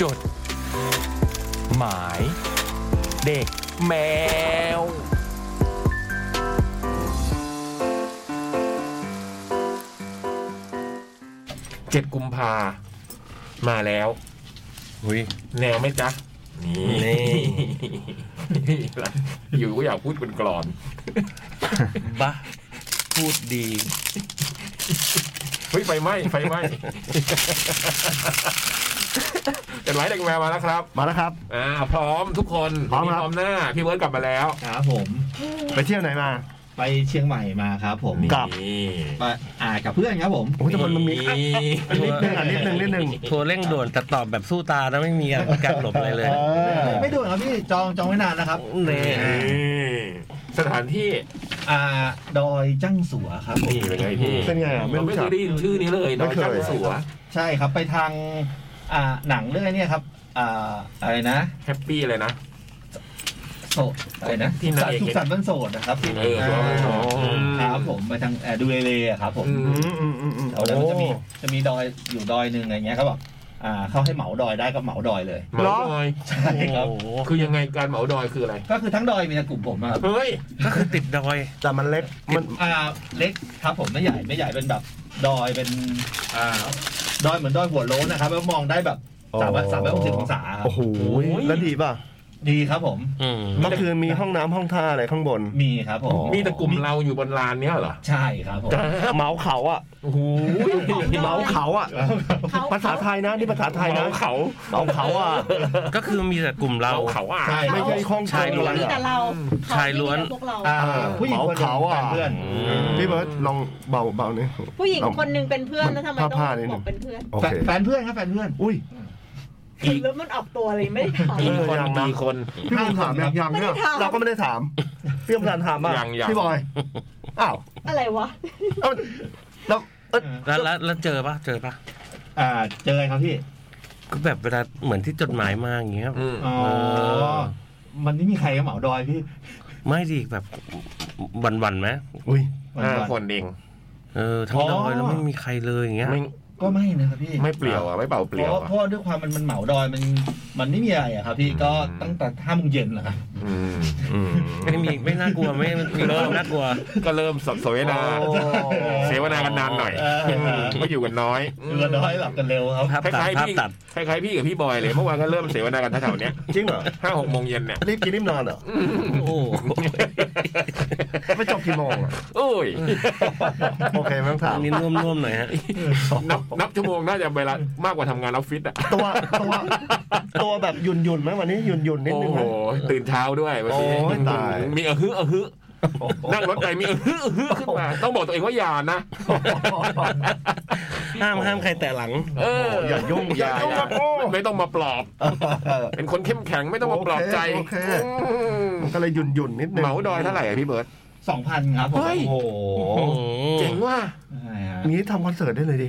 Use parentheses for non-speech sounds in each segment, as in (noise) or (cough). จด หมาย เด็กแมว เจ็ดกุมภามาแล้ว อุ้ย แนวไหม่จ๊ะ นี่ นี่ อยู่ก็อยากพูดเป็นกรอน บ้าพูดดี เฮ้ย ไฟไหม้ไฟไหม้จดหมายเด็กแมวมาแล้วครับ มาแล้วครับ อ่า พร้อมทุกคน พร้อม วัน ครั นี้ บ พร้อมหน้า พี่เบิร์ดกลับมาแล้ว ครับผม ไปเที่ยวไหนมา ไปเชียงใหม่มาครับผม กลับ นี่ ไปอ่ากับเพื่อนครับผม โอ้ยแต่มันมันมีอ่ะ อันนี้ นิดนึงอ่ะนิดนึงนิดนึง โทรเร่งด่วนแต่ตอบแบบสู้ตานะไม่มีอะไรการหลบอะไรเลย เออ ไม่ด่วนครับพี่จองจองไว้นานนะครับ เนี่ นี่สถานที่ อ่าดอยจั่งสัวครับผม นี่เป็นไงพี่ เป็นไงอ่ะไม่ เรา รู้ ไม่เคยจักได้ยินชื่อนี้เลยดอย ไม่เคย จำสัว ใช่ครับไปทางอ่าหนังเรื่องเนี่ยครับอ่าอะไรนะ แฮปปี้เลยนะ โสดอะไรนะ ที่นางเอก สุขสันต์วันโสดนะครับ เออ อ่า อ๋อ ครับผมไปทางเอ่อดูเอเลอะครับผม อื อื ม มอืมอืมอืม แถ โอ้ วนั้นมันจะมีจะมีดอยอยู่ดอยหนึ่งอะไรเงี้ยเขาบอกอ่าเขาให้เหมาดอยได้ก็เหมาดอย (laughs) เลย เหมาดอย ใช่ครับ โอ้โห คือยังไงการเหมาดอยคืออะไร ก็คือทั้งดอยมีแต่กลุ่มผมอะครับ เฮ้ย ก็คือติดดอย แต่มันเล็กมัน อ่าเล็กครับผมไม่ใหญ่ไม่ใหญ่เป็นแบบดอยเป็นอ่าดอยเหมือนดอยหัวโล้นนะครับแล้วมองได้แบบสามร้อยสามร้อยหกสิบองศาครับ โอ้โหแล้วดีป่ะ ดีครับผม อืม เมื่อคืนมีห้องน้ำห้องท่าอะไรข้างบน มีครับผม อ๋อ มีแต่กลุ่มเราอยู่บนลานเนี้ยเหรอ ใช่ครับผม เมาเขาอ่ะ โอ้โห เมาเขาอ่ะ เขา ภาษาไทยนะนี่ภาษาไทยนะ เมาเขา เมาเขาอ่ะ ก็คือมีแต่กลุ่มเรา เมาเขาอ่ะ ใช่ ไม่ใช่ห้อง ชายล้วน มีแต่เรา ชายล้วน เขไม่มีแต่พวกเรา อ่าผู้หญิงคนหนึ่ง เขาเป็อ่ะนเพื่อน พี่เบิร์ดลองเบาเบานี่ ผู้หญิงคนหนึ่งเป็นเพื่อนแล้วทำไมต้อง ผ้าๆนิดห บ นึ่ อง กเป็นเพื่อน โอ แฟน เค แฟนเพื่อนครับแฟนเพื่อน อุ้ย หรือมันออกตัวเลยไม่ได้ถาม กี่คน ยังนะ กี่คน พี่บอลถามยังยังเนี่ย ไม่ได้ถาม เราก็ไม่ได้ถามพี่บอลถามอ่ะ ยังยัง พี่บอยอ้าว อะไรวะ เอ้าแล้วเอ้ย แล้วแล้วแล้วเจอปะเจอปะ อ่าเจออะไรครับพี่ ก็แบบเวลาเหมือนที่จดหมายมาอย่างเงี้ย อืม อ๋อ เออ มันไม่มีใครเหมาดอยพี่ ไม่ดีแบบวันวันๆไหม อุ้ย วัน ห้า ก่อน คนเอง เออทั้งดอย อ๋อ แล้วไม่มีใครเลยอย่างเงี้ย ไม่ ก็ไม่นะครับพี่ ไม่เปลี่ยวอ่ะ ไม่เป่าเป เพ ลี่ยว ราะ อ่ะ เพราะด้วยความมันมันเหมาดอยมันมันไม่มีอะไรอะครับ พี่ก็ อืม ตั้งแต่ห้าโมงเย็นแหละครับ อืม ไม่มีไม่น่ากลัวไม่มีความน่ากลัว ก็เริ่มสบสนเวลา โอ้ เสวนานกันนานหน่อย เออ ไม่อยู่กันน้อย เรือน้อยหลับกันเร็วครับ ครับ คล้ายๆ ภาพ พี่ ตัด คล้ายๆพี่กับพี่บอยเลยเมื่อวานก็เริ่มเสวนากันแถวๆเนี้ย จริงเหรอ ห้าหกโมงเย็นเนี่ย รีบกินรีบนอนเหรอ โอ้โห ไปจบกี่โมงอะ โอ้ย โอเคไม่ต้องถาม อันนี้ร่วมๆหน่อยฮะ นับนับชั่วโมงน่าจะเวลามากกว่าทำงานออฟฟิศอ่ะ ตัวตัวตัวแบบหยุ่นหยุ่นๆไหมวันนี้หยุ่นหยุ่นๆนิด โอ้ นึง โห ไหม ตื่นเช้าด้วยวันนี้ โอ้ยตาย มีอะฮึอะฮึนั่งรถไปมีอะฮึอะฮึขึ้นมา ต้องบอกตัวเองว่าอย่านะ ห้ามห้ามใครแตะหลัง เออ อย่ายุ่ง อย่า อยุ่งย่าอย่า โอ้ไม่ต้องมาปลอบ เป็นคนเข้มแข็งไม่ต้องมาปลอบใจ โอเคโอเค อืม ก็เลยหยุ่นหยุ่นๆนิดนึง เหมาดอยเท่าไหร่อะพี่เบิร์ต สองพันครับผ เฮ้ ม ย โอ้โห โอ้โห เจ๋งว่ะ ใช่ฮะ นี้ทำคอนเสิร์ตได้เลยดิ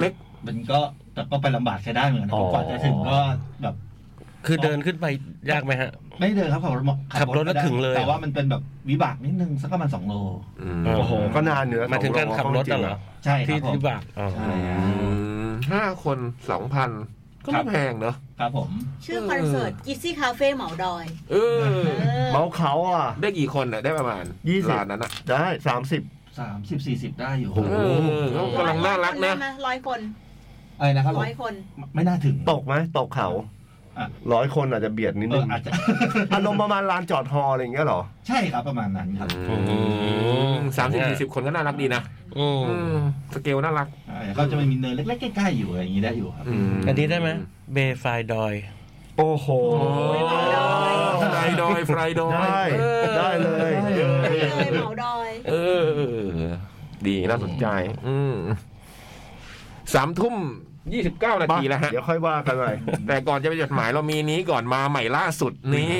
เล็ก มันก็แต่ก็ไปลำบากใช้ได้เหมือนกันนะครับกว่าจะถึงก็แบบ คือเดินขึ้นไปยากไหมฮะ ไม่เดินครับขับรถ ขับรถแล้วถึงเลย แต่ว่ามันเป็นแบบวิบากนิดนึงสักประมาณสองโล โอ้โห ก็นานอยู่นะ หมายถึงการขับรถน่ะเหรอ ใช่ค ที่ รับผม ที่บากอ๋อ ใช่ครับ อืมห้าคนสองพันก็ ครั ไม่ บ แพงเนอะ ครับผม ชื่อคอนเสิร์ตกิซี่คาเฟ่เหมาดอย เออ เออ เมาเขาอ่ะ ได้กี่คนอ่ะได้ประมาณ ยี่สิบ ล้านนั้นอ่ะ ได้สามสิบ สามสิบสี่สิบได้อยู่ โอ้โห เออก็กำลังน่ารักนะ ร้อยคน อะไรนะครับผ ร้ ม อยคน ไม่น่าถึง ตกไหมตกเขา อ่ะ ร้อยคนอาจจะเบียดนิด เอ นึ อง อาจจะ อารมณ์ประมาณลานจอดฮออะไรอย่างเงี้ยเหรอ ใช่ครับประมาณนั้นครับ สามสิบสี่สิบคนก็น่ารักดีนะ อืม สเกลน่ารัก อ่าก็จะไม่มีเนินเล็กๆใกล้ๆอยู่อะไรอย่างนี้ได้อยู่ครับ อันนี้ได้ไหมเบย์ไฟดอย โอ้โห โอ้ฟรายดอยฟรายดอย ได้ได้เลย เลยเหมาดอย เออ ดีน่าสนใจ อืมสามทุ่มยี่สิบเก้านา ไป ทีแล้วฮะ เดี๋ยวค่อยว่ากันหน่อย แต่ก่อนจะไปจดหมายเรามีนี้ก่อนมาใหม่ล่าสุดนี่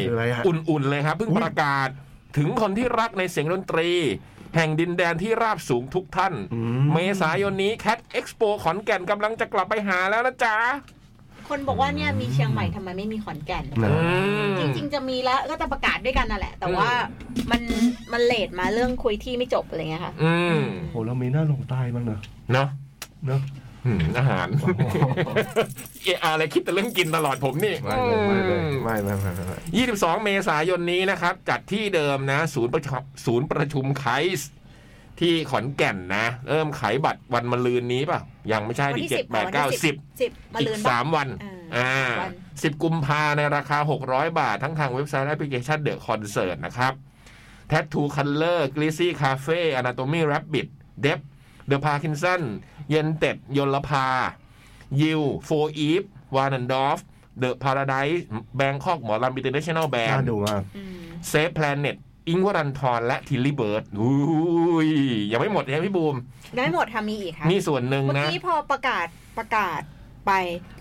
คืออะไรฮะ อุ่นๆเลยครับเพิ่ง อุ๊ย ประกาศถึงคนที่รักในเสียงดนตรี แห่งดินแดนที่ราบสูงทุกท่าน อื เมษายนนี้แคดเอ็กซ์โปขอนแก่นกำลังจะกลับไปหาแล้วนะจ๊ะ คนบอกว่าเนี่ยมีเชียงใหม่ทำไมไม่มีขอนแก่น นะ จริงๆจะมีแล้วก็จะประกาศด้วยกันนั่นแหละ แต่ว่ามันมันเลทมาเรื่องคุยที่ไม่จบอะไรเงี้ยค่ะ อืม โหเรามีหน้าลงใต้บ้างเนอะ เนาะ เนอะ อืมอาหารเออะไรคิดแต่เรื่องกินตลอดผมนี่ ไม่เลยไม่เลยไม่ไม่ไม่ไม่ ยี่สิบสองเมษายนนี้นะครับ จัดที่เดิมนะ ศูนย์ประชุมศูนย์ประชุมไคส์ที่ขอนแก่นนะ เริ่มขายบัตรวันมะรืนนี้ป่ะ ยังไม่ใช่ วัน ดิ ที่ เจ็ สิ ด บ แปดเก้าสิบ สิบมา อี ลื ก น สา บ้าง มวัน อ่า อ่า วัน สิบกุมภาในราคา 600 บาท ทั้งทางเว็บไซต์และแอปพลิเคชันเดอะคอนเสิร์ตนะครับ Tattoo Color Greasy Cafe Anatomy Rabbit d e p The Parkinson เยนเต็ดยลภา ยิวโฟอีฟวานันดอฟ The Paradise Bangkok หมอลำ International น่า Band ดูมาก อืม Save Planet อิงวรันทรและทิลลี่เบิร์ดอุ้ยยังไม่หมดนะพี่บูม ยังไม่หมดค่ะมีอีกค่ะ นี่ส่วนหนึ่ง เมื่อ นะ กี้พอประกาศประกาศไป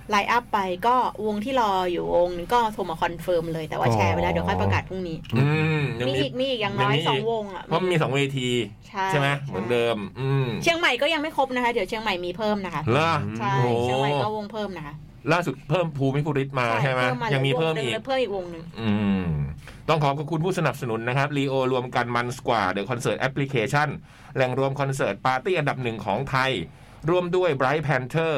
ไลน์อัพไปก็วงที่รออยู่วงหนึงก็โทรมาคอนเฟิร์มเลยแต่ว่าแชร์ไปแล้วเดี๋ยวค่อยประกาศพรุ่งนี้ อืมยัง มี มี อีกมีอีกอย่างน้อย ยังมีอีก สองวงอ่ะ เพราะมันมีสองเวที ใช่ ใช่ไหมเหมือนเดิม อืม เชียงใหม่ก็ยังไม่ครบนะคะ เดี๋ยวเชียงใหม่มีเพิ่มนะคะ ล่า ใช่ โอ้ เชียงใหม่ก็วงเพิ่มนะคะ ล่าสุดเพิ่มภูมิภูริศมาใช่ไหม เพิ่า ยังมีเพิ่ม วหนึ่ อีก แล้วเพิ่มอีกวงหนึ่ง อืม ต้องขอบคุณผู้สนับสนุนนะครับรีโอรวมกันมันสกว่าเดอะคอนเสิร์ตแอปพลิเคชันแหล่งรวมคอนเสิร์ตปาร์ตี้อันดับหนึ่งของไทย ร่วมด้วย Bright Panther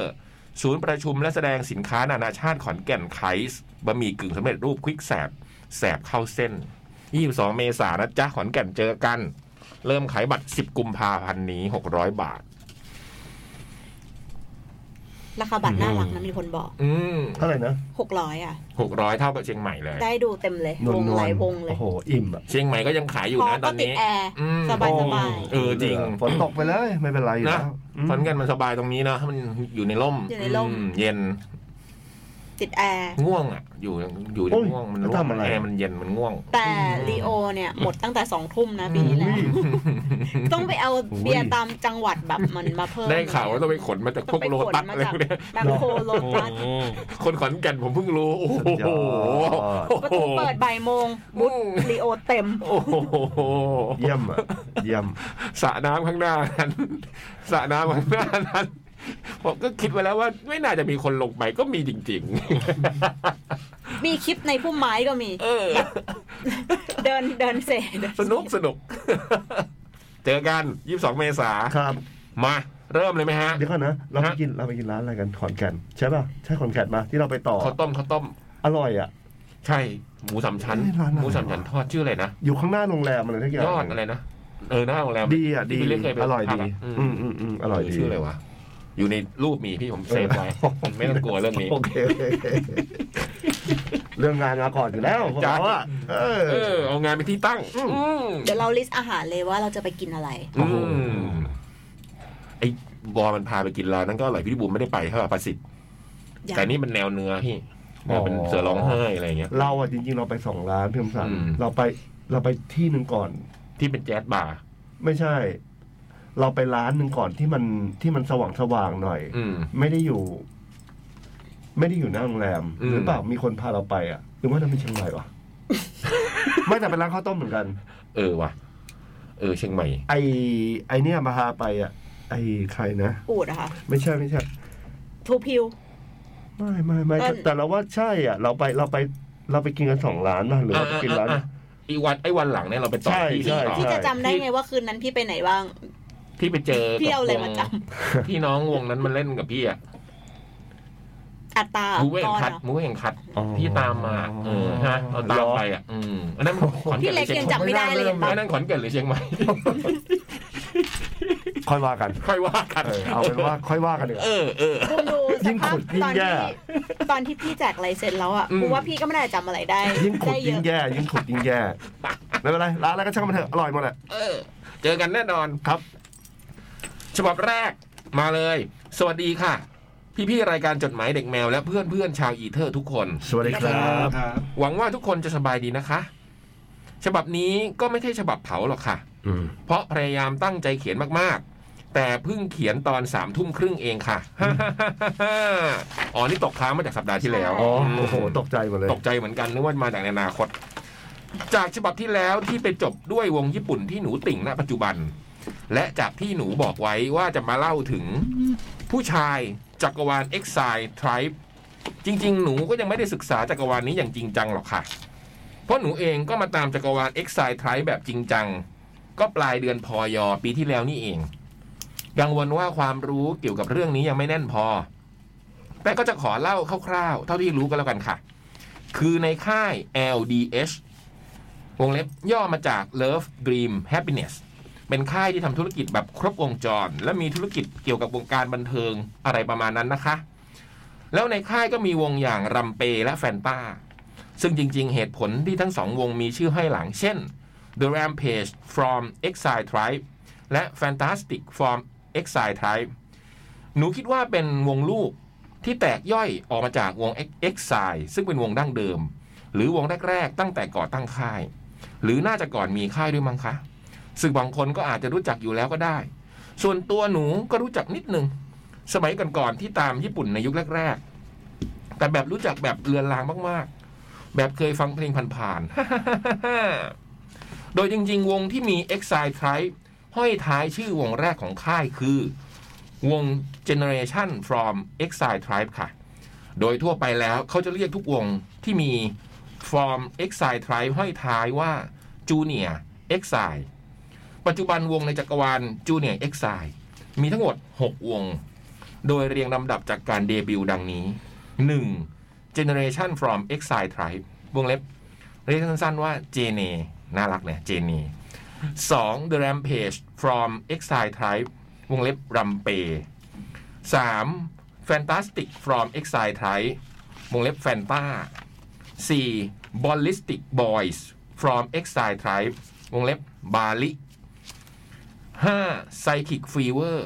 ศูนย์ประชุมและแสดงสินค้านานาชาติขอนแก่นไคส์บะหมี่กึ่งสำเร็จรูปควิกแสบ แสบเข้าเส้น 22 เมษายนนะจ๊ะขอนแก่นเจอกัน เริ่มขายบัตร 10 กุมภาพันธ์นี้ 600 บาท ราคาบัตรน่ารักนะมีคนบอก อืม เท่าไหร่นะ หกร้อยอ่ะ หกร้อยเท่ากับเชียงใหม่เลย ได้ดูเต็มเลย น วง น ห วล ลายวง ๆ เล โอ้ ย โหอิ่มอ่ะ เชียงใหม่ก็ยังขายอยู่ พอ นะต ก็ อน ติด นี้ แอร์ อืม สบายสบาย เออจริง ฝนตกไปเลย ไม่เป็นไรอยู่แล้ว ฟันกันมันสบายตรงนี้เนอะมันอยู่ในร่มอืเย็น ๆติดแอร์ ง่วงอ่ะ อยู่อยู่ในง่วงมันร่วงแอร์มันเย็นมันง่วง แต่ลีโอเนี่ยหมดตั้งแต่สองทุ่มนะปีที่แล้ว ต้องไปเอาเบียร์ตามจังหวัดแบบมันมาเพิ่ม ได้ข่าวว่าต้องไปขนมาจากพวกโลตัสอะไรพวกเนี้ย แบงโคโล โอ้ ตัส โห คนขอนแก่นผมเพิ่งรู้ โอ้โ สุดย ห อด ประตูเปิดบ่ายโมง บุ้ง ลีโอเต็ม โอ้โห เยี่ยมอ่ะ เยี่ยม สระน้ำข้างหน้านั้นสระน้ำข้างหน้านั้นผมก็คิดไว้แล้วว่าไม่น่าจะมีคนลงไปก็มีจริง มีคลิปในพุ่มไม้ก็มี ๆ เออ เดินเดินเสร็จ สนุกสนุก เจอกัน 22 เมษา ครับ มา เริ่มเลยไหมฮะ เดี๋ยวก่อนนะเราไป ฮะ กินเราไปกินร้านอะไรกันขอนแก่นใช่ป่ะใช่ขอนแก่นมาที่เราไปต่อ ข้าวต้มข้าวต้ม อร่อยอ่ะ ใช่ หมูสามชั้น เอ้ยร้านอะไร หมูสามชั้นทอดชื่ออะไรนะ อยู่ข้างหน้าโรงแรมอะไรทักอย่าง ยอดอะไรนะ เออหน้าโรงแรม ดีอ่ะ ดี ที่พี่เล็กเคไป อร่อยดี พักะ อื อื ม ม อืมอืมอร่อยดี ชื่ออะไรวะ อยู่ในรูปมีพี่ผมเซฟไว้ผม (laughs) ไม่ต้องกลัวเรื่องนี้ โอเคโอเคโอเค เรื่องงานมาก่อนอยู่แล้วพวกเราอ่ะเออ เออ เอางานไปนที่ตั้ง อืม เดี๋ยวเราลิสต์อาหารเลยว่าเราจะไปกินอะไร อืมไอ้บอมันพาไปกินร้านนั้นก็อร่อยพี่บุ๋มไม่ได้ไปใช่ป่ะประสิทธิ์ อย่าง แต่นี่มันแนวเนื้อพี่แนวเป็นเสือร้องไห้อะไรอย่างเงี้ย เราอ่ะจริงๆ เราไปสองร้านพี่คมสัน อืม เราไปเราไปที่หนึ่งก่อน ที่เป็นแจ๊สบาร์ ไม่ใช่ เราไปร้านหนึ่งก่อนที่มันที่มันสว่างสว่างๆหน่อย อืม ไม่ได้อยู่ ไม่ได้อยู่หน้าโรงแรม อืม หรือเปล่ามีคนพาเราไปอ่ะหรือว่าเราเป็นเชียงใหม่วะ ไม่แต่เป็นร้านข้าวต้มเหมือนกัน เออว่ะ เออเชียงใหม่ ไอไอเนี่ยมาพาไปอ่ะ ไอใครนะ อูดอะค่ะ ไม่ใช่ไม่ใช่ ทูพิว ไม่ไม่ไม่แต่ เอิ่ม แต่เราว่าใช่อ่ะ เราไปเราไปเราไปกินกันสองร้านนะหรือว่าไปกินร้าน อ่ะอ่ะอ่ะอีวันไอ้วันหลังเนี่ยเราไปต่อ ใช่ ที่ ใช่ ต่อ ที่จะจำได้ไงว่าคืนนั้นพี่ไปไหนบ้าง ที่ไปเจอ พี่เอาอะไร กับวง มาจ พี่น้องวงนั้นมันเล่นกับพี่อ่ะ อัตรา มูเว่ง ก่อน คัด อะ มูเว่งคัดพี่ตามมาเออฮะเราตามไปอ่ะ อืมอันนั้นขอน พี่ แก่นหรือเล็ก เชีย ยังใหม่งจำไม่ได้เลยเห็นปะ อันนั้นขอนแก่นหรือเชียงใหม่ ค่อยว่ากัน ค่อยว่ากัน เออเอาเป็นว่าค่อยว่ากันดีกว่า เออเออ คุณดูส ยิ่ง ภา ขุ พ ดยิ่ ต ง อน แย่ ที่ตอนที่พี่แจกลายเซ็นแล้วอ่ะ อืม กูว่าพี่ก็ไม่ได้จำอะไรได้ ยิ่งขุด ได้เย ยิ่ง อะ แย่ ยิ่งขุดยิ่งแย่ ไม่เป็นไร ร้านแล้วก็ช่างมันเถอะ อร่อยหมดแหละ เออ เจอกันแน่นอนครับ ฉบับแรกมาเลย สวัสดีค่ะ พี่ๆรายการจดหมายเด็กแมวและเพื่อนๆชาวอีเทอร์ทุกคน สวัสดีครับ ครับ หวังว่าทุกคนจะสบายดีนะคะ ฉบับนี้ก็ไม่ใช่ฉบับเผาหรอกค่ะ อืม เพราะพยายามตั้งใจเขียนมากๆ แต่เพิ่งเขียนตอนสามทุ่มครึ่งเองค่ะ (laughs) อ๋อ นี่ตกค้างมาจากสัปดาห์ที่แล้ว อ๋อ ม โอ้โหตกใจหมดเลย ตกใจเหมือนกันนึกว่ามาจากในอนาคต จากฉบับที่แล้วที่ไปจบด้วยวงญี่ปุ่นที่หนูติ่งณปัจจุบัน และจากที่หนูบอกไว้ว่าจะมาเล่าถึงผู้ชายจักรวาล Exile Tribe จริง ๆ หนูก็ยังไม่ได้ศึกษาจักรวาลนี้อย่างจริงจังหรอกค่ะ เพราะหนูเองก็มาตามจักรวาล Exile Tribe แบบจริงจัง ก็ปลายเดือนพอยอปีที่แล้วนี่เอง กังวลว่าความรู้เกี่ยวกับเรื่องนี้ยังไม่แน่นพอ แต่ก็จะขอเล่าคร่าวๆ เท่าที่รู้ก็แล้วกันค่ะ คือในค่าย LDH วงเล็บย่อมาจาก Love Dream Happiness เป็นค่ายที่ทำธุรกิจแบบครบวงจร และมีธุรกิจเกี่ยวกับวงการบันเทิงอะไรประมาณนั้นนะคะ แล้วในค่ายก็มีวงอย่างรัมเปและแฟนตาซึ่งจริงๆ เหตุผลที่ทั้งสองวงมีชื่อให้หลังเช่น The Rampage from Exile Tribe และ Fantastic from Exile Tribe หนูคิดว่าเป็นวงลูกที่แตกย่อยออกมาจากวง Exile ซึ่งเป็นวงดั้งเดิม หรือวงแรก ๆ ตั้งแต่ก่อตั้งค่าย หรือน่าจะก่อนมีค่ายด้วยมั้งคะ ซึ่งบางคนก็อาจจะรู้จักอยู่แล้วก็ได้ ส่วนตัวหนูก็รู้จักนิดนึง สมัยก่อนๆที่ตามญี่ปุ่นในยุคแรก ๆ แต่แบบรู้จักแบบเลือนลางมากๆ แบบเคยฟังเพลงผ่านๆ (laughs) โดยจริงๆ วงที่มี Exile Tribe ห้อยท้ายชื่อวงแรกของค่ายคือ วง Generation from Exile Tribe ค่ะ โดยทั่วไปแล้วเขาจะเรียกทุกวงที่มี from Exile Tribe ห้อยท้ายว่า Junior Exile ปัจจุบันวงในจักรวาล Junior Exile มีทั้งหมด 6 วง โดยเรียงลำดับจากการเดบิวต์ดังนี้ 1. Generation from Exile Tribe วงเล็บ เรียกสั้นๆว่าเจเนน่ารักเนี่ยเจเน 2. The Rampage from Exile Tribe วงเล็บรัมเป 3. Fantastic from Exile Tribe วงเล็บแฟนตา 4. Ballistic Boys from Exile Tribe วงเล็บบาลิ 5. Psychic Fever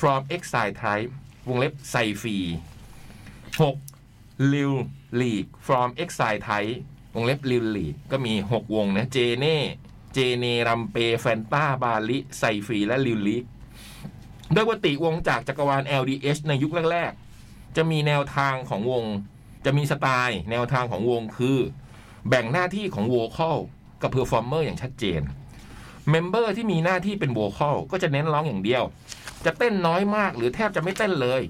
from Exile Tribe วงเล็บไซฟี 6. Lil League from Exile Tribe วงเล็บ Lil League ก็มี 6 วงนะเจเน่เจเนรัมเปแฟนตาบาลิไซฟีและ Lil League โดยปกติวงจากจักรวาล LDH ในยุคแรก ๆ จะมีแนวทางของวง จะมีสไตล์แนวทางของวงคือ แบ่งหน้าที่ของโวคอลกับเพอร์ฟอร์เมอร์อย่างชัดเจน เมมเบอร์ที่มีหน้าที่เป็นโวคอลก็จะเน้นร้องอย่างเดียว จะเต้นน้อยมากหรือแทบจะไม่เต้นเลย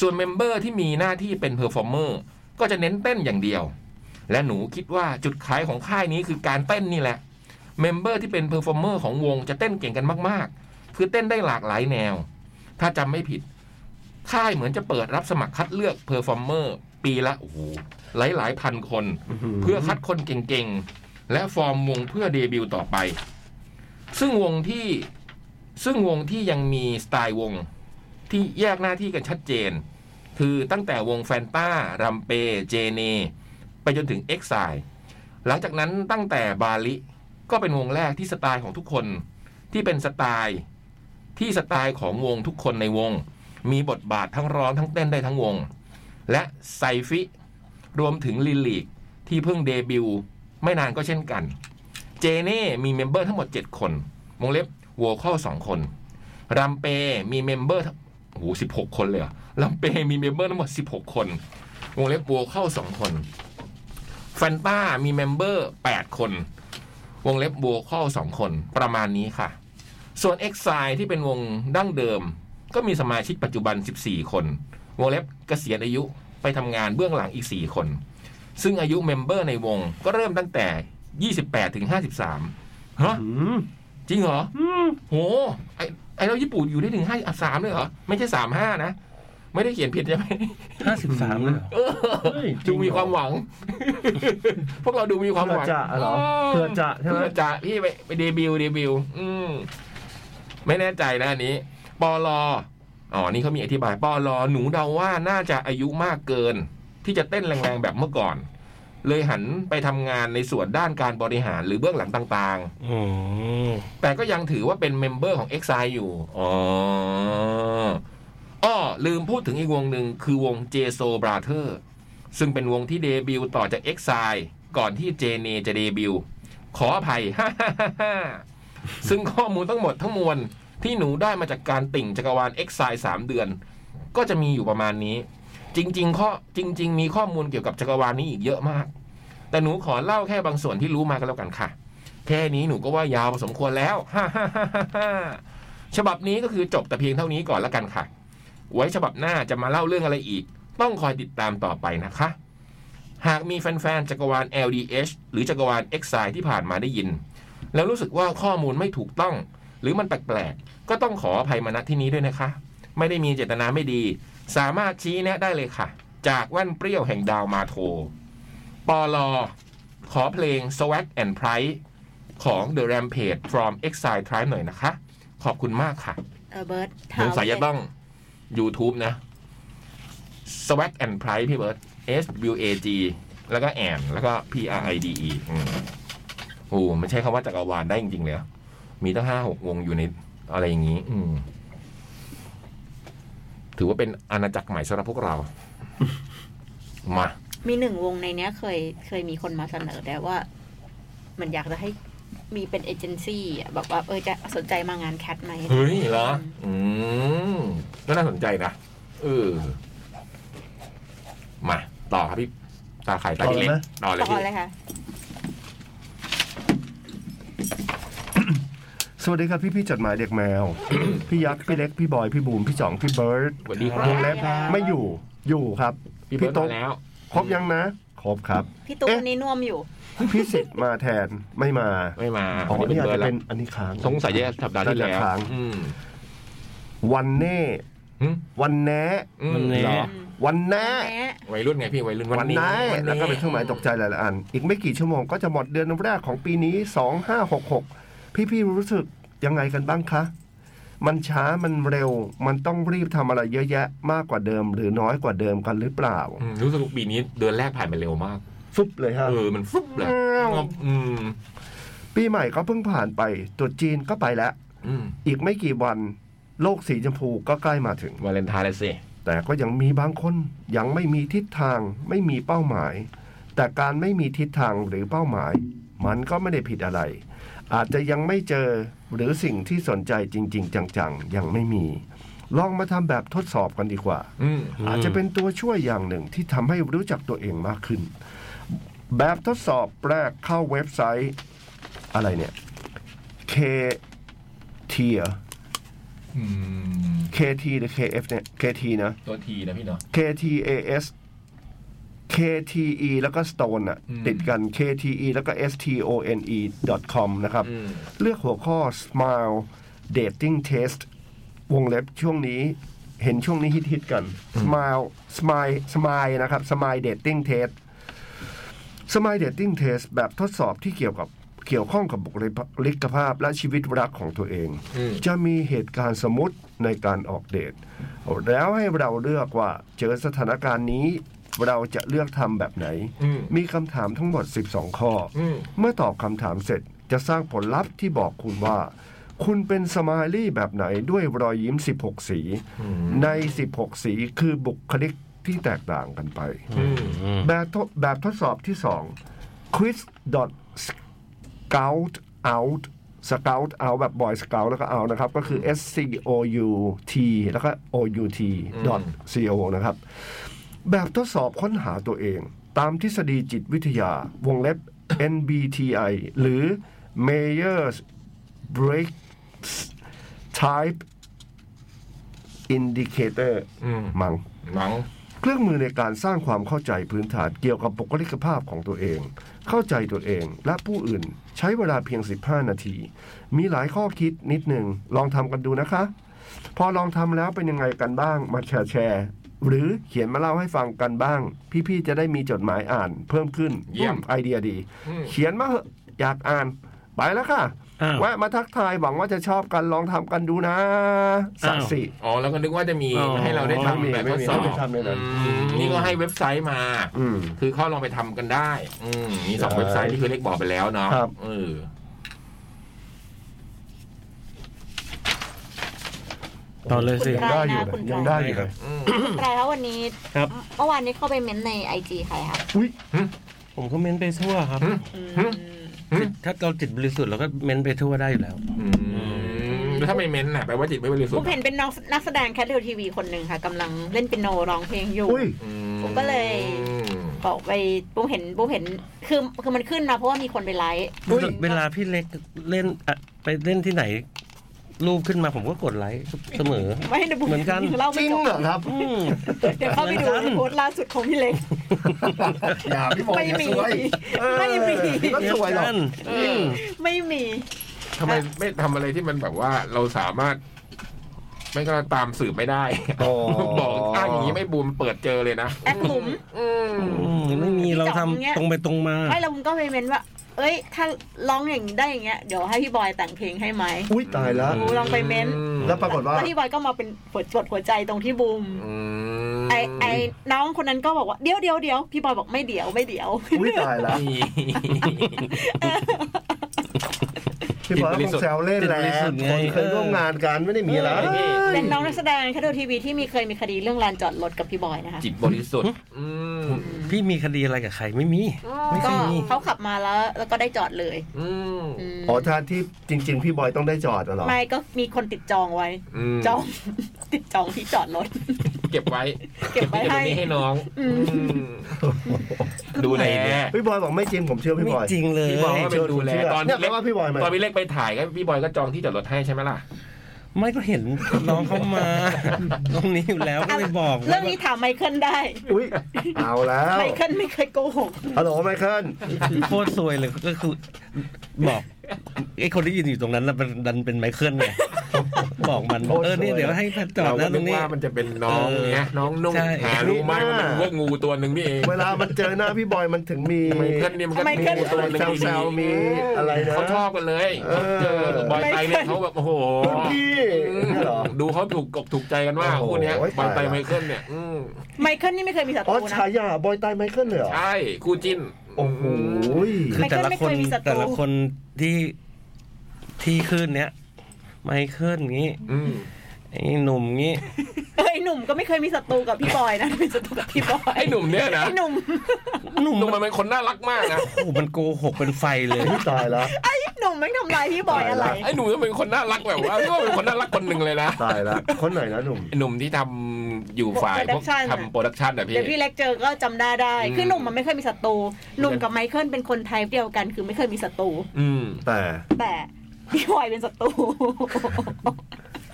ส่วนเมมเบอร์ที่มีหน้าที่เป็นเพอร์ฟอร์เมอร์ก็จะเน้นเต้นอย่างเดียว และหนูคิดว่าจุดขายของค่ายนี้คือการเต้นนี่แหละ เมมเบอร์ที่เป็นเพอร์ฟอร์เมอร์ของวงจะเต้นเก่งกันมากๆ คือเต้นได้หลากหลายแนว ถ้าจำไม่ผิด ค่ายเหมือนจะเปิดรับสมัครคัดเลือกเพอร์ฟอร์เมอร์ปีละโอ้โหหลายหลายๆพันคน เพื่อคัดคนเก่งๆ และฟอร์มวงเพื่อเดบิวต์ต่อไป ซึ่งวงที่ซึ่งวงที่ยังมีสไตล์วงที่แยกหน้าที่กันชัดเจน คือตั้งแต่วงแฟนตารัมเป เจเน ไปจนถึงเอ็กไซหลังจากนั้นตั้งแต่บาลิก็เป็นวงแรกที่สไตล์ของทุกคน ที่เป็นสไตล์ที่สไตล์ของวงทุกคนในวง มีบทบาททั้งร้องทั้งเต้นได้ทั้งวง และไซฟิ รวมถึงลิลลิกที่เพิ่งเดบิวต์ไม่นานก็เช่นกัน เจเน่มีเมมเบอร์ทั้งหมด 7 คนวงเล็บโวคอลสองคน รัมเปมีเมมเบอร์ทั้งโอ้โหสิบหกคนเลยเหรอรัมเปมีเมมเบอร์ทั้งหมด 16 คนวงเล็บโวคอลสองคนแฟนต้ามีเมมเบอร์ 8 คน วงเล็บโวคอลสองคนประมาณนี้ค่ะ ส่วน x อ i ที่เป็นวงดั้งเดิม ก็มีสมาชิกปัจจุบัน 14 คน วงเล็บเกษียณอายุไปทำงานเบื้องหลังอีก 4 คน ซึ่งอายุเมมเบอร์ในวงก็เริ่มตั้งแต่ 28 ถึง 53ฮะจริงเหรอโหไอไอเราญี่ปุ่นอยู่ได้ถึง 53เลยเหรอ ไม่ใช่ 35 นะ ไม่ได้เขียนผิดใช่ไหม ห้าสิบสามเลยเหรอ ดูมีความ (laughs) หวัง พวกเราดูมีความหวัง เผื่อจะเหรอเผื่อจะใช่ไหม เผื่อจะพี่ไปไปเดบิวต์เดบิวต์อืมไม่แน่ใจนะอันนี้ปอลออ๋อ นี่เขามีอธิบายปอลอหนูเดาว่าน่าจะอายุมากเกิน ที่จะเต้นแรงๆแบบเมื่อก่อน เลยหันไปทำงานในส่วนด้านการบริหารหรือเบื้องหลังต่าง อืม ๆ แต่ก็ยังถือว่าเป็นเมมเบอร์ของ EXILE อยู่ อ๋ออ้อลืมพูดถึงอีกวงหนึ่งคือวง j s o Brother ซึ่งเป็นวงที่เดบิวต์ต่อจาก EXILE ก่อนที่เจเนจะเดบิวต์ขออภัย (laughs) ซึ่งข้อมูลทั้งหมดทั้งมวลที่หนูได้มาจากการติ่งจักรวาล EXILE สามเดือน ก็จะมีอยู่ประมาณนี้ จริง ๆ ข้อจริง ๆ มีข้อมูลเกี่ยวกับจักรวาลนี้อีกเยอะมาก แต่หนูขอเล่าแค่บางส่วนที่รู้มาก็แล้วกันค่ะ แค่นี้หนูก็ว่ายาวพอสมควรแล้ว (laughs) ฉบับนี้ก็คือจบแต่เพียงเท่านี้ก่อนแล้วกันค่ะ ไว้ฉบับหน้าจะมาเล่าเรื่องอะไรอีก ต้องคอยติดตามต่อไปนะคะ หากมีแฟนๆ จักรวาล LDH หรือจักรวาล X i ที่ผ่านมาได้ยิน แล้วรู้สึกว่าข้อมูลไม่ถูกต้อง หรือมันแปลกๆ ก็ต้องขออภัยมาณที่นี้ด้วยนะคะ ไม่ได้มีเจตนาไม่ดี สามารถชี้แนะได้เลยค่ะ จากแว่นเปรี้ยวแห่งดาวมาโท ปอลอ ขอเพลง Swag and Pride ของ The Rampage from Exile Tribe หน่อยนะคะ ขอบคุณมากค่ะ เออเบิร์ต สงสัยจะต้อง YouTube นะ Swag and Pride พี่เบิร์ต S W A G แล้วก็ and แล้วก็ P R I D E อืมโอ้ไม่ใช่คำว่าจักรวาลได้จริง ๆ เลยอะมีตั้งห้าหกวงอยู่ในอะไรอย่างนี้ อืม ถือว่าเป็นอาณาจักรใหม่สำหรับพวกเรา (laughs) มา มีหนึ่งวงในเนี้ยเคยเคยมีคนมาเสนอแต่ว่า มันอยากจะให้มีเป็นเอเจนซี่อะแบบว่าเออจะสนใจมางานแคทไหม เฮ้ยเหรอ อืมก็น่าสนใจนะ เออ มา ต่อครับพี่ ตาไข่ตาพี่เล็กต่อเลย ต่ พี่ อเลยค่ะ สวัสดีครับพี่พี่ๆจดหมายเด็กแมว พี่ยักษ์พี่เล็กพี่บอยพี่บูมพี่จ่องพี่เบิร์ด สวัสดีครับ วงเล็บไม่อยู่อยู่ครับ พี่เบิร์ต พี่โต๊ะ มาแล้ว ครบยังนะ ครบครับ พี่ตูน เอ๊ะ นี่น่วมอยู่ พี่สิทธิ์มาแทนไม่มา ไม่มา อ๋อ วัน นี่ นี้ อาจ เบิร์ตจะแล้ เป็ วน อันนี้ค้าง สงสัยจะสัปดาห์ที่ น่าจะ แล้ว ค้าง อืม วันเน่ หึ วันแหนะ อืม วันนี้ เหรอ วันแหนะ แนะ วัยรุ่นไงพี่วัยรุ่น วั วัน นนี้ แหนะแล้วก็เป็นเครื่องหมายตกใจหลายๆอัน อีกไม่กี่ชั่วโมงก็จะหมดเดือนแรกของปีนี้ 2566 พี่ๆรู้สึกยังไงกันบ้างคะ มันช้ามันเร็ว มันต้องรีบทำอะไรเยอะแยะมากกว่าเดิม หรือน้อยกว่าเดิมกันหรือเปล่า อืมรู้สึกว่าปีนี้เดือนแรกผ่านไปเร็วมาก ฟุบเลยฮะ เออ มันฟึบเลยงบอืม ปีใหม่ก็เพิ่งผ่านไปตรุษจีนก็ไปแล้ว อืม อีกไม่กี่วัน โลกสีชมพูก็ใกล้มาถึง วาเลนไทน์เลยสิ แต่ก็ยังมีบางคนยังไม่มีทิศทางไม่มีเป้าหมาย แต่การไม่มีทิศทางหรือเป้าหมาย มันก็ไม่ได้ผิดอะไร อาจจะยังไม่เจอหรือสิ่งที่สนใจจริง ๆ จังๆ ยังไม่มี ลองมาทำแบบทดสอบกันดีกว่า อืม อาจจะเป็นตัวช่วยอย่างหนึ่งที่ทำให้รู้จักตัวเองมากขึ้น แบบทดสอบแรกเข้าเว็บไซต์อะไรเนี่ย K T เหรอ อืม K T หรือ K F เนี่ย K T นะ ตัวทีนะพี่เนาะ K T A S K T E แล้วก็ Stone อ่ะ อืม ติดกัน K T E แล้วก็ S T O N E com นะครับ อืม เลือกหัวข้อ Smile Dating Test วงเล็บช่วงนี้เห็นช่วงนี้ฮิตๆกัน Smile Smile Smile นะครับ Smile Dating Test Smile Dating Test แบบทดสอบที่เกี่ยวกับเกี่ยวข้องกับบุคลิกภาพและชีวิตรักของตัวเอง อืม จะมีเหตุการณ์สมมติในการออกเดท แล้วให้เราเลือกว่าเจอสถานการณ์นี้เราจะเลือกทำแบบไหน อืม มีคำถามทั้งหมด 12 ข้อ อืม เมื่อตอบคำถามเสร็จจะสร้างผลลัพธ์ที่บอกคุณว่า คุณเป็นสมายลี่แบบไหนด้วยรอยยิ้ม 16 สี ใน 16 สีคือบุคลิกที่แตกต่างกันไป อืม แบบทดแบบทดสอบที่ 2 quiz scout out scout out แบบ boy scout แล้วก็ out นะครับ ก็คือ s c o u t แล้วก็ o u t อืม dot c o นะครับ แบบทดสอบค้นหาตัวเอง ตามทฤษฎีจิตวิทยาวงเล็บ NBTI หรือ Myers Briggs Type Indicator อืม มัง หนัง เครื่องมือในการสร้างความเข้าใจพื้นฐานเกี่ยวกับบุคลิกภาพของตัวเอง เข้าใจตัวเองและผู้อื่นใช้เวลาเพียง 15 นาที มีหลายข้อคิดนิดหนึ่งลองทำกันดูนะคะ พอลองทำแล้วเป็นยังไงกันบ้างมาแชร์แชร์ หรือเขียนมาเล่าให้ฟังกันบ้าง พี่ๆจะได้มีจดหมายอ่านเพิ่มขึ้น เยี่ยม อืไอเดียดี เขียนมาเหอะอยากอ่าน ไปแล้วค่ะ อ้าว แวะมาทักทายหวังว่าจะชอบกันลองทำกันดูนะสักสิ อ๋อแล้วก็นึกว่าจะมี อ๋อ ให้เราได้ทำแบบทดสอบ ไม่มีไม่มีทำในนั้น อืมนี่ก็ให้เว็บไซต์มา อืม คือเข้าลองไปทำกันได้ อืมมีสอง ใช่ เว็บไซต์ที่คือเล็กบอกไปแล้วเนาะ ครับ เออ ต่อเลย คุ สิ ณไตร ได้อยู่นะนะ คุณไต ยั รง ได้อยู่นะ อืม คุณไตรแล้ววันนี้ ครับ เมื่อวานนี้เข้าไปเม้นต์ในไอจีใครคะ อุ้ย ผมก็เม้นไปทั่วครับ อืม อืม อืม ถ้าเราจิตบริสุทธิ์เราก็เม้นไปทั่วได้อยู่แล้ว อืมแล้วถ้าไม่เม้นน่ะแปลว่าจิตไม่บริสุท ผม ธิ์ เห็นเป็นน้องนักแสดงแคทเทลทีวีคนหนึ่งค่ะกำลังเล่นเปียโนร้องเพลงอยู่ อุ้ย อื ผมก็เลย อืม บอกไปปุ้มเห็นปุ้มเห็นคือคือมันขึ้นมาเพราะว่ามีคนไปไลฟ์ เวลาเวลาพี่เล็กเล่นอะไปเล่นที่ไหน รูปขึ้นมาผมก็กดไลค์เสมอ ไม่ได้บุ้ เหมือนกัน เล่า จ ไม่ ริง จบ เหรอครับ อืม เดี๋ยวเข้าไปดูในโพสต์ล่าสุดของพี่เล็ก อย่าพี่บอย ไม่ อย่า มี สวย ไม่มี ก็สวยหรอก อืม ไม่มี ทำไมไม่ทำอะไรที่มันแบบว่าเราสามารถ ไม่ก็ตามสืบไม่ได้ อ๋อ (laughs) บอกอ้างอย่างนี้ไม่บูมเปิดเจอเลยนะ แอดหลุม อืม อืมไม่มีเราทำตรงไปตรงมา ไม่แล้วมึงก็ไปเมนว่า เอ้ย ถ้าร้องอย่างนี้ได้อย่างเงี้ย เดี๋ยวให้พี่บอยแต่งเพลงให้ไหม อุ้ยตายแล้ว บูมลองไปเม้นต์ แล้วปรากฏว่า แล้วพี่บอยก็มาเป็นปวดจดหัวใจตรงที่บูม อืม ไอไอน้องคนนั้นก็บอกว่าเดี๋ยวเดี๋ยวเดี๋ยวพี่บอยบอกไม่เดี๋ยวไม่เดี๋ยว อุ้ยตายแล้ว นี่ พี่บอยก็คงแซวเล่นแหละ จิตบริสุทธิ์ไง คนเคยร่วมงานกันไม่ได้มีอะไร เออ เป็นน้องนักแสดงคดูทีวีที่มีเคยมีคดีเรื่องลานจอดรถกับพี่บอยนะคะ จิตบริสุทธิ์อืม พี่มีคดีอะไรกับใครไม่มี ไม่เค ก็ ยมี เขาขับมาแล้ว แล้วก็ได้จอดเลย อืม อืม อ๋อทานที่จริง ๆ พี่บอยต้องได้จอดอะเหรอ ไม่ก็มีคนติดจองไว้ ม จอง ติดจองที่จอดรถ เก็บไว้ เก็บไว้ให้ เก็บไว้ให้น้อง อืม อืมดูแล พี่บอยบอกไม่จริงผมเชื่อพี่ ไม่ บอย จริงเลย พี่บอยก็เป็นดูแลตอน เนี่ยแปล เล็ก ว่าพี่บอยมา ตอนพี่เล็กไปถ่ายก็พี่บอยก็จองที่จอดรถให้ใช่ไหมล่ะ ไม่ก็เห็นน้องเขามา ตรงนี้อยู่แล้วก็เลยบอก เรื่องนี้ถามไมเคิลได้ อุ้ยเอาแล้ว ไมเคิลไม่เคยโกหก ฮัลโหลไมเคิล คือโคตรซวยเลยก็คือบอกไอ้คนที่ยืนอยู่ตรงนั้นน่ะมันดันเป็นไมเคิลไงบอกมันบอกเออเนี่ยเดี๋ยวให้จอด เราก็ นะต นึ ร ก งนี้ ว่ามันจะเป็นน้อง เออ เนี้ยน้องนุ่ง ใช่ หารู้ไหมว่ามันว่างูตัวหนึ่งนี่เอง เวลามันเจอหน้าพี่บอยมันถึงมี ไมเคิลเนี่ยมันก็ ไมเคิล งูตัวหนึ่งดี แซวๆมีอะไรนะ เขาชอบกันเลย เออ เจอบอยไตเนี่ยเขาแบบโอ้โห รุ่นพี่เนี่ยเหรอ ดูเขาถูกกบถูกใจกันว่า โอ้โห คู่เนี้ยบอยไต ตายละ ไมเคิลเนี่ยอืม ไมเคิลนี่ไม่เคยมีศัต อ๋อ รูนะ ฉายาบอยตายไมเคิลเลยเหรอ ใช่คู่จิ้น โอ้โห คือแต่ละคน ไมเคิลไม่เคยมีศัตรู แต่ละคนที่ที่ขึ้นเนี้ยไมเคิลงี้ อืม ไอ้หนุ่มงี้ เอ้ยหนุ่มก็ไม่เคยมีศัตรูกับพี่บอยนะเป็นศัตรูกับพี่บอย ไอ้หนุ่มเนี่ยนะ ไอ้หนุ่ม หนุ่ม หนุ่มมัมันนเป็นคนน่ารักมากนะ โอ้โหมันโกหกเป็นไฟเลย อุ๊ยตายแล้ว ไอ้หนุ่มแม่งทำลายพี่บอยอะไร ไอ้หนุ่มก็เป็นคนน่ารักแบบว่าก็เป็นคนน่ารักคนหนึ่งเลยนะ ตายแล้วคนไหนนะหนุ่ม ไอ้หนุ่มที่ทำอยู่ฝ่ายพวก Production อะ ทำโปรดักชันอะพี่ เดี๋ยวพี่เล็กเจอก็จำหน้าได้ อืม คือหนุ่มมันไม่เคยมีศัตรู หนุ่มกับไมเคิลเป็นคนไทยเดียวกัน คือไม่เคยมีศัตรู อืม แต่ แต่พี่บอยเป็นศัตรู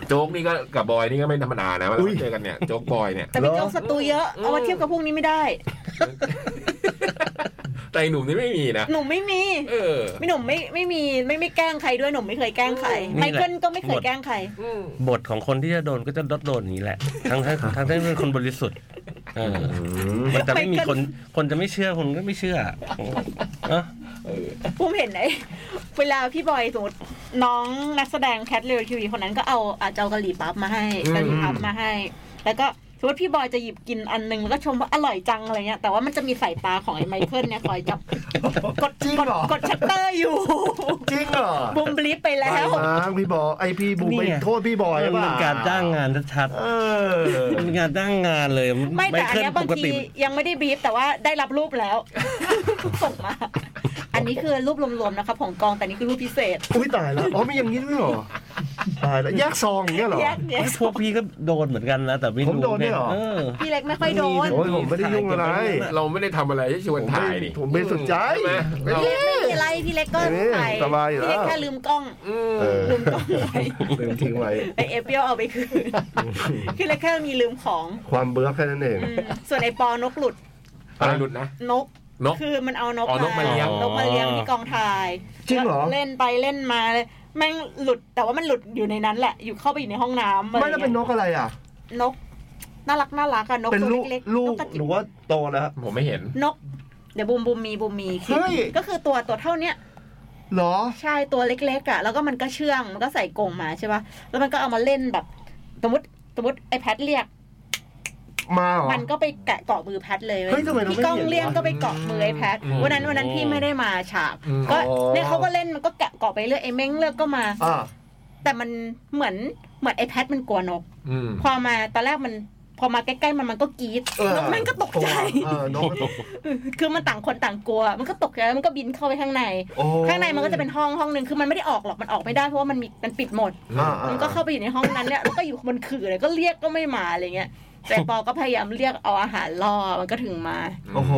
โจ๊กนี่ก็กับบอยนี่ก็ไม่ธรรมดานะเวลาเราเจอกันเนี่ยโจ๊กบอยเนี่ย แต่เป็นโจ๊กศัตรูเยอะ เอามาเทียบกับพวกนี้ไม่ได้ แต่ไอ้หนุ่มนี่ไม่มีนะ หนุ่มไม่มี เออ ไม่หนุ่มไม่ไม่มีไม่ไม่แกล้งใครด้วยหนุ่มไม่เคยแกล้งใคร นี่ ไม แหละ เคิลก็ไม่เคยแกล้งใคร อืม บทของคนที่จะโดนก็จะโดนอย่างนี้แหละ ทั้งทั้งทั้งที่เป็นคนบริสุทธิ์เออมันจะไม่มีคนคนจะไม่เชื่อคนก็ไม่เชื่อเนอะ ผมเห็นไอ้เวลาพี่บอยสมมติน้องนักแสดงแคทเรียลทีวีคนนั้นก็เอาอาจจะเอากะหรี่ปั๊บมาให้กะหรี่ปั๊บมาให้ แล้วก็สมมติพี่บอยจะหยิบกินอันหนึงแล้วก็ชมว่าอร่อยจังอะไรเงี้ย แต่ว่ามันจะมีสายตาของไอ้ไมเคิลเนี่ยคอยจับ (laughs) กด จริง กด เหรอก ดชัตเตอร์ (laughs) อยู่ จริงเหรอ บุมบลิฟไป ไป แล้ว มาพี่บอยไอพี่บูไปโทษพี่บอย มันเป็นการจ้างงานชัด เออ ๆมันเป็นการจ้างงานเลย ไม่แต่อัน คิล เนี้ยบางทียังไม่ได้บลิฟแต่ว่าได้รับรูป (laughs) แล้ว ส่งมา อันนี้คือรูปรวมๆนะครับของกองแต่นี่คือรูปพิเศษ อุ้ยตายแล้ว อ๋อมีอย่างนี้ด้วยเหรอ ตายแล้วแยกซองอย่างเงี้ยเหรอ แยกแยก พวกพี่ก็โดนเหมือนกันนะแต่ไม่ ผมโดนด้วยเหรอ เออ พี่เล็กไม่ค่อยโดน โอ้ยผมไม่ได้ยุ่งอะไร เราไม่ได้ทำอะไรที่ชวนถ่ายนี่ ผมไม่สนใจ ช่ไหมเรา พี่เล็กไม่มีอะไรพี่เล็กก็ เอ๊ะ ถ่าย สบายอยู่ พี่เล็ก แล้ว แค่ลืมกล้อง เออ ลืมกล้องไว้ ลืมทิ้งไว้ ไอเอเปียวเอาไปคืนพี่เล็กแค่มีลืมของ ความเบื่อแค่นั้นเอง อืมส่วนไอปอนกหลุด อะไรหลุดนะ นก นก คือมันเอานก อ๋อนกมาเลี้ยง นกมาเลี้ยงที่กองถ่าย จริงเหรอ แล้วเล่นไปเล่นมาเลยแม่งหลุดแต่ว่ามันหลุดอยู่ในนั้นแหละ อยู่เข้าไปอยู่ในห้องน้ำอะร ไม่แล้วเป็นนกอะไรอ่ะ นก น่ารักน่ารักอะนก เป็น ตัว ลูก เล็กๆ ลู น ก กกระจิ ห บ รือว่าโตแล้ว ผมไม่เห็น นก เดี๋ยวบูมบูมมีบูมมีคลิป เฮ้ย ก็คือตัวตัวเท่าเนี้ย เหรอ ใช่ตัวเล็กๆอ่ะแล้วก็มันก็เชื่องมันก็ใส่กรงมาใช่ป่ะแล้วมันก็เอามาเล่นแบบ สมมติสมมติไอแพทเรียก มาเหรอ มันก็ไปแกะเกาะมือแพทเลยเว้ เฮ้ยทำไมเรา พี่ ไม่ ก้อง เห็นวะ เรียกก็ไปเกาะมือไอแพท อืม วันนั้นวันนั้นพี่ไม่ได้มาฉาก อืม ก็ อ๋อ เนี่ยเขาก็เล่นมันก็แกะเกาะไปเรื่อยไอเม้งเลือกก็มา อ่ะ แต่มันเหมือนเหมือนไอแพทมันกลัวนก อืม พอมาตอนแรกมัน พอมาใกล้ๆมันมันก็กรีด เออน กมันก็ตกใจ เออนกก็ตก คือมันต่างคนต่างกลัว มันก็ตกใจแล้วมันก็บินเข้าไปข้างใน โอ้ ข้างในมันก็จะเป็นห้องห้องหนึ่งคือมันไม่ได้ออกหรอกมันออกไม่ได้เพราะว่ามันมีมันปิดหมด อ่ะอ่ะ มันก็เข้าไปอยู่ในห้องนั้นเนี่ยแล้วก็อยู่บนขื่อเลยก็เรียกก็ไม่มาอะไรเงี้ยแต่ปอก็พยายามเรียกเอาอาหารล่อมันก็ถึงมา โอ้โห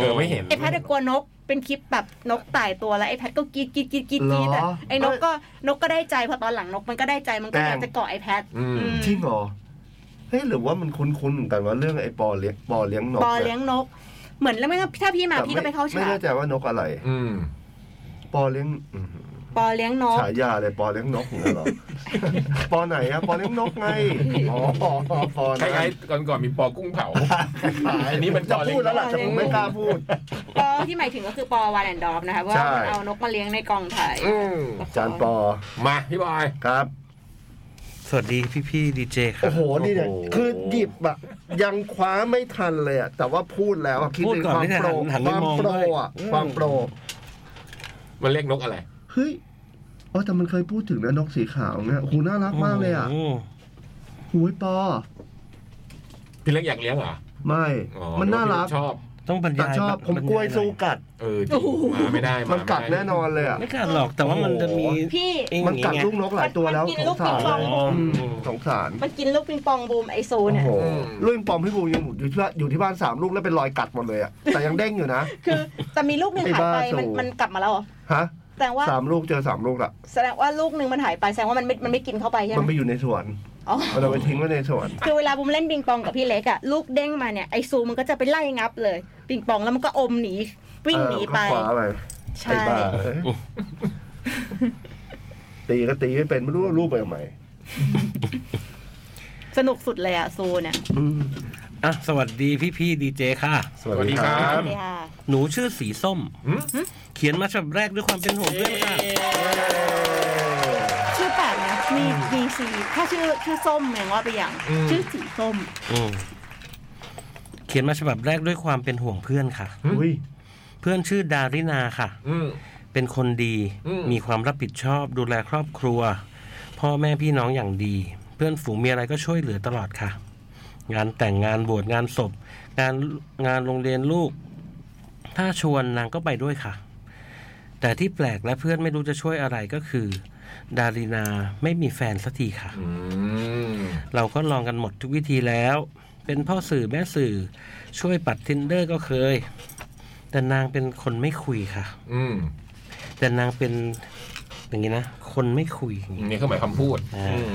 เออไม่เห็น ไอ้แพทย์กลัวนกเป็นคลิปแบบนกตายตัวแล้วไอ้แพทย์ก็กรีดกรีดกรีดกรีดกรีดอะ เหรอ ไอ้นกก็นกก็ได้ใจพอตอนหลังนกมันก็ได้ใจมันก็ แกล้ง อยากจะเกาะไอ้แพทย์ อืม อืม จริงเหรอ เฮ้ยหรือว่ามันคุ้นๆเหมือนกันว่าเรื่องไอ้ปอเลี้ยงปอเลี้ยงนก ปอเลี้ยงนก เหมือนแล้วไม่ก็ถ้าพี่มา แต่ พี่ก็ไปเข้า ไม่ ฉาก แน่ใจว่านกอะไร อืม ปอเลี้ยงอืม ปอเลี้ยงนก ฉายาเลยปอเลี้ยงนกอย่างนั้นเหรอ (laughs) ปอไหนอะปอเลี้ยงนกไงอ๋อปอ ค ไหน ล้ายๆก่อนก่อนๆมีปอกุ้งเผา อันนี้มัน จะ ปอเลี้ยง พูดแล้วล่ะแต่ผมไม่กล้าพูด ปอที่หมายถึงก็คือปอวาแลนดอฟนะคะว่า ใช่ มันเอานกมาเลี้ยงในกองถ่าย อืม จานปอ มาพี่บอย ครับ สวัสดีพี่พี่ดีเจครั โอ้ บ โหนี่เนี่ย โอ้โห คือหยิบอะยังคว้าไม่ทันเลยอะแต่ว่าพูดแล้วอะคิด พูด ถึง ก่อน ความ ไม่ทัน โปร หัน ค ไป วาม มอง โปร ด้วย อะ อืม ความโปร มันเรียกนกอะไร เฮ้ยอ๋อแต่มันเคยพูดถึงนะนกสีขาวเนี่ยโอ้โหน่ารักมากเลยอะ โโห หูยปอ พี่เล็กอยากเลี้ยงเหรอ ไม่ อ๋อ มันน่ารัก พี่เล็ชอบ ต้องบรร แต่ ยาย ชอบผม รร กลัวย หน่อ สู้กัด เออจริงมาไม่ได้า มันกัด ไได้ แน่นอนเลยอะ ไม่กล้าหรอกแต่ว่ามันจะมี พี่ ไอ้ มันกัด อย่าง ลู เงี้ย กนกหลายตัวแล้ว มันกิน ส ลู ง กปิ สาง ร ปอง อ๋อ อืมสงสาร มันกินลูกปิงปองบูมไอโซ โอ้ เนี่ย โหลูกปิงปองพี่บูยังอยู่ที่ว่าอยู่ที่บ้านสามลูกแล้วเป็นรอยกัดหมดเลยอะแต่ยังเด้งอยู่นะ คือแต่มีลูกหนึ่ง ไอ้ หาย บ้า ไป โซ มันมันกลับมาแล้วเหรอ ฮะ แสดงว่า สามลูกเจอสามลูกละ แสดงว่าลูกหนึ่งมันหายไปแสดงว่ามันไม่มันไม่กินเข้าไปใช่ มัน ไห ไป ม อยู่ในสวน อ๋อ มันเอาไปทิ้งไว้ในสวน คือเวลาบุมเล่นปิงปองกับพี่เล็กอะลูกเด้งมาเนี่ยไอซูมันก็จะไปไล่งับเลยปิงปองแล้วมันก็อมหนีวิ่งหนีไป เออก็คว้าไป ใช่ ไอ้บ้าเอ้ยตีก็ตีไม่เป็นไม่รู้ว่ารูปไปทำไม สนุกสุดเลยอะซูเนี่ย อ่ะสวัสดีพี่พี่ดีเจค่ะ สวัสดีครับ นี่ค่ะ หนูชื่อสีส้ม หืม เขียนมาฉบับแรกด้วยความเป็นห่วงเพื่อนค่ะ ชื่อแปลกนะมีมีสีถ้าชื่อชื่อส้มแมงว่าไปอย่าง อืม ชื่อสีส้ม อืมเขียนมาฉบับแรกด้วยความเป็นห่วงเพื่อนค่ะ อุ้ย เพื่อนชื่อดารินาค่ะ อืม เป็นคนดี อืม มีความรับผิดชอบ ดูแลครอบครัว พ่อแม่พี่น้องอย่างดี เพื่อนฝูงมีอะไรก็ช่วยเหลือตลอดค่ะ งานแต่งงานบวชงานศพ งานงานโรงเรียนลูก ถ้าชวนนางก็ไปด้วยค่ะ แต่ที่แปลกและเพื่อนไม่รู้จะช่วยอะไรก็คือ ดารินาไม่มีแฟนสักทีค่ะ อืม เราก็ลองกันหมดทุกวิธีแล้ว เป็นพ่อสื่อแม่สื่อ ช่วยปัดทินเดอร์ก็เคย แต่นางเป็นคนไม่คุยค่ะ อืม แต่นางเป็นอย่างนี้นะ คนไม่คุยอย่างนี้ นี่คือหมายคำพูด อ่า อืม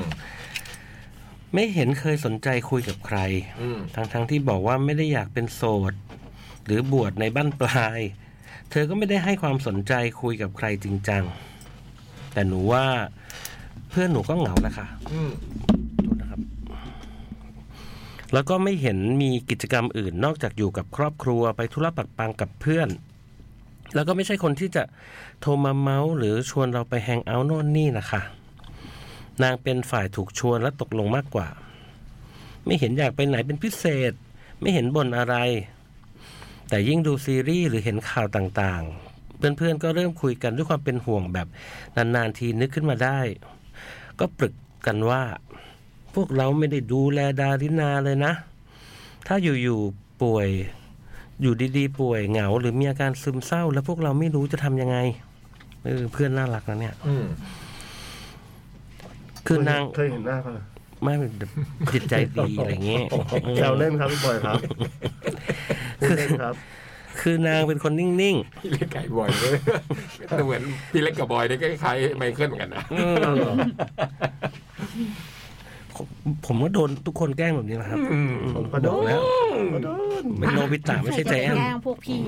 ไม่เห็นเคยสนใจคุยกับใคร อืม ทั้งๆที่บอกว่าไม่ได้อยากเป็นโสด หรือบวชในบ้านปลาย เธอก็ไม่ได้ให้ความสนใจคุยกับใครจริงจัง แต่หนูว่าเพื่อนหนูก็เหงาแหละค่ะ อืม โทษนะครับแล้วก็ไม่เห็นมีกิจกรรมอื่นนอกจากอยู่กับครอบครัวไปธุระปักปังกับเพื่อน แล้วก็ไม่ใช่คนที่จะโทรมาเมาส์หรือชวนเราไปแฮงเอาท์โน่นนี่นะคะนางเป็นฝ่ายถูกชวนและตกลงมากกว่า ไม่เห็นอยากไปไหนเป็นพิเศษ ไม่เห็นบ่นอะไร แต่ยิ่งดูซีรีส์หรือเห็นข่าวต่างๆ เพื่อนๆก็เริ่มคุยกันด้วยความเป็นห่วงแบบนานๆทีนึกขึ้นมาได้ ก็ปรึกกันว่า พวกเราไม่ได้ดูแลดารินาเลยนะ ถ้าอยู่ๆป่วย อยู่ดีๆ ป่วยเหงา หรือมีอาการซึมเศร้า แล้วพวกเราไม่รู้จะทำยังไงเออเพื่อนน่ารักนะเนี่ย อืม คือนาง เคยเห็นหน้าเขาเหรอ ไม่จิตใจดีอะไรเงี้ย แซวเล่นครับพี่บอยครับพูดเล่นครับ คือนางเป็นคนนิ่ง พี่เล็กไก่บอยเลยเหมือนพี่เล็กกับบอยเนี่ยก็คล้ายๆไมเคิลเหมือนกันนะ ๆเออผมผมก็โดนทุกคนแกล้งแบบนี้แหละครับ อืม ผมก็โด บอก น แล้ว ก็โดน เป็นโนบิตะไม่ใช่ใจ คร แอนจะปล้งพวกพี่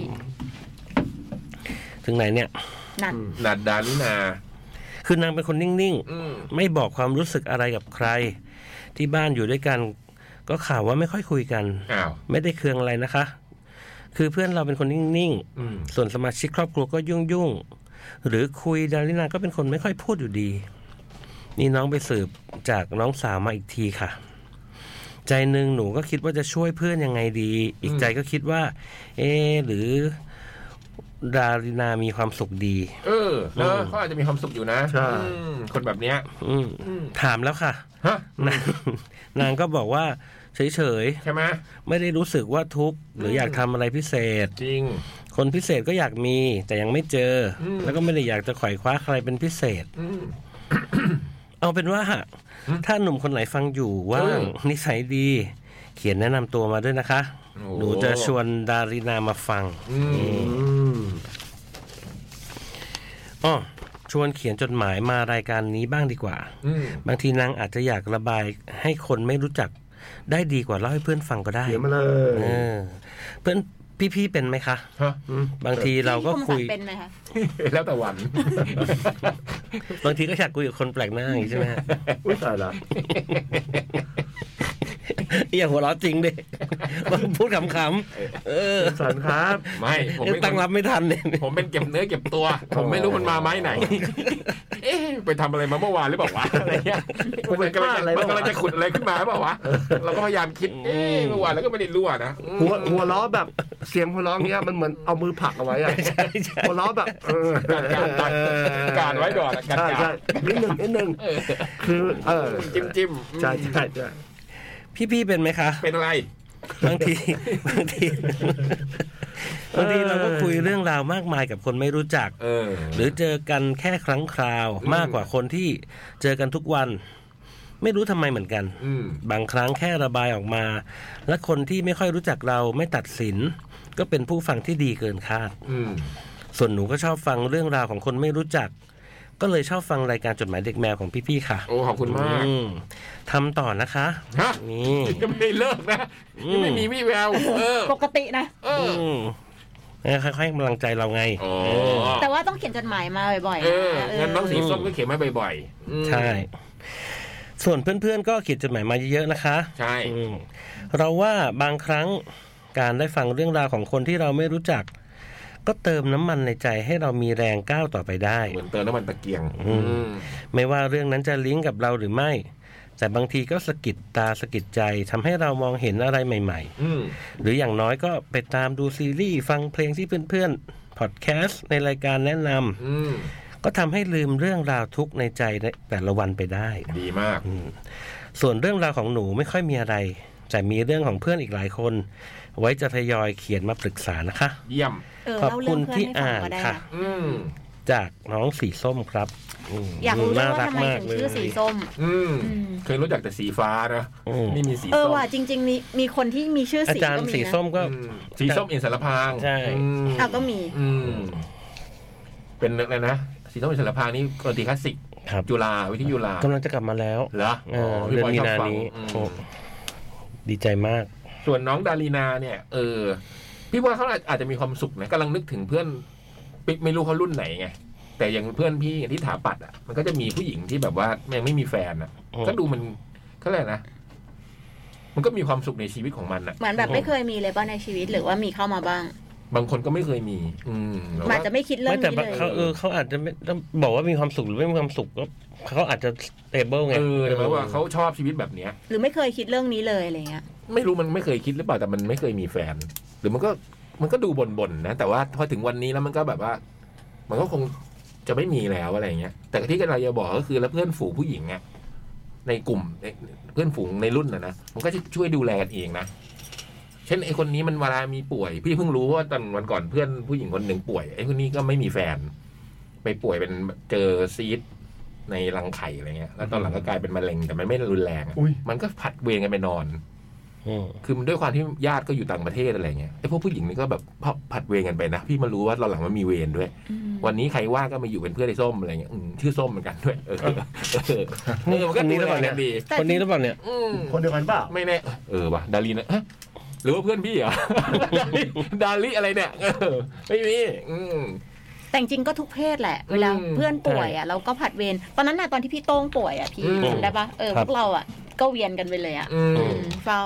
ถึงไหนเนี่ย นั่น นัดดานินา คือนางเป็นคนนิ่งๆ อืม ไม่บอกความรู้สึกอะไรกับใคร ที่บ้านอยู่ด้วยกัน ก็ข่าวว่าไม่ค่อยคุยกัน อ้าว ไม่ได้เคืองอะไรนะคะ คือเพื่อนเราเป็นคนนิ่ง อืม ๆ ส่วนสมาชิกครอบครัวก็ยุ่งยุ่งๆหรือคุยดารินาก็เป็นคนไม่ค่อยพูดอยู่ดี นี่น้องไปสืบจากน้องสาวมาอีกทีค่ะ ใจหนึ่งหนูก็คิดว่าจะช่วยเพื่อนยังไงดี อีกใจก็คิดว่า เอะหรือดารินามีความสุขดี เออเนอะเขาอาจจะมีความสุขอยู่นะ ใช่ อืมคนแบบเนี้ย อืม อืม ถามแล้วค่ะ ฮะ นาง (laughs) นางก็บอกว่าเฉย ใช่ไหม ๆ ไม่ได้รู้สึกว่าทุกข์หรืออยากทำอะไรพิเศษ จริง คนพิเศษก็อยากมีแต่ยังไม่เจออ ม แล้วก็ไม่ได้อยากจะไขว่คว้าใครเป็นพิเศษ อืม เอาเป็นว่า ถ้าหนุ่มคนไหนฟังอยู่ว่างนิสัยดี เขียนแนะนำตัวมาด้วยนะคะ โอ้ หนูจะชวนดารินามาฟัง อืม อืม อ๋อชวนเขียนจดหมายมารายการนี้บ้างดีกว่า อืม บางทีนางอาจจะอยากระบายให้คนไม่รู้จักได้ดีกว่าเล่าให้เพื่อนฟังก็ได้ เขียนมาเล เอยอเพื่อน พี่ๆเป็นไหมคะ ฮะ อืมบางทีเราก็คุย พี่มสันเป็นไหมคะ แล้วแต่วัน บางทีก็อยากคุยกับคนแปลกหน้าอย่างนี้ใช่ไหม (laughs) ฮะ อุ้ยตายละ อย่าหัวเราะจริง (laughs) ดิ มันพูดขำๆเออ สันครับ ไม่ผม ยัง ไม่ ตั้งรับไม่ทันเนี่ย ผมเป็นเก็บเนื้อเก็บ (laughs) ตัว ผมไม่รู้มันมาไม้ (laughs) ไหน เอ๊ะไปทำอะไรมาเมื่อวานหรือเปล่าวะอะไรเงี้ย ผม (laughs) มั เป็น น กำลั บ้างอะไร จะ เปล่า มันกำลังจะขุดอะไรขึ้นมาหรือเปล่าวะ (laughs) เราก็พยายามคิดเอ๊ะเมื่อวานแล้วก็ไม่ได้รั่วนะอืม หัวหัวล้อแบบเสียงหัวล้อเงี้ยมันเหมือนเอามือผลักเอาไว้อะหัวล้อแบบเออ การการการการไว้ก่อนอะการ ใช่ การ ใช่นิดหนึ่งนิดหนึ่ง เออ คือ เออ จิ้มจิ้มอืม ใช่ใช่ใช่ พี่ๆเป็นไหมคะ เป็นอะไร บางที (laughs) บางทีบางทีเราก็คุยเรื่องราวมากมายกับคนไม่รู้จัก เออ หรือเจอกันแค่ครั้งคราว อืม มากกว่าคนที่เจอกันทุกวัน ไม่รู้ทำไมเหมือนกัน อืม บางครั้งแค่ระบายออกมา และคนที่ไม่ค่อยรู้จักเราไม่ตัดสิน ก็เป็นผู้ฟังที่ดีเกินคาด อืม ส่วนหนูก็ชอบฟังเรื่องราวของคนไม่รู้จัก ก็เลยชอบฟังรายการจดหมายเด็กแมวของพี่ๆค่ะ โอ้ขอบคุณมาก อืมทำต่อนะคะ ฮะ นี่ ยังไม่ได้เลิกนะยังไม่มีวี่แววเออ ปกตินะ เออ อืมค่อยๆให้กำลังใจเราไง อ๋อ แต่ว่าต้องเขียนจดหมายมาบ่อยๆ เออนะเออ งั้นน้องสีส้มก็เขียนมาบ่อยๆอืม ใช่ ส่วนเพื่อนๆ ก็เขียนจดหมายมาเยอะๆ นะคะ ใช่ อืมเราว่าบางครั้งการได้ฟังเรื่องราวของคนที่เราไม่รู้จัก ก็เติมน้ำมันในใจให้เรามีแรงก้าวต่อไปได้ เหมือนเติมน้ำมันตะเกียง อืม อืม ไม่ว่าเรื่องนั้นจะลิงก์กับเราหรือไม่ แต่บางทีก็สะกิดตาสะกิดใจทำให้เรามองเห็นอะไรใหม่ อืม ๆ หรืออย่างน้อยก็ไปตามดูซีรีส์ฟังเพลงที่เพื่อนๆพอดแคสต์ในรายการแนะนำ อืม ก็ทำให้ลืมเรื่องราวทุกข์ในใจในแต่ละวันไปได้ ดีมาก ส่วนเรื่องราวของหนูไม่ค่อยมีอะไร แต่มีเรื่องของเพื่อนอีกหลายคน ไว้จะทยอยเขียนมาปรึกษานะคะ เยี่ยม เออ ขอบ เล่า คุ เรื่ ณ องเพื่อน ที่ ให้ฟั อ่าง น ก็ได้ ค่ะ นะ อืม จากน้องสีส้มครับม อยากรู้ด้วยว่า น่ ทำไมถึงชื่อสีส้ม อืม อืม เคยรู้จักแต่สีฟ้านะ อืม นี่มีสี เออ ส้ม ว่ะจริงๆมีมีคนที่มีชื่อ อา สี จาร ก็ ย์สี มีนะ ส้มก็ อืมสีส้มอินสารพราง ใช่ อืม อ้าวก็มี อืม เป็นอะไรนะ สีส้มอินสารพรางนี่เออดีคลาสสิก ครับ จุฬาวิทยุจุฬาก ำลังจะกลับมาแล้ว เหรอ เออ พี่ เดือน บย มี ชบ นา ฟัง นี้ อืม โอ้ดีใจมาก ส่วนน้องดารีนาเนี่ย เออ พี่ว่าเขาอาจจะมีความสุขนะกำลังนึกถึงเพื่อนไม่ไม่รู้เขารุ่นไหนไง แต่อย่างเพื่อนพี่ที่ถาปัดอ่ะมันก็จะมีผู้หญิงที่แบบว่ายังไม่มีแฟนอ่ะ อืม ก็ดูมันเขาเรียกอะไรนะ มันก็มีความสุขในชีวิตของมันอ่ะ เหมือนแบบไม่เคยมีเลยบ้างในชีวิตหรือว่ามีเข้ามาบ้าง บางคนก็ไม่เคยมี อืมแล้ว มันอาจ ก็ จะไม่คิดเรื่อ ไม่ ง แต่ นี้เลย เขาเออเขาอาจจะไม่ต้องบอกว่ามีความสุขหรือไม่มีความสุขก็เขาอาจจะเตเบิลไง เออแต่หมายว่าเขาชอบชีวิตแบบเนี้ย หรือไม่เคยคิดเรื่องนี้เลยอะไรเงี้ย ไม่รู้มันไม่เคยคิดหรือเปล่าแต่มันไม่เคยมีแฟน หรือมันก็มันก็ดูบ่นๆนะแต่ว่าพอถึงวันนี้แล้วมันก็แบบว่า มันก็คงจะไม่มีแล้วอะไรอย่างเงี้ย แต่ที่เราจะบอกก็คือแล้วเพื่อนฝูงผู้หญิงอะในกลุ่มในเพื่อนฝูงในรุ่นนะนะมันก็จะช่วยดูแลกันเองนะเช่นไอ้คนนี้มันเวลามีป่วย พี่เพิ่งรู้ว่าตอนวันก่อนเพื่อนผู้หญิงคนหนึ่งป่วยไอ้คนนี้ก็ไม่มีแฟน ไปป่วยเป็นเจอซีดในรังไข่อะไรเงี้ยแล้วตอนหลังก็กลายเป็นมะเร็งแต่มันไม่รุนแรงอะ อุ๊ย มันก็ผัดเวรกันไปนอน อืม คือมันด้วยความที่ญาติก็อยู่ต่างประเทศอะไรเงี้ยไอ้พวกผู้หญิงนี่ก็แบบพผัดเวรกันไปนะ พี่มารู้ว่าตอนหลังมันมีเวรด้วย วันนี้ใครว่าก็มาอยู่เป็นเพื่อนไอ้ส้มอะไรเงี้ยอืมชื่อส้มเหมือนกันด้วยเออเออเออมันก็ดูแลกันดี แต่ คนนี้หรือเปล่าเนี่ย อืม คนเดียวกันเปล่า ไม่แน่เออว่ะดารีนะเอ๊ะหรือว่าเพื่อนพี่เหรอ (laughs) ดาริดาริอะไรเนี่ยเออไม่มีอืม แต่จริงๆก็ทุกเพศแหละ เวลา อืม เพื่อนป่วยอ่ะเราก็ผัดเวรตอนนั้นน่ะตอนที่พี่โต้งป่วยอ่ะพี่ อืม จำได้ปะเออ ครั พ บ วกเราอ่ะก็เวียนกันไปเลยอ่ะ อื อื ม มเฝ้า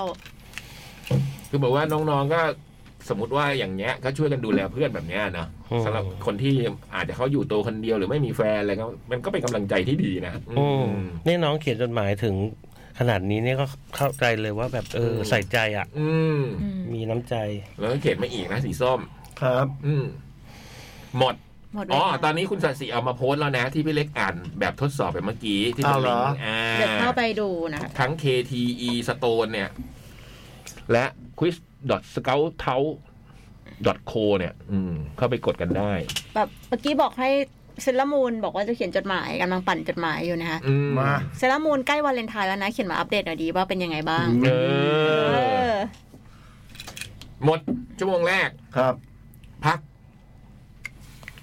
คือแบบว่าน้องๆก็สมมติว่าอย่างเงี้ยก็ช่วยกันดูแลเพื่อนแบบเนี้ยเนาะ อืม สำหรับคนที่อาจจะเขาอยู่ตัวคนเดียวหรือไม่มีแฟนอะไรก็มันก็เป็นกำลังใจที่ดีนะ อืม อืม นี่น้องเขียนจดหมายถึงขนาดนี้เนี่ยก็เข้าใจเลยว่าแบบเออ อืม ใส่ใจอ่ะ อืม อืม มีน้ำใจ แล้วก็เขียนมาอีกนะสีส้ม ครับ อืมหมด หมดเว อ๋อ ลา ตอนนี้คุณสัตย์สีเอามาโพสต์แล้วนะ ที่พี่เล็กอ่านแบบทดสอบไปเมื่อกี้ที่เป็น อ้าวเหร ลิ อ งก์อ่า เดี๋ยวเข้าไปดูนะคะ ทั้ง KTE Stone เนี่ย และ quiz s c o u t c o เนี่ย อืม เข้าไปกดกันได้ แบบเมื่อกี้บอกให้เซรามูนบอกว่าจะเขียนจดหมายกำลังปั่นจดหมายอยู่นะคะ อืม มา เซรามูนใกล้วาเลนไทน์แล้วนะ เขียนมาอัปเดตหน่อยดีว่าเป็นยังไงบ้าง เอ เอ อ อ หมดชั่วโมงแรก ครับ พัก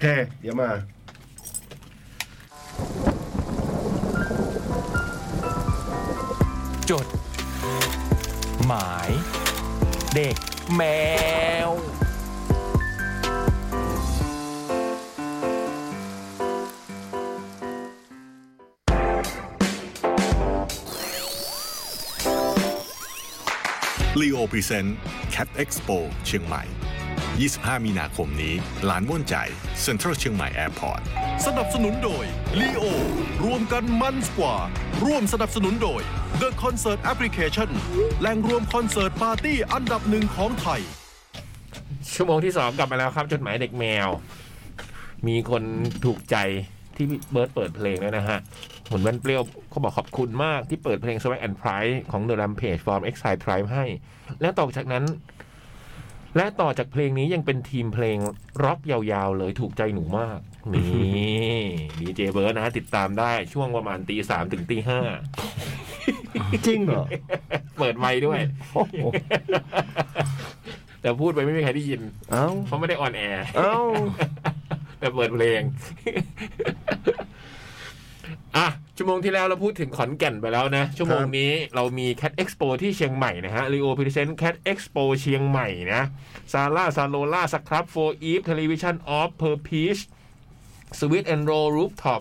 โอเคเดี๋ยวมา จด หมาย เด็กแมว ลีโอพรีเซนต์ Cat Expo เชียงใหม่ 25 มีนาคมนี้ลานม่วนใจเซ็นทรัลเชียงใหม่แอร์พอร์ต สนับสนุนโดย Leo รวมกันมันกว่า ร่วมสนับสนุนโดย The Concert Application แหล่งรวมคอนเสิร์ตปาร์ตี้อันดับหนึ่งของไทย ชั่วโมงที่สองกลับมาแล้วครับ จดหมายเด็กแมว มีคนถูกใจที่เบิร์ดเปิดเพลงแล้วยนะฮะหุ่นแว่นเปรี้ยวเขาบอกขอบคุณมากที่เปิดเพลง s w a g and Pride ของ The Rampage from Exile Tribe ให้ และต่อจากนั้น และต่อจากเพลงนี้ยังเป็นทีมเพลงร็อกยาวๆ เลยถูกใจหนูมาก นี่ดีเจเบิร์ดนะฮะติดตามได้ช่วงประมาณตีสามถึงตีห้า จริงเหรอ (laughs) เปิดไมค์ด้วย โอ้โห แต่พูดไปไม่มีใครได้ยิน เอ้า เพราะไม่ได้ออนแอร์ เอ้า (laughs) แต่เปิดเพลง อ่ะ ชั่วโมงที่แล้วเราพูดถึงขอนแก่นไปแล้วนะ ชั่วโมง ครับ นี้เรามี Cat Expo ที่เชียงใหม่นะฮะ Leo Present Cat Expo เชียงใหม่นะซาร่าซาโลล่าสครับโฟอีฟเทลิวิชันออฟเพอร์พีชสวิตแอนโรรูฟ (clears throat) ท็อป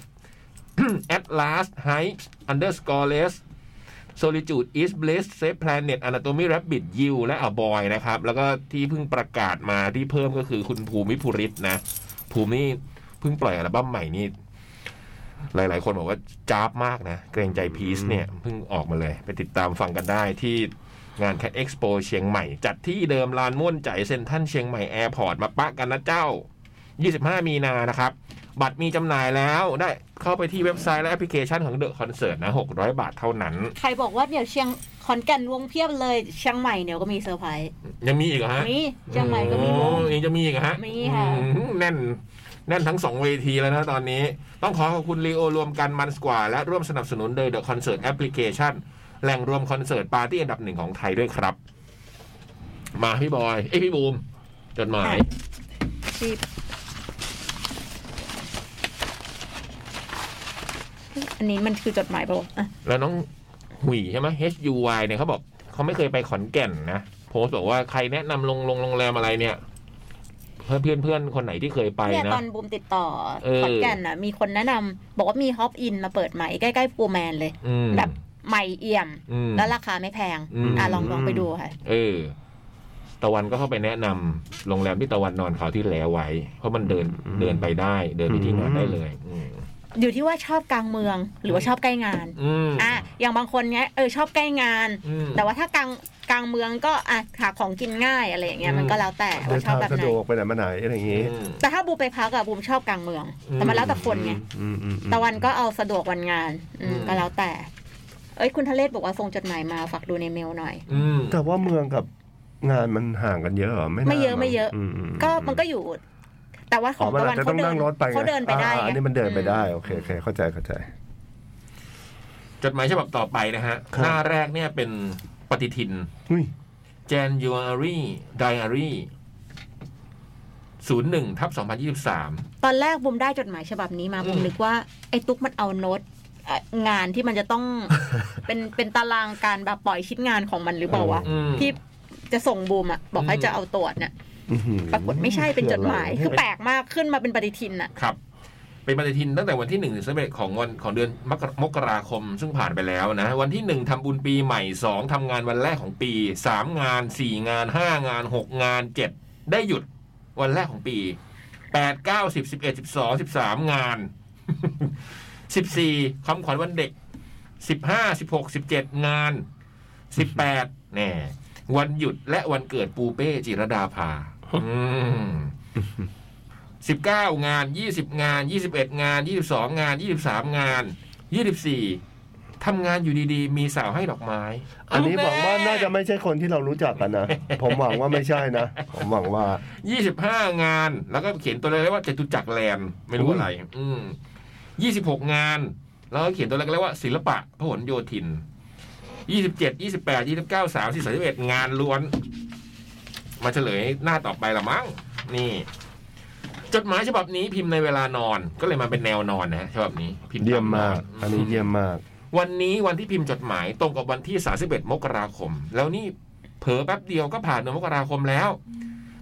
แอตลาสไฮป์อันเดอร์สกอร์เลสโซลิจูดอีสเบลสเซฟแพลเน็ตอนาโตมีแรบบิ y ยิวและอบอยนะครับ แล้วก็ที่เพิ่งประกาศมาที่เพิ่มก็คือคุณภูมิภูริศนะ ภูมินี่เพิ่งปล่อยอัลบั้มใหม่นี่ หลาย ๆ คนบอกว่าจ้าบมากนะ เกรงใจพีซเนี่ย เพิ่งออกมาเลย ไปติดตามฟังกันได้ที่งาน Cat Expo เชียงใหม่ จัดที่เดิมลานม่วนใจเซ็นทรัลเชียงใหม่แอร์พอร์ตมาปะกันนะเจ้า 25 มีนานะครับ บัตรมีจำหน่ายแล้วได้เข้าไปที่เว็บไซต์และแอปพลิเคชันของเดอะคอนเสิร์ตนะ 600 บาทเท่านั้น ใครบอกว่าเดี๋ยวเชียงขอนแก่นวงเพียบเลยเชียงใหม่เดี๋ยวก็มีเซอร์ไพรส์ ยังมีอีกเหรอฮะ มีเชียงใหม่ก็มีว โอ้ ง ยังจะมีอีกเหรอฮะ มีค่ะ อืมแน่น แน่นทั้งสองเวทีแล้วนะตอนนี้ ต้องขอขอบคุณรีโอรวมกันมันสกว่า และร่วมสนับสนุนโดย The Concert Application แหล่งรวมคอนเสิร์ตปาร์ตี้อันดับหนึ่งของไทยด้วยครับ มาพี่บอย เอ้ยพี่บูมจดหมาย ที่อันนี้มันคือจดหมายเปล่าวะอ่ะ แล้วน้องหุยใช่ไหม H U Y เนี่ยเขาบอกเขาไม่เคยไปขอนแก่นนะโพสต์บอกว่าใครแนะนำลงลงโรงแรมอะไรเนี่ย เพื่อนเพื่อนเพื่อนคนไหนที่เคยไป เนี่ย นะ ตอนบูมติดต่อ เออ ขอนแก่นน่ะ มีคนแนะนำบอกว่ามีฮอปอินมาเปิดใหม่ใกล้ๆปูแมนเลย อืม แบบใหม่เอี่ยม อืม แล้วราคาไม่แพง อืม อ่ะลองลองไปดูค่ะ เออ ตะวันก็เข้าไปแนะนำโรงแรมที่ตะวันนอนเขาวที่แล้วไว้ เพราะมันเดินเดินไปได้ เดินไปที่งานได้เลย อืม อยู่ที่ว่าชอบกลางเมืองหรือว่าชอบใกล้งาน อืม อ่ะอย่างบางคนเนี้ยเออชอบใกล้งาน อืม แต่ว่าถ้ากลางกลางเมืองก็อ่ะหาของกินง่ายอะไรอย่างเงี้ย อืม มันก็แล้วแต่ เดิ ว่านชอทาบง แบบ สะ ไหน ดวกไปไหนมาไหนอะไรอย่างงี้ อืม แต่ถ้าบูมไปพักอะบูมชอบกลางเมือง อืม แต่มันแล้วแต่คนไง อืมอืมอืม ตะวันก็เอาสะดวกวันงานอืม อืม ก็แล้วแต่ เอ้ยคุณทะเลศบอกว่าส่งจดหมายมาฝากดูในเมลหน่อย อืม แต่ว่าเมืองกับงานมันห่างกันเยอะเหรอไม่น่า ไม่เยอะ ง ไม่เยอะ มม ก็มันก็อยู่ แต่ว่าข อ๋ อ อง มัน ตะ อา วั จ น จะต้เขาอง เดิ นั่ น งรถไปง เขาเดินไปได้ อ่าอันนี้มันเดินไปได้โอเคโอเคเข้าใจเข้าใจ จดหมายฉบับต่อไปนะฮะ ครับ หน้าแรกเนี่ยเป็นปฏิทิน อุ้ย January Diary 01ทับ2023 ตอนแรกบุมได้จดหมายฉบับนี้มา อืม บุมนึกว่าไอ้ตุ๊กมันเอาโน้ตเอ่องานที่มันจะ (laughs) ต้อง เป็นเป็นตารางการแบบปล่อยชิ้นงานของมันหรือเปล่าวะ อืม ที่จะส่งบูมอะบอกให้ อืม จะเอาตรวจเนี่ย อื้อหือ ปรากฏไม่ใช่เป็นจดหมายคือแปลกมากขึ้นมาเป็นปฏิทินอะ ครับ เป็นปฏิทินตั้งแต่วันที่หนึ่งถึงสิบเอ็ดของวันของเดือนมกรมกราคมซึ่งผ่านไปแล้วนะ วันที่หนึ่งทำบุญปีใหม่สองทำงานวันแรกของปีสามงานสี่งานห้างานหกงานเจ็ดได้หยุดวันแรกของปีแปดเก้าสิบสิบเอ็ดสิบสองสิบสามงาน (laughs) สิบสี่คำขวัญวันเด็กสิบห้าสิบหกสิบเจ็ดงานสิบแปดแน่วันหยุดและวันเกิดปูเป้จิรดาภาอืม สิบเก้างานยี่สิบงานยี่สิบเอ็ดงานยี่สิบสองงานยี่สิบสามงานยี่สิบสี่ทำงานอยู่ดีๆ มีสาวให้ดอกไม้ อันนี้หวังว่าน่าจะไม่ใช่คนที่เรารู้จักกันนะ ผมหวังว่าไม่ใช่นะ ผมหวังว่า ยี่สิบห้างาน แล้วก็เขียนตัวเลขว่าจตุจักรแลนด์ไม่รู้ อุ้ย อะไร อืมยี่สิบหกงาน แล้วก็เขียนตัวเลขว่าศิลปะพหลโยธินยี่สิบเจ็ดยี่สิบแปดยี่สิบเก้าสามสิบสามสิบเอ็ดงานล้วน มาเฉลยหน้าต่อไปละมั้งนี่ จดหมายฉบับนี้พิมพ์ในเวลานอน ก็เลยมาเป็นแนวนอนนะฮะฉบับนี้พิพ์ เยี่ยม ตน มาก น อันนี้เยี่ยมมาก วันนี้วันที่พิมพ์จดหมายตรงกับวันที่ 31 มกราคม แล้วนี่เผลอแป๊บเดียวก็ผ่านเดือนมกราคมแล้ว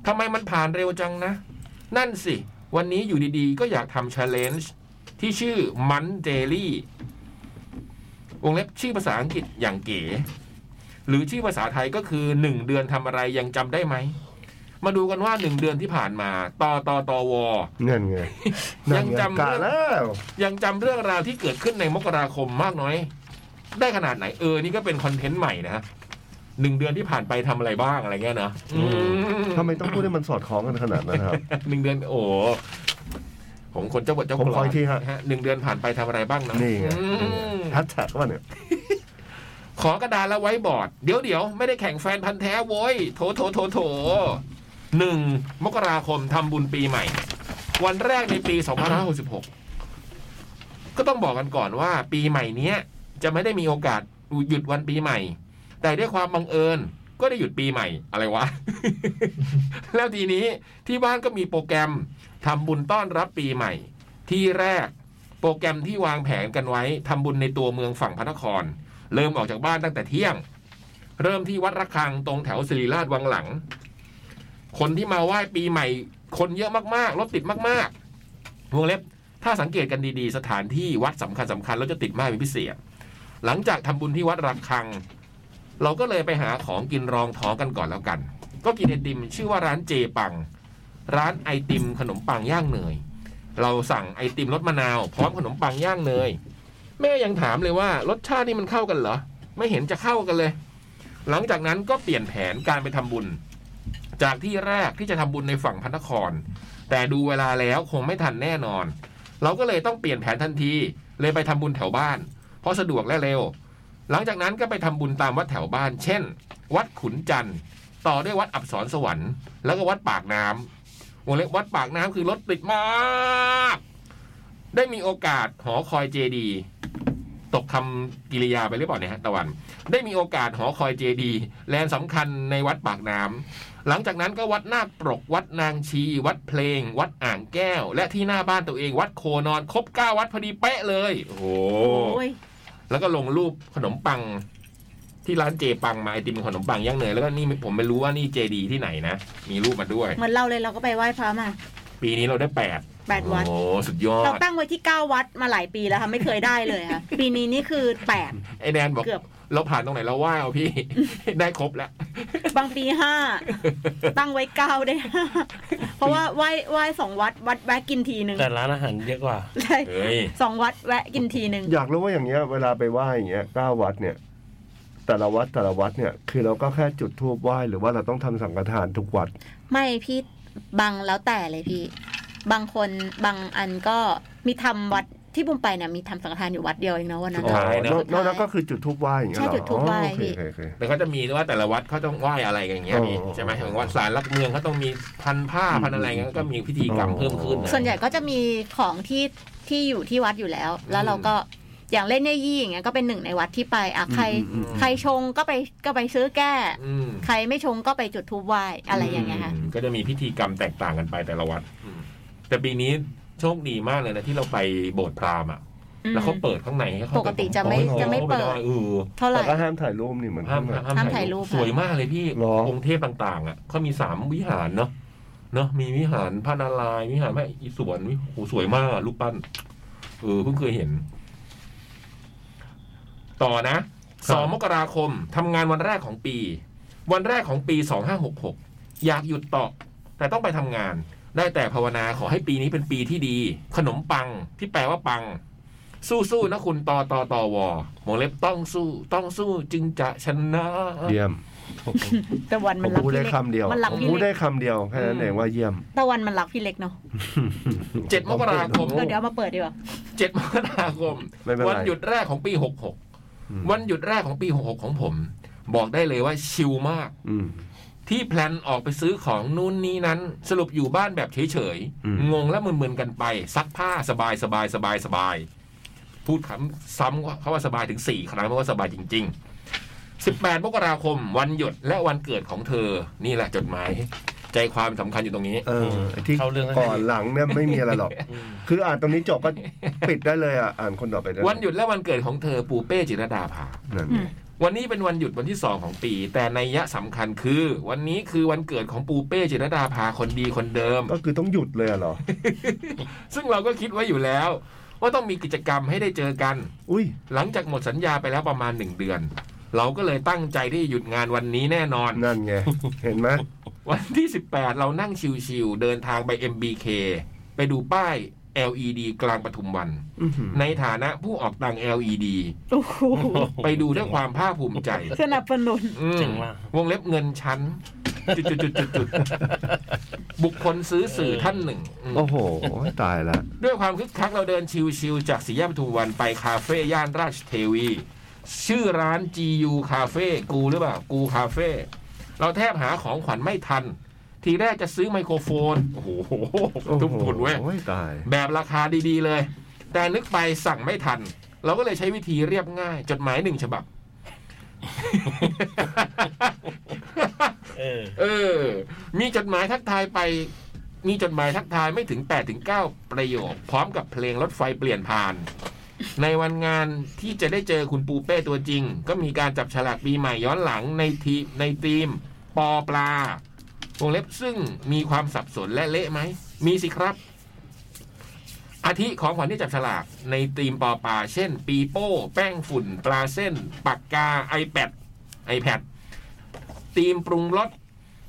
ทำไมมันผ่านเร็วจังนะ นั่นสิ วันนี้อยู่ดีๆ ก็อยากทำช l เลนจ์ที่ชื่อมันเดลี่วงเล็บชื่อภาษาอังกฤษอย่างเก๋ หรือชื่อภาษาไทยก็คือหนึ่งเดือนทำอะไรยังจำได้ไหม มาดูกันว่าหนึ่งเดือนที่ผ่านมาตอตอตอวอ เงินไงนั่น ยังจำ กะแล้ว ยังจำเรื่องราวที่เกิดขึ้นในมกราคมมากน้อย ได้ขนาดไหนเออนี่ก็เป็นคอนเทนต์ใหม่นะหนึ่งเดือนที่ผ่านไปทำอะไรบ้างอะไรเงี้ยนะอืม ทำไมต้องพูดให้มันสอดคล้องกันขนาดนั้นครับ หนึ่งเดือนโอ้โหผมคนเจ้าบทเจ้า ผม กล ขออีกทีฮะ นฮหนึ่งเดือนผ่านไปทำอะไรบ้างนะ นี่ไง อืม แฮชแท็กว่าเนี่ย ขอกระดาษและไว้บอร์ดเดี๋ยวเดี๋ยวไม่ได้แข่งแฟนพันธ์แท้โว้ยโถโถโถโถหนึ่งมกราคมทำบุญปีใหม่ วันแรกในปี 2566 ก็ต้องบอกกันก่อนว่า ปีใหม่เนี้ย จะไม่ได้มีโอกาสหยุดวันปีใหม่ แต่ด้วยความบังเอิญก็ได้หยุดปีใหม่อะไร (laughs) วะ แล้วทีนี้ที่บ้านก็มีโปรแกรมทำบุญต้อนรับปีใหม่ ที่แรกโปรแกรมที่วางแผนกันไว้ทำบุญในตัวเมืองฝั่งพระนคร เริ่มออกจากบ้านตั้งแต่เที่ยง เริ่มที่วัดระฆังตรงแถวศิริราชวังหลัง คนที่มาไหว้ปีใหม่ คนเยอะมากๆรถติดมากๆวงเล็บ ถ้าสังเกตกันดีๆ สถานที่วัดสำคัญสคัญๆแล้วจะติดมากเป็นพิเศษหลังจากทำบุญที่วัดระฆัง เราก็เลยไปหาของกินรองท้องกันก่อนแล้วกัน ก็กินไอติมชื่อว่าร้านเจปัง ร้านไอติมขนมปังย่างเนย เราสั่งไอติมรสมะนาว พร้อมขนมปังย่างเนย แม่ยังถามเลยว่ารสชาตินี่มันเข้ากันเหรอ ไม่เห็นจะเข้ากันเลย หลังจากนั้นก็เปลี่ยนแผนการไปทำบุญ จากที่แรกที่จะทำบุญในฝั่งพระนคร แต่ดูเวลาแล้วคงไม่ทันแน่นอน เราก็เลยต้องเปลี่ยนแผนทันที เลยไปทำบุญแถวบ้าน เพราะสะดวกและเร็ว หลังจากนั้นก็ไปทำบุญตามวัดแถวบ้าน เช่น วัดขุนจันทร์ ต่อด้วยวัดอับสรสวรรค์ แล้วก็วัดปากน้ำวงเล็บวัดปากน้ำคือรถติดมาก ได้มีโอกาสหอคอยเจดี ตกคำกิริยาไปหรือเปล่าเนี่ยฮะตะวัน ได้มีโอกาสหอคอยเจดีแลนด์สำคัญในวัดปากน้ำหลังจากนั้นก็วัดนาคปรก วัดนางชี วัดเพลง วัดอ่างแก้ว และที่หน้าบ้านตัวเองวัดโคนอนครบเก้าวัดพอดีเป๊ะเลย โอ้โห โอ้ย แล้วก็ลงรูปขนมปัง ที่ร้านเจปังมาไอติมขนมปังย่างเนยแล้วก็นี่ผมไม่รู้ว่านี่เจดีที่ไหนนะ มีรูปมาด้วย เหมือนเราเลยเราก็ไปไหว้พระมา ปีนี้เราได้แปด แปดวัด โอ้สุดยอ เรา ด ตั้งไว้ที่ 9 วัดมาหลายปีแล้วค่ะ ไม่เคยได้เลย (laughs) ค่ะ ปีนี้นี่คือ ไอแดนบอก เกือบ เราผ่านตรงไหนเราไหว้เอาพี่ (laughs) ได้ครบ (laughs) แล้ว 8 บางปี 5 ตั้งไว้ 9 ได้ 5 เพราะว่าไหว้ไหว้สองวัดวัดแวะกินทีหนึ่ง แต่ร้านอาหารเยอะกว่า ใช่ เฮ้ย สองวัดแวะกินทีหนึ่ง อยากรู้ว่าอย่างเงี้ย เวลาไปไหว้อย่างเงี้ยเก้าวัดเนี่ย แต่ละวัดแต่ละวัดเนี่ย คือเราก็แค่จุดธูปไหว้หรือว่าเราต้องทำสังฆทานทุกวัด ไม่พี่บางแล้วแต่เลยพี่ บางคนบางอันก็มีทำวัดที่บุมไปเนี่ยมีทำสังฆทานอยู่วัดเดียวเองเนาะวันนั้น สุดท้ายนะ อ๋อนอกนั้นก็คือจุดธูปไหว้อย่างเงี้ยเหรอ ใช่จุดธูปไหว้ อ๋อโอเค พี่ โอเคโอเค แต่เขาจะมีว่าแต่ละวัดเขาต้องไหว้อะไรกันอย่างเงี้ยพี่ อ๋อ ใช่ไหมถึงวัดสารหลักเมืองเขาต้องมีพันผ้าพันอะไรเงี้ยก็มีพิธีกรรมเพิ่มขึ้นนะ ส่วนใหญ่ก็จะมีของที่ที่อยู่ที่วัดอยู่แล้ว แล้วเราก็อย่างเล่นเนยยี่อย่างเงี้ยก็เป็นหนึ่งในวัดที่ไปอ่ะใคร อืม ใครชงก็ไปก็ไปซื้อแก้ อืม ใครไม่ชงก็ไปจุดทูบไหว้อะไรอย่างเงี้ยค่ะ อืมก็จะมีพิธีกรรมแตกต่างกันไปแต่ละวัดอืมแต่ปีนี้โชคดีมากเลยนะที่เราไปโบสถ์พราหมณ์อะ แล้วเขาเปิดข้างในให้เข้า ปกติจะไม่ โอ้ย จะไม่เปิด ข้าไไออ เท่าไห แต่ ร่ ก็ห้ามถ่ายรูปนี่เหมือน ห้าม กัน ห้าม ห้ามถ่ายรูป สวยมากเลยพี่ หรอ องค์เทพต่างๆ อ่ะเขามีสามวิหารเนาะเนาะมีวิหารพระนารายณ์วิหารแม่อิศวรวิโหสวยมากอะรูปปั้นเออเพิ่งเคยเห็น ต่อนะสองมกราคมทำงานวันแรกของปี วันแรกของปีสองห้าหกหกอยากหยุดต่อ แต่ต้องไปทำงาน ได้แต่ภาวนาขอให้ปีนี้เป็นปีที่ดี ขนมปังที่แปลว่าปัง สู้ๆนะคุณตอตอตอวอหมงเล็บต้องสู้ต้องสู้จึงจะชนะ เยี่ยม แต่วัน ผ มัน ม รัก พูด พี่ ได้ เล็ก คำเดียว มันรัก ผม พี่ พูด เล็ ได้ ก คำเดียวแค่นั้นเองว่าเยี่ยม แต่วันมันรักพี่เล็กเนาะ เจ็ดมกราคม เออเดี๋ยวเอามาเปิดดีกว่า เจ็ดมกราคม ไม่เป็นไร วันหยุดแรกของปีหกหก อืม วันหยุดแรกของปีหกหกของผม บอกได้เลยว่าชิลมาก อืม ที่แพลนออกไปซื้อของนู่นนี้นั้น สรุปอยู่บ้านแบบเฉย อืม ๆ งงและมึนๆกันไป ซักผ้าสบายสบายสบายสบาย พูดคำซ้ำว่าเขาว่าสบายถึงสี่ครั้งเพราะว่าสบายจริง ๆ 18มกราคม วันหยุดและวันเกิดของเธอ นี่แหละจดหมาย ใจความสำคัญอยู่ตรงนี้ เออที่ เข้าเรื่องแล้ว ก่อนหลังเนี่ยไม่มีอะไรหรอก คืออ่านตรงนี้จบก็ปิดได้เลยอ่ะอ่านคนต่อไปได้เลย วันหยุดและวันเกิดของเธอปูเป้จิรดาภา นั่นไง วันนี้เป็นวันหยุดวันที่สองของปี แต่ในยยะสำคัญคือ วันนี้คือวันเกิดของปูเป้จิรดาภาคนดีคนเดิม ก็คือต้องหยุดเลยอะเหรอ ซึ่งเราก็คิดไว้อยู่แล้ว ว่าต้องมีกิจกรรมให้ได้เจอกัน อุ้ย หลังจากหมดสัญญาไปแล้วประมาณหนึ่งเดือน เราก็เลยตั้งใจที่จะหยุดงานวันนี้แน่นอน นั่นไง เห็นไหม วันที่ 18 เรานั่งชิวๆเดินทางไป MBK ไปดูป้าย LED กลางปทุมวัน อื้อหือ ในฐานะผู้ออกตัง LED โอ้โห ไปดูด้วยความภาคภูมิใจ สนับสนุน อืม เจ๋งว่ะ วงเล็บเงินชั้น จุดๆๆๆบุคคลซื้อสื่อท่านหนึ่งอืม โอ้โห ตายละ ด้วยความคึกคักเราเดินชิวๆจากสี่แยกปทุมวันไปคาเฟ่ย่านราชเทวี ชื่อร้าน GU คาเฟ่กูหรือเปล่า กูคาเฟ่เราแทบหาของขวัญไม่ทัน ทีแรกจะซื้อไมโครโฟน โอ้โห โอ้โห ทุ่มทุนเว้ย โอ้ยตาย แบบราคาดีๆเลย แต่นึกไปสั่งไม่ทัน เราก็เลยใช้วิธีเรียบง่าย จดหมายหนึ่งฉบับ เออ เออ มีจดหมายทักทายไป มีจดหมายทักทายไม่ถึง8ถึง9ประโยค พร้อมกับเพลงรถไฟเปลี่ยนผ่าน ในวันงานที่จะได้เจอคุณปูเป้ตัวจริง ก็มีการจับฉลากปีใหม่ย้อนหลังในทีมในทีม ปอปลาวงเล็บซึ่งมีความสับสนและเละไหม มีสิครับ อาทิของขวัญที่จับฉลากในทีมปอปลาเช่น ปีโป้ แป้งฝุ่น ปลาเส้น ปากกา iPad iPad ทีมปรุงรส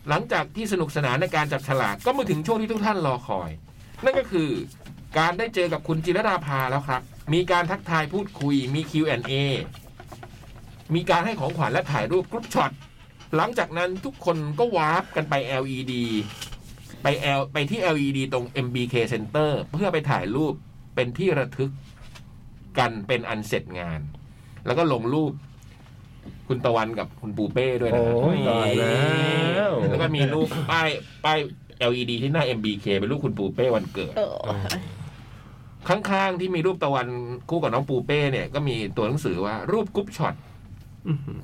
หลังจากที่สนุกสนานในการจับฉลากก็มาถึงช่วงที่ทุกท่านรอคอย นั่นก็คือการได้เจอกับคุณจิรดาภาแล้วครับ มีการทักทายพูดคุยมี Q&A มีการให้ของขวัญและถ่ายรูปกรุ๊ปช็อต หลังจากนั้นทุกคนก็วาร์ปกันไป LED ไป L ไปที่ LED ตรง MBK Center เพื่อไปถ่ายรูปเป็นที่ระทึกกันเป็นอันเสร็จงาน แล้วก็ลงรูปคุณตะวันกับคุณปูเป้ด้วยนะครั โอ้ยตายแล้ว แล้วก็มีรูปป้ายป้าย LED ที่หน้า MBK เป็นรูปคุณปูเป้วันเกิด เออ ข้างๆ ที่มีรูปตะวันคู่กับน้องปูเป้เนี่ยก็มีตัวหนังสือว่ารูปกรุ๊ปช็อต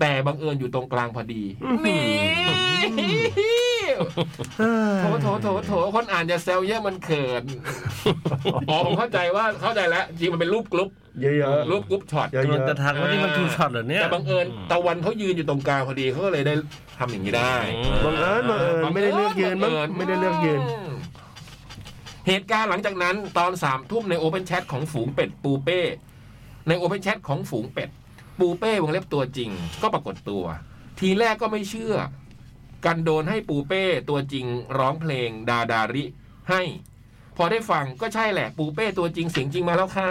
แต่บังเอิญอยู่ตรงกลางพอดีนี่โถโถโถโถคนอ่านจะแซวเยอะมันเขินอ๋อผมเข้าใจว่าเข้าใจแล้วจริงมันเป็นรูปกรุ๊ป เยอะ รูปกรุ๊ปช็อต ๆเยอะ กำลังจะทักว่านี่มันทูช็อตเหรอเนี่ย แต่บังเอิญตะวันเขายืนอยู่ตรงกลางพอดีเขาก็เลยได้ทำอย่างนี้ได้ ๆบังเอิญบังเอิญไม่ได้เลือกยืนมั้งไม่ได้เลือกยืน เหตุการณ์หลังจากนั้นตอนสามทุ่มในโอเ n นแชทของฝูงเป็ดปูเป้ ในโอเ n นแชทของฝูงเป็ด ปูเป้วงเล็บตัวจริง ก็ปรากฏตัว ทีแรกก็ไม่เชื่อ กันโดนให้ปูเป้ตัวจริงร้องเพลงดาดาริ ให้ พอได้ฟังก็ใช่แหละปูเป้ตัวจริงเสียงจริงมาแล้วค่ะ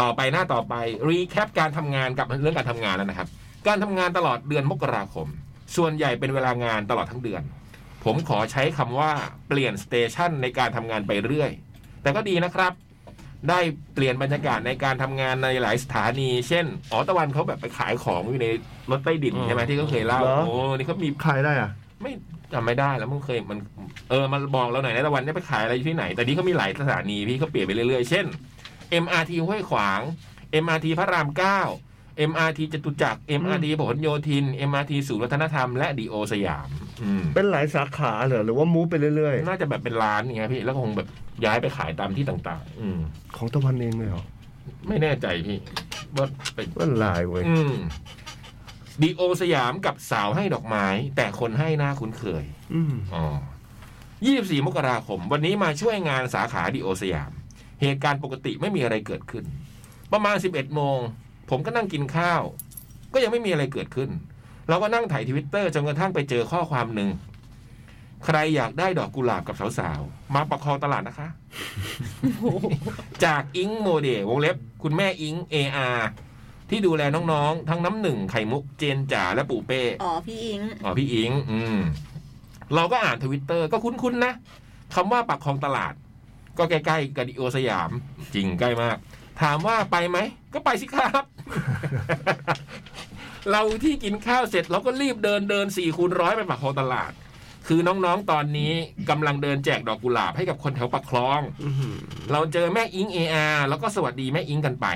ต่อไปหน้าต่อไปรีแคปการทำงานกับเรื่องการทำงานแล้วนะครับ การทำงานตลอดเดือนมกราคม ส่วนใหญ่เป็นเวลางานตลอดทั้งเดือน ผมขอใช้คำว่าเปลี่ยนสเตชันในการทำงานไปเรื่อย แต่ก็ดีนะครับ ได้เปลี่ยนบรรยากาศในการทำงานในหลายสถานี เช่น อ๋อตะวันเขาแบบไปขายของอยู่ในรถใต้ดินใช่ไหมที่เขาเคยเล่า เหรอ โอ้นี่เขามี ใครได้อ่ะ ไม่จำไม่ได้แล้วมึงเคยมัน เออมันบอกเราหน่อยนะตะวันเนี่ยไปขายอะไรอยู่ที่ไหน แต่นี้เขามีหลายสถานีพี่เขาเปลี่ยนไปเรื่อยๆ เช่น MRT ห้วยขวาง MRT พระราม 9 MRT จตุจักร MRT พหลโยธิน MRT ศูนย์วัฒนธรรมและดีโอสยามอืม เป็นหลายสาขาเหรอหรือว่ามูฟไปเรื่อย น่าจะแบบเป็นร้านอย่างเงี้ยพี่แล้วก็คงแบบย้ายไปขายตามที่ต่าง ๆ อืม ๆ ของตะวันเองเลยเหรอ ไม่แน่ใจพี่ว่าเป็น ว่าลายเว้ย อืมดีโอสยามกับสาวให้ดอกไม้ แต่คนให้หน้าคุ้นเคย อืม ยี่สี่มกราคม วันนี้มาช่วยงานสาขาดีโอสยาม เหตุการณ์ปกติไม่มีอะไรเกิดขึ้น ประมาณ 11 โมง ผมก็นั่งกินข้าว ก็ยังไม่มีอะไรเกิดขึ้น เราก็นั่งถ่ายทวิตเตอร์จนกระทั่งไปเจอข้อความหนึ่ง ใครอยากได้ดอกกุหลาบกับสาวๆ มาประคองตลาดนะคะ จากอิงโมเดลวงเล็บ คุณแม่อิง AR ที่ดูแลน้องๆ ทั้งน้ำหนึ่งไข่มุกเจนจ๋าและปู่เป้ อ๋อ พี่อิง อ๋อพี่อิง อืม เราก็อ่านทวิตเตอร์ก็คุ้นๆนะคำว่าปักคลองตลาด ก็ใกล้ๆกับดิโอสยาม จริงใกล้มาก ถามว่าไปไหม ก็ไปสิครับ (laughs) เราที่กินข้าวเสร็จเราก็รีบเดินเดินสี่คูณร้อยไปปักคลองตลาด คือน้องๆตอนนี้กำลังเดินแจกดอกกุหลาบให้กับคนแถวปักคลอง เราเจอแม่อิง AR แล้วก็สวัสดีแม่อิงกันไป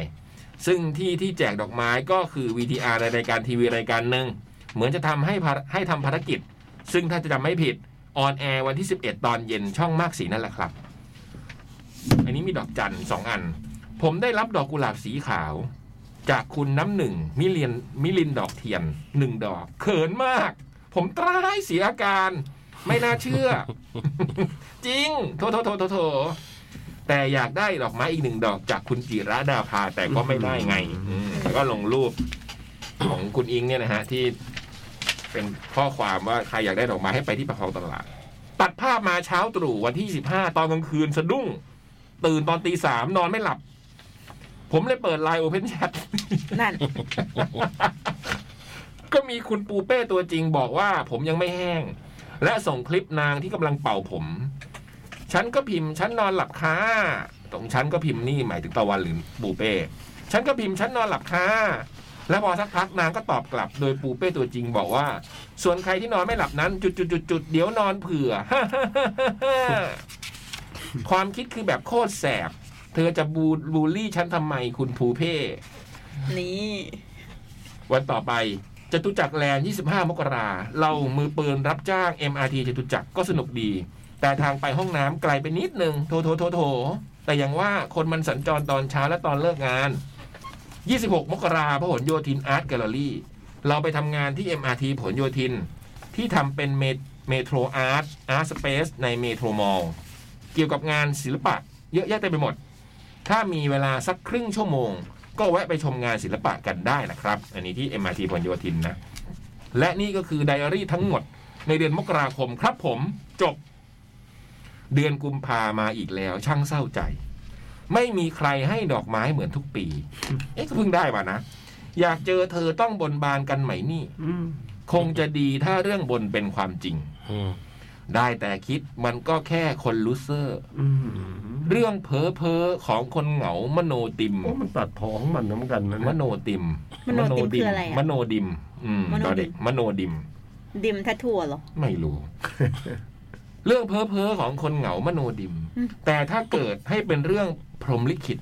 ซึ่งที่ที่แจกดอกไม้ก็คือ VTR ในรายการทีวีรายการหนึ่ง เหมือนจะทำให้ภาให้ทำภารกิจ ซึ่งถ้าจะจำไม่ผิด ออนแอร์วันที่ 11 ตอนเย็นช่องมากสีนั่นแหละครับ อันนี้มีดอกจันสองอัน ผมได้รับดอกกุหลาบสีขาว จากคุณน้ำหนึ่งมิเลียนมิลินดอกเทียนหนึ่งดอก เขินมาก ผมตร้ายเสียอาการ ไม่น่าเชื่อ (laughs) จริง โทโทโทโทโทแต่อยากได้ดอกไม้อีกหนึ่งดอกจากคุณจิระดาภาแต่ก็ไม่ได้ไง อืมแล้วก็ลงรูป ของคุณอิงเนี่ยนะฮะที่เป็นข้อความว่าใครอยากได้ดอกไม้ให้ไปที่ประคองตลาด ตัดภาพมาเช้าตรู่วันที่ 15 ตอนกลางคืนสะดุ้ง ตื่นตอนตีสามนอนไม่หลับ ผมเลยเปิดไลน์โอเพนแชท นั่น ก็มีคุณปูเป้ตัวจริงบอกว่าผมยังไม่แห้ง และส่งคลิปนางที่กำลังเป่าผม ฉันก็พิมพ์ฉันนอนหลับค่ะตรงฉันก็พิมพ์นี่หมายถึงตะวันหรือปูเป้ ฉันก็พิมพ์ฉันนอนหลับค่ะและพอสักพักนางก็ตอบกลับ โดยปูเป้ตัวจริงบอกว่า ส่วนใครที่นอนไม่หลับนั้น จุดจุดจุดจุดๆๆๆเดี๋ยวนอนเผื่อ (laughs) ความคิดคือแบบโคตรแสบ เธอจะบูบูลลี่ฉันทำไมคุณปูเป้ นี่ วันต่อไปจตุจักรแลนด์25 มกราเรามือปืนรับจ้าง MRT จตุจักรก็สนุกดี แต่ทางไปห้องน้ำไกลไปนิดนึง โถโถโถโถ แต่อย่างว่าคนมันสัญจรตอนเช้าและตอนเลิกงาน 26 มกราพหลโยธินอาร์ตแกลเลอรี่ เราไปทำงานที่ MRT ผลโยธิน ที่ทำเป็นเมโทรอาร์ตอาร์ตสเปซในเมโทรมอลเกี่ยวกับงานศิลปะ เยอะแยะเต็มไปหมด ถ้ามีเวลาสักครึ่งชั่วโมง ก็แวะไปชมงานศิลปะกันได้นะครับ อันนี้ที่ MRT พหลโยธินนะ และนี่ก็คือไดอารี่ทั้งหมดในเดือนมกราคมครับผมจบ เดือนกุมภามาอีกแล้ว ช่างเศร้าใจ ไม่มีใครให้ดอกไม้เหมือนทุกปี เอ๊ะก็เพิ่งได้มานะ อยากเจอเธอต้องบนบานกันไหมนี่ คงจะดีถ้าเรื่องบนเป็นความจริง อืม ได้แต่คิดมันก็แค่คนลูเซอร์ เรื่องเพ้อเพ้อๆของคนเหงามโนติม โอ้มันตัดพ้องมันน้ำกันมนะเนี่ย โนติม มโนติมคืออะไรอะ มโนดิม อืม มโนดิม ตอนเด็กมโนดิม ดิมแททัวเหรอ ไม่ (laughs) รู้ เรื่องเพ้อเพ้อๆของคนเหงามโนดิม อืม แต่ถ้าเกิดให้เป็นเรื่องพรหมลิขิต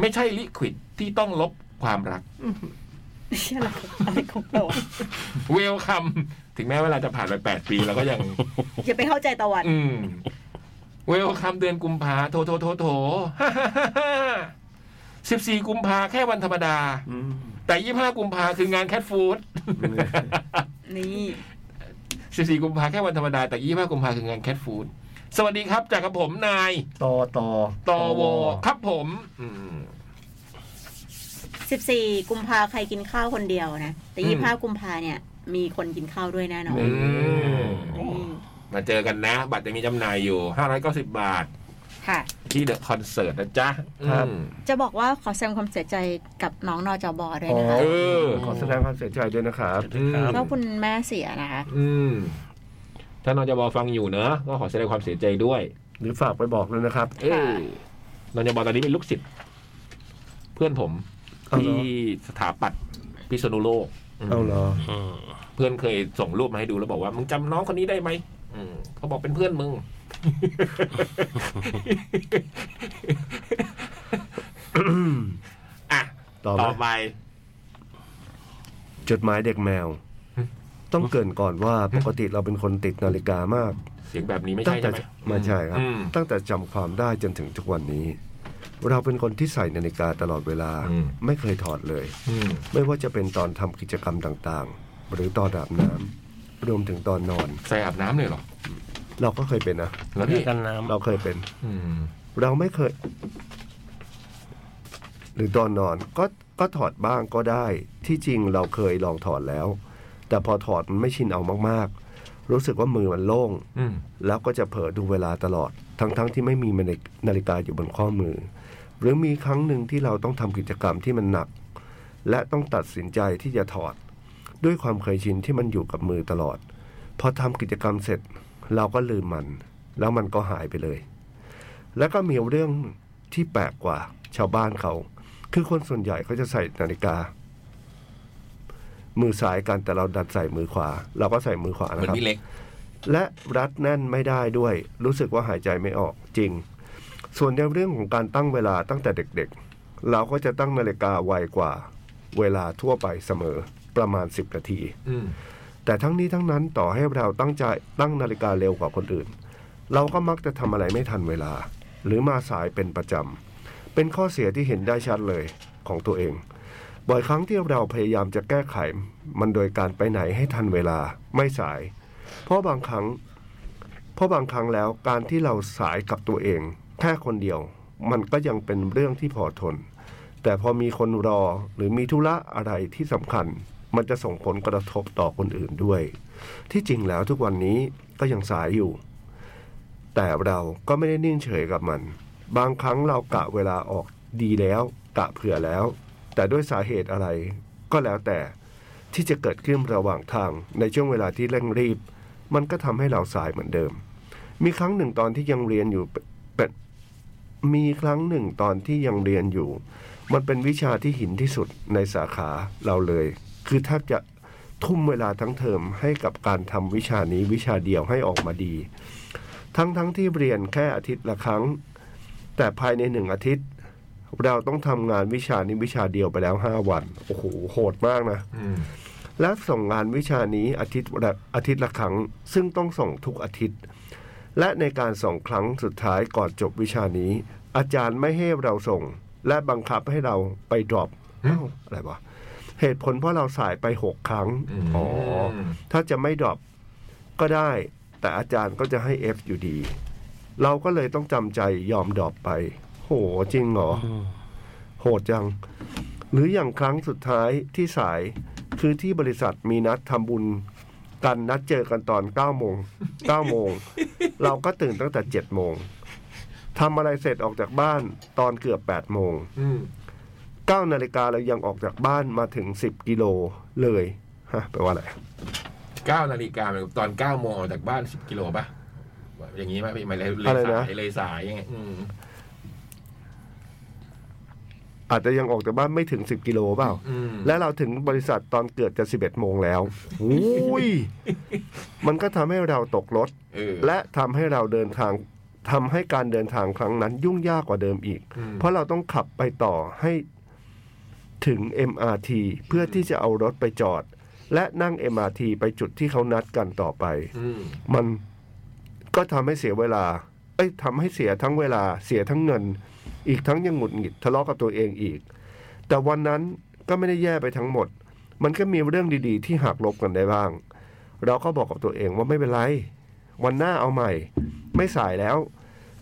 ไม่ใช่ลิควิดที่ต้องลบความรัก ไม่ใช่อะไรอะไรของเราอะ เวลคัม ถึงแม้เวลาจะผ่านไปแปดปีเราก็ (laughs) ยัง อย่าไปเข้าใจตะวัน อืม เวลคัมเดือนกุมภาโถโถโถ (laughs) โถสิบสี่กุมภาแค่วันธรรมดา อืม แต่ยี่ห้ากุมภาคืองานแคท (laughs) ฟู้ด นี่ 14 กุมภาแค่วันธรรมดา แต่ 25 กุมภาคืองานแคทฟูดสวัสดีครับจากกับผมนาย ต่อต่อ ตอวอครับผมอืม 14 กุมภาใครกินข้าวคนเดียวนะ แต่ อืม ยี่สิบห้ากุมภาเนี่ย มีคนกินข้าวด้วยแน่นอน อืม นี่ มาเจอกันนะ บัตรจะมีจำหน่ายอยู่ 590 บาท ค่ะ ที่เดอะคอนเสิร์ตนะจ๊ะครับ จะบอกว่าขอแสดงความเสียใจกับน้องนอจอบอด้วย อ๋อ นะคะ เออ ขอแสดงความเสียใจด้วยนะครับ อืม เพราะคุณแม่เสียนะคะ อืม ถ้านอนจบอฟังอยู่เนอะก็ขอแสดงความเสียใจด้วย หรือฝากไปบอกเลยนะครับ เออนอนจบอตอนนี้เป็นลูกศิษย์เพื่อนผม เอาเหรอ ที่สถาปัตย์พิษณุโลกม เอาเหรอ อืม เพื่อนเคยส่งรูปมาให้ดูแล้วบอกว่ามึงจำน้องคนนี้ได้ไหมอืมเขาบอกเป็นเพื่อนมึง อ่ะ ต่อไหม ต่อไป จดหมายเด็กแมว ต้องเกรินก่อนว่าปกติเราเป็นคนติดนาฬิกามาก เสียงแบบนี้ไม่ ตั้ ใช่ งแต่ ใช่ไหม ไม่ใช่ครับ อืม ตั้งแต่จำความได้จนถึงทุกวันนี้ เราเป็นคนที่ใส่นาฬิกาตลอดเวลา ไม่เคยถอดเลย อืม ไม่ว่าจะเป็นตอนทำกิจกรรมต่างๆ หรือตอนอาบน้ำรวมถึงตอนนอน ใส่อาบน้ำเลยเหรอ เราก็เคยเป็นนะ แล้ว เรื่ พี่ องกันน้ เราเคยเป็น อืม เราไม่เคย หรือตอนนอนก็ก็ถอดบ้างก็ได้ ที่จริงเราเคยลองถอดแล้ว แต่พอถอดมันไม่ชินเอามากๆ รู้สึกว่ามือมันโล่ง อืม แล้วก็จะเผลอดูเวลาตลอด ทั้งๆทที่ไม่มีนาฬิกาอยู่บนข้อมือ หรือมีครั้งหนึ่งที่เราต้องทำกิจกรรมที่มันหนัก และต้องตัดสินใจที่จะถอด ด้วยความเคยชินที่มันอยู่กับมือตลอด พอทำกิจกรรมเสร็จ เราก็ลืมมัน แล้วมันก็หายไปเลย แล้วก็มีเรื่องที่แปลกกว่า ชาวบ้านเขา คือคนส่วนใหญ่เขาจะใส่นาฬิกา มือซ้ายกันแต่เราดันใส่มือขวา เราก็ใส่มือขวา เห นะ มือน ครับ พี่เล็ก และรัดแน่นไม่ได้ด้วย รู้สึกว่าหายใจไม่ออกจริง ส่วนในเรื่องของการตั้งเวลาตั้งแต่เด็กๆ เราก็จะตั้งนาฬิกาไวกว่า เวลาทั่วไปเสมอประมาณ 10 นาที อืม แต่ทั้งนี้ทั้งนั้นต่อให้เราตั้งใจตั้งนาฬิกาเร็วกว่าคนอื่น เราก็มักจะทำอะไรไม่ทันเวลา หรือมาสายเป็นประจำเป็นข้อเสียที่เห็นได้ชัดเลยของตัวเอง บ่อยครั้งที่เราพยายามจะแก้ไข มันโดยการไปไหนให้ทันเวลาไม่สาย เพราะบางครั้ง เพราะบางครั้งแล้วการที่เราสายกับตัวเอง แค่คนเดียว มันก็ยังเป็นเรื่องที่พอทน แต่พอมีคนรอหรือมีธุระอะไรที่สำคัญ มันจะส่งผลกระทบต่อคนอื่นด้วย ที่จริงแล้วทุกวันนี้ก็ยังสายอยู่ แต่เราก็ไม่ได้นิ่งเฉยกับมัน บางครั้งเรากะเวลาออกดีแล้วกะเผื่อแล้ว แต่ด้วยสาเหตุอะไรก็แล้วแต่ที่จะเกิดขึ้นระหว่างทางในช่วงเวลาที่เร่งรีบ มันก็ทำให้เราสายเหมือนเดิม มีครั้งหนึ่งตอนที่ยังเรียนอยู่เป็นเป็นมีครั้งหนึ่งตอนที่ยังเรียนอยู่ มันเป็นวิชาที่หินที่สุดในสาขาเราเลย คือแทบจะทุ่มเวลาทั้งเทอมให้กับการทำวิชานี้วิชาเดียวให้ออกมาดี ทั้งทั้งที่เรียนแค่อาทิตย์ละครั้ง แต่ภายในหนึ่งอาทิตย์ เราต้องทำงานวิชานี้วิชาเดียวไปแล้วห้าวันโอ้โหโหดมากนะ อืม และส่งงานวิชานี้อาทิตย์ละอาทิตย์ละครั้ง ซึ่งต้องส่งทุกอาทิตย์ และในการส่งครั้งสุดท้ายก่อนจบวิชานี้ อาจารย์ไม่ให้เราส่ง และบังคับให้เราไปดรอปอ้าวอะไรวะเหตุผลเพราะเราสายไปหกครั้งอ๋อ ถ้าจะไม่ดรอปก็ได้ แต่อาจารย์ก็จะให้ F อยู่ดี เราก็เลยต้องจำใจยอมดรอปไป โหจริงเหรอ โหดจัง หรืออย่างครั้งสุดท้ายที่สายคือที่บริษัทมีนัดทำบุญ กันนัดเจอกันตอน9โมง9โมง เราก็ตื่นตั้งแต่7โมงทำอะไรเสร็จออกจากบ้านตอนเกือบ8โมง อืม เก้านาฬิกาเรายังออกจากบ้านมาถึงสิบกิโลเลยฮะแปลว่าอะไร เก้านาฬิกาตอนเก้าโมงออกจากบ้านสิบกิโลป่ะอย่างนี้ป่ะพี่หมายเลยเลยสายเลยสายอย่างเงี้ยอืม อาจจะยังออกจากบ้านไม่ถึงสิบกิโลเปล่า อืม และเราถึงบริษัทตอนเกือบจะสิบเอ็ดโมงแล้วอุ้ยมันก็ทำให้เราตกรถ เออ และทำให้เราเดินทางทำให้การเดินทางครั้งนั้นยุ่งยากกว่าเดิมอีก อืม เพราะเราต้องขับไปต่อให้ถึง MRT เพื่อที่จะเอารถไปจอด และนั่ง MRT ไปจุดที่เขานัดกันต่อไป อืม มันก็ทำให้เสียเวลา เอ้ยทำให้เสียทั้งเวลา เสียทั้งเงิน อีกทั้งยังหงุดหงิดทะเลาะกับตัวเองอีก แต่วันนั้นก็ไม่ได้แย่ไปทั้งหมด มันก็มีเรื่องดีๆ ที่หักลบกันได้บ้าง เราก็บอกกับตัวเองว่าไม่เป็นไร วันหน้าเอาใหม่ ไม่สายแล้ว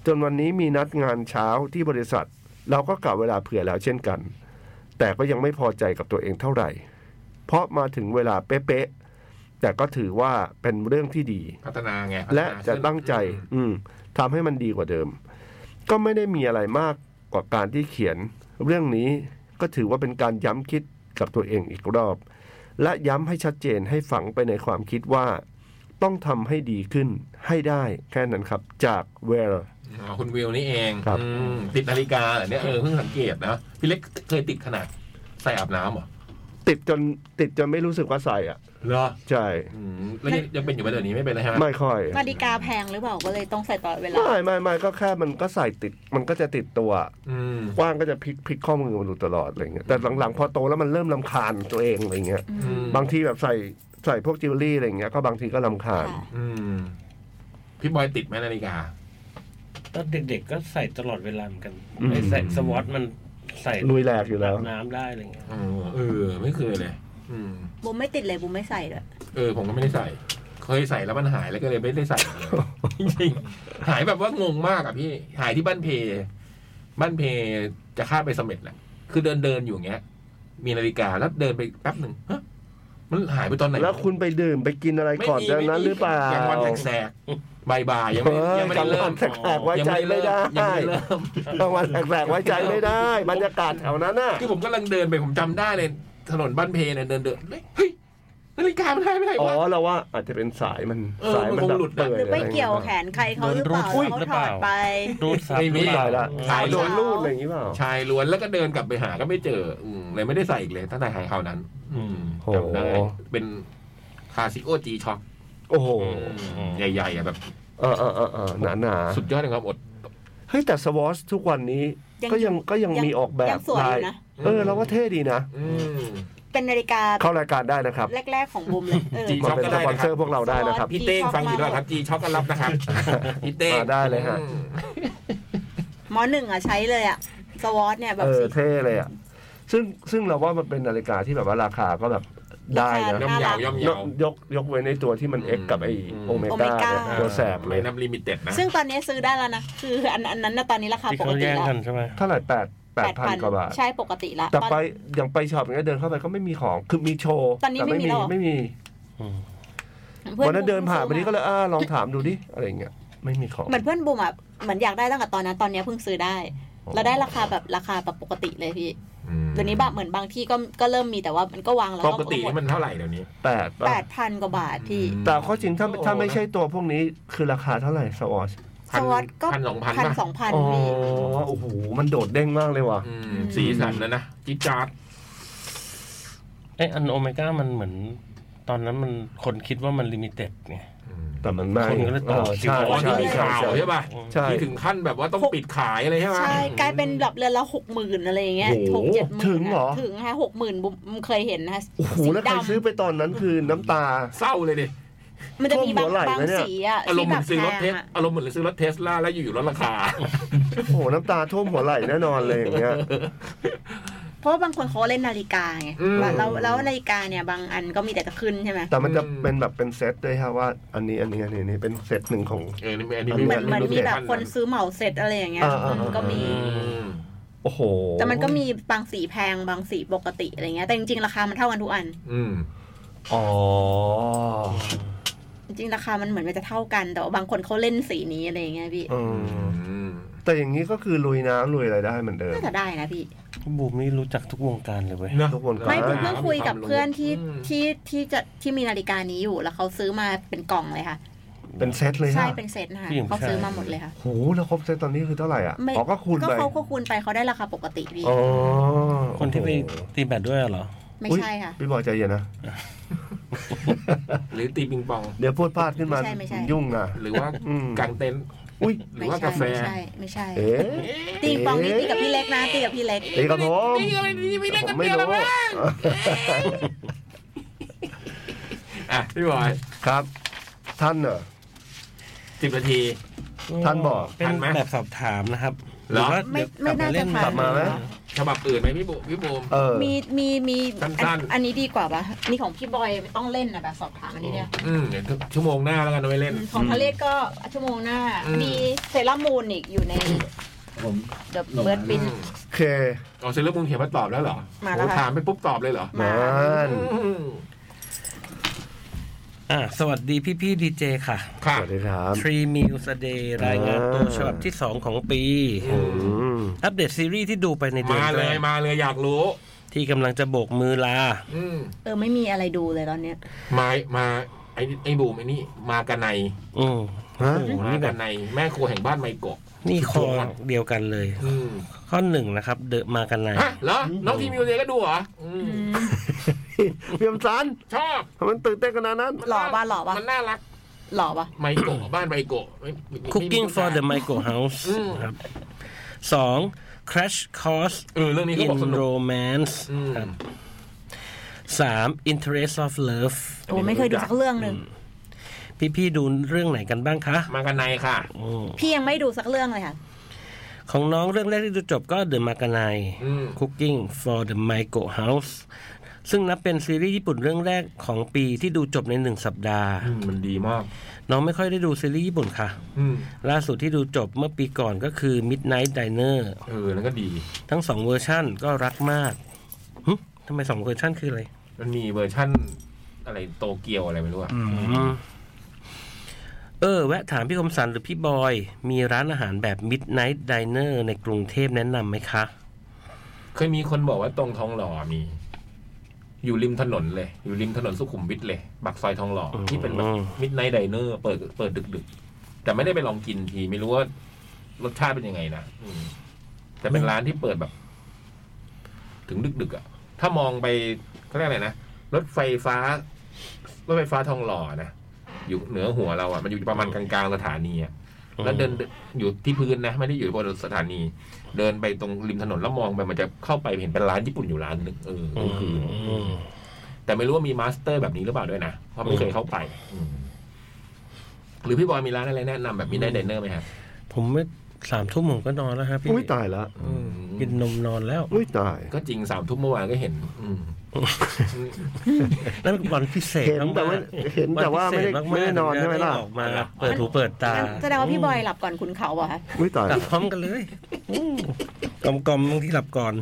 จนวันนี้มีนัดงานเช้าที่บริษัท เราก็กะเวลาเผื่อแล้วเช่นกัน แต่ก็ยังไม่พอใจกับตัวเองเท่าไหร่ เพราะมาถึงเวลาเป๊ะๆ แต่ก็ถือว่าเป็นเรื่องที่ดี พัฒนาไงพัฒนา และจะตั้งใจ อืม อืมทำให้มันดีกว่าเดิม ก็ไม่ได้มีอะไรมากกว่าการที่เขียน เรื่องนี้ก็ถือว่าเป็นการย้ำคิดกับตัวเองอีกรอบ และย้ำให้ชัดเจนให้ฝังไปในความคิดว่า ต้องทำให้ดีขึ้นให้ได้แค่นั้นครับ จากเวล อ๋อคุณวิวนี่เอง ครับ อืมติดนาฬิกาเหรอเนี่ยเออเพิ่งสังเกตนะพี่เล็กเคยติดขนาดใส่อาบน้ำเหรอ ติดจนติดจนไม่รู้สึกว่าใส่อ่ะ เหรอ ใช่ อืมแล้วยังยังเป็นอยู่ไหมเดี๋ยวนี้ไม่เป็นเลยฮะ ไม่ค่อย นาฬิกาแพงหรือเปล่าก็เลยต้องใส่ต่อดเวลา ไม่ไม่ไม่ก็แค่มันก็ใส่ติด มันก็จะติดตัว อืม กว้างก็จะพลิกพลิกข้อมือมาดูตลอดอะไรเงี้ยแต่หลังๆ พอโตแล้วมันเริ่มลำคาญตัวเองอะไรเงี้ย อืม บางทีแบบใส่ใส่พวกจิวเวลรี่อะไรอย่างเงี้ยก็บางทีก็ลำคาญ ค่ะ อืม พี่บอยติดไหมนาฬิกา ตอนเด็กๆก็ใส่ตลอดเวลาเหมือนกัน อืม ไอ้ใส่สวอตมันใส่ ลุยแหลกอยู่แล้ว อาบน้ำได้อะไรเงี้ย เออเออ ไม่เคยเลย อืม บุมไม่ติดเลยบุมไม่ใส่เลย เออ ผมก็ไม่ได้ใส่ เคยใส่แล้วมันหายแล้วก็เลยไม่ได้ใส่ (laughs) เลยจริงๆหายแบบว่างงมากอ่ะพี่ หายที่บ้านเพ บ้านเพจะข้ามไปเสมเด็จแหละ คือเดินเดินๆอยู่เงี้ย มีนาฬิกาแล้วเดินไปแป๊บหนึ่งฮะมันหายไปตอนไหน แล้วคุณไปดื่มไปกินอะไรก่อน มี จากนั้น ไม่มี หรือเปล่ากก ลางวันแสกๆบ่ายๆยังไม่ยังไม่ได้เริ่ม แสกๆไว้ใจไม่ได้ ยังไม่เริ่ม กลางวันแสกๆไว้ใจไม่ได้ บรรยากาศแถวนั้นน่ะ คือผมกำลังเดินไปผมจำได้เลย ถนนบ้านเพเนี่ยเดินเดินเฮ้ยนาฬิกามันหายไปไหน อ๋อ วะ เราว่าอาจจะเป็นสายมัน เออ สายมัน มันค แบ ง บ หลุดนะ เปิด หรือไปเกี่ยวแขนใครเขาหรือเปล่า โดนรูดหแล้วเขาถอดรือเปล่า ไป รูดซับ ไม่มี หรือเป ตายละ ล่า สายโดนลูดอะไรอย่างงี้เปล่า ชายล้วนแล้วก็เดินกลับไปหาก็ไม่เจออืมเลยไม่ได้ใส่อีกเลยตั้งแต่หายคราวนั้น อืม โห จำได้เป็นคาซิโอจีช็อค โอ้โห ใหญ่ๆอะแบบ เออเออเออเออหนาหนา สุดยอดเลยครับอด ๆเฮ้ยแต่สวอชทุกวันนี้ ยัง ก็ยังก็ยัง ยัง มีออกแบ ยั บ งสวยอยู่ ลาย นะ เออเราว่าเท่ดีนะ อืม เป็นนาฬิกา เข้ารายการได้นะครับ แรก ๆ ของบุม (laughs) เลยเออ จริง มาเป็นสปอนเซอร์พวกเราได้นะครับ พี่เต้งฟังอยู่ด้วยครับจีช็อคก็รับ (laughs) นะครับ พี่เต้ง อ่าได้เลยฮะ อืม หมอหนึ่งอ่ะใช้เลยอ่ะสวอตเนี่ยแบบ เออ สี เท่เลยอ่ะ ซึ่งซึ่งเราว่ามันเป็นนาฬิกาที่แบบว่าราคาก็แบบได้นะ ย่อมยาวย่อม ย ยาก วย กยกเว้นในตัวที่มัน X กับไอโอเมก้า โอเมก้า เนี่ยตัวแสบเลย ไม่นับลิมิเต็ดนะ ซึ่งตอนนี้ซื้อได้แล้วนะ คืออันอันนั้นนะตอนนี้ราคา ที่ ปก เขา ติ แย่ง แล้ว กันใช่ไหม เท่าไหร่แปดแ แปดพันกว่าบาท ใช่ปกติละ แต่ ตอน ไปอย่างไปช็อปอย่างเงี้ยเดินเข้าไปก็ไม่มีของ คือมีโชว์ ตอนนี้ แต่ไม่ ไม่มี มี แล้ไม่มีวเหรอพื่อ วันนั้นเดินผ่านไปซื้อม นี้ก็เลยอ่าลองถามดูดิอะไรอย่างเงี้ยไม่มีของ เหมือนเพื่อนบุมอ่ะเหมือนอยากได้ตั้งแต่ตอนนั้นตอนเนี้ยเพิ่งซื้อได้ อ๋อ แล้วได้ราคาแบบราคาแบบปกติเลยพี่ อืม เดี๋ยวนี้แบบเหมือนบางที่ก็ก็เริ่มมีแต่ว่ามันก็วางแล้ว ปกติ หมด มันเท่าไหร่เดี๋ยวนี้ แปด แปดพันกว่าบาทพี่ แต่ข้อจริงถ้าถ้าไม่ใช่ตัวพวกนี้คือราคาเท่าไหร่สวอช สวอตก็ พันสองพัน พัน ป่ะ สองพัน อ๋อ พี่ โอ้โหมันโดดเด้งมากเลยว่ะ อืมสีสันนะนะจิจาร์ด ไออันโอเมก้ามันเหมือน ตอนนั้นมันคนคิดว่ามันลิมิเต็ดไง แต่มันไม่ คนก็เลยต่ เอ อ อ คิวอ๋อใช่ใช่ ที่ ใช่ มี ใช่ ข่าวใช่ป่ะ ใช่ ที่ถึงขั้นแบบว่าต้อง หก ปิดขายอะไรใช่ไหม ใช่กลายเป็นแบบเรือนละหกหมื่นอะไรอย่างเงี้ยหกเจ็ดหมื่น ถึงเหรอ ถึงฮะหกหมื่นบุมเคยเห็นนะ โอ้โหแล้วใคร สีดำ ซื้อไปตอนนั้นคือน้ำตา เศร้าเลยดิ มันจะมี ท่วมหัวบางไหล่ บาง นะเนี่ย สีอะ อารมณ์เหมือนซื้อรถเทส ที่แบบแพงอะ อารมณ์เหมือนซื้อรถเทสลาแล้วอยู่ๆลดราคา โอ้โหน้ำตาท่วมหัวไหล่แน่นอนเลยอย่างเงี้ย เพราะว่าบางคนเขาเล่นนาฬิกาไง อืม แล้วแล้วแล้วนาฬิกาเนี่ยบางอันก็มีแต่จะขึ้นใช่ไหม แต่มันจะ อืม เป็นแบบเป็นเซตด้วยฮะว่า อันนี้อันนี้อันนี้อันนี้เป็นเซตหนึ่งของ เออนี่อันนี้ เหมือนเหมือน รุ่ มี เจ็ด แบบ พั คนซื้อเหมาเสร็จอะไรอย่างเงี้ย อ่าอ่าอ่า มันก็มี อืม โอ้โห แต่มันก็มีบางสีแพงบางสีปกติอะไรเงี้ยแต่จริงๆราคามันเท่ากันทุกอัน อืม อ๋อ จริงๆราคามันเหมือนมันจะเท่ากันแต่ว่าบางคนเขาเล่นสีนี้อะไรอย่างเงี้ยพี่ เออแต่อย่างนี้ก็คือลุยน้ำลุยอะไรได้เหมือนเดิม น่าจะได้นะพี่ บูมนี่รู้จักทุกวงการเลยเว้ย นะ ทุกคนก็ ไม่ อ่า เพิ่งคุยกับเพื่อนที่ ม ที่ที่จะที่มีนาฬิกานี้อยู่แล้วเขาซื้อมาเป็นกล่องเลยค่ะ เป็นเซตเลย ใช่ ฮะ เป็นเซตนะคะ พี่หญิง เขาซื้อมาหมดเลยค่ะ โหแล้วครบเซตตอนนี้คือเท่าไหร่อ่ะ ไม่ อ๋อก็คูณ ก็ ไป เขาก็คูณไปเขาได้ราคาปกติพี่ อ๋อ คนที่ไป โอ้โห ตีแบดด้วยเหรอ ไม่ใช่ค่ะ อุ๊ยพี่บอยใจเย็นนะ หรือตีปิงปอง เดี๋ยวพูดพลาดขึ้นมา ไม่ใช่ไม่ใช่ ยุ่งนะ หรือว่า อืม กางเต็นท์ อุ้ย หรื ไม่ อว่า ใช่ กาแฟ ไม่ใช่ไม่ใช่ เอ๊ะ ตีปองนี่ตีกับพี่เล็กนะตีกับพี่เล็ก ตีกับผม นี่อะไรนี่ไม่เล่น ผ กั ม น ไม่ เดียวแล้ว รู้ มั้งอ่ะพี่บอย ครับ ท่านเหรอ สิบนาที ท่านบอก เป็น ทันไหม แบบสอบถามนะครับ เหรอ ว่า ไม่ เดี๋ยว ไม่น่าจะทั กลับมาไหม ฉบับอื่นไหมพี่บุพี่บูม เออ มีมีมี สั้นๆ อันอันนี้ดีกว่าปะนี่ของพี่บอยไม่ต้องเล่นนะแบบสอบถามอันนี้เนี่ย อืมเดี๋ยวชั่วโมงหน้าแล้วกันเอาไว้เล่น ของทะเลศก็ชั่วโมงหน้า อืม มีเซรามูนอีกอยู่ใน ผม เดอะเบิร์ดบิน โอเค อ๋อเซเลอร์มูนเขียนมาตอบแล้วเหรอ มาแล้วค่ะ โอ้ถามไปปุ๊บตอบเลยเหรอ มา นั่น อืม อ่ะสวัสดีพี่พี่ดีเจค่ะ ส ค่ะ วัสดีครับ 3 Meals a Day รายงานตัวฉบับที่ 2 ของปี อืม อัปเดตซีรีส์ที่ดูไปในเดือน มาเล แร ย ก มาเลยอยากรู้ ที่กำลังจะโบกมือลา อืม เออไม่มีอะไรดูเลยตอนเนี้ย มามาไอ้ไอ้บูมไอ้นี่มากันใน อืม ฮะ โอ้โห มา นี่แบ กับนในแม่ครัวแห่งบ้านไมโกะ นี่คอเดียวกันเลย อืม ข้อหนึ่งนะครับ เดอะมากันไน ฮะเหรอ น้องทีมมิวเดย์ก็ดูเหรออืม เพียมสัน ชอบ ทำไมมันตื่นเต้นขนาดนั้น หล่อป่ะหล่อป่ะ มันน่ารัก หล่อป่ะ ไมโกะบ้านไมโกะไม่ไม่ คุกกิ้ง ไม่มี for the Michael House อืม ครับสอง Crash Course เออเรื่องนี้เขา in บอกสนุก Romance อืม ครับสาม Interest of Love โอ้ไม่เคยดูสักเรื่องหนึ่ง พี่พี่ๆดูเรื่องไหนกันบ้างคะ มากันในค่ะ อืม พี่ยังไม่ดูสักเรื่องเลยค่ะ ของน้องเรื่องแรกที่ดูจบก็ The m a k a n a i อืม Cooking for the Michael House ซึ่งนับเป็นซีรีส์ญี่ปุ่นเรื่องแรกของปีที่ดูจบในหนึ่งสัปดาห์ อืมมันดีมาก น้องไม่ค่อยได้ดูซีรีส์ญี่ปุ่นค่ะ อืม ล่าสุดที่ดูจบเมื่อปีก่อนก็คือ Midnight Diner เออแล้วก็ดี ทั้งสองเวอร์ชั่นก็รักมากหึทำไมสองเวอร์ชั่นคืออะไร มันมีเวอร์ชั่นอะไรโตเกียวอะไรไม่รู้อ่ะ เออ แวะถามพี่คมสันหรือพี่บอย มีร้านอาหารแบบ Midnight Diner ในกรุงเทพแนะนำไหมคะ เคยมีคนบอกว่าตรงทองหล่อมี อยู่ริมถนนเลย อยู่ริมถนนสุขุมวิทเลยปากซอยทองหล่ออ ม ที่เป็นแบบมิดไนท์ไดเนอร์เปิดเปิดดึกๆ แต่ไม่ได้ไปลองกินทีไม่รู้ว่ารสชาติเป็นยังไงนะอืมแต่เป็นร้านที่เปิดแบบ ถึงดึกๆอะ่ะ ถ้ามองไปเขาเรียกอะไรนะรถไฟฟ้ารถไฟฟ้าทองหล่อนะอยู่เหนือหัวเราอะ่ะมันอยู่ประมาณกลางๆสถานีอะ แล้วเดินอยู่ที่พื้นนะ ไม่ได้อยู่บนสถานี เดินไปตรงริมถนนแล้วมองไปมันจะเข้าไปเห็นเป็นร้านญี่ปุ่นอยู่ร้านหนึ่งเออ อื ก็คือ ม อแต่ไม่รู้ว่ามีมาสเตอร์แบบนี้หรือเปล่าด้วยนะเพราะไม่เคยเข้าไปอืมหรือพี่บอยมีร้านอะไรแนะนำแบบมีได้เดนเนอร์ไหมฮะ ผมไม่สามทุ่มผมก็นอนแล้วครับพี่ อุ้ยตายละ อืมกินนมนอนแล้ว อุ้ยตาย ก็จริงสามทุ่มเมื่อวานก็เห็น อืม นั่นเป็นวันพิเศษ เห็นแต่ว่า ากๆ เห็นแต่ว่าไม่ได้ นพิเศษกๆ ไม่ได้นอนใช่ไหมล่ะ ออกมา เปิดหูเปิดตา แสดงว่าพี่บอยหลับก่อนคุณเขาอะคะ อุ้ยตาย หลับพร้อมกันเลย กลมกลมๆบางที่หลับก่อน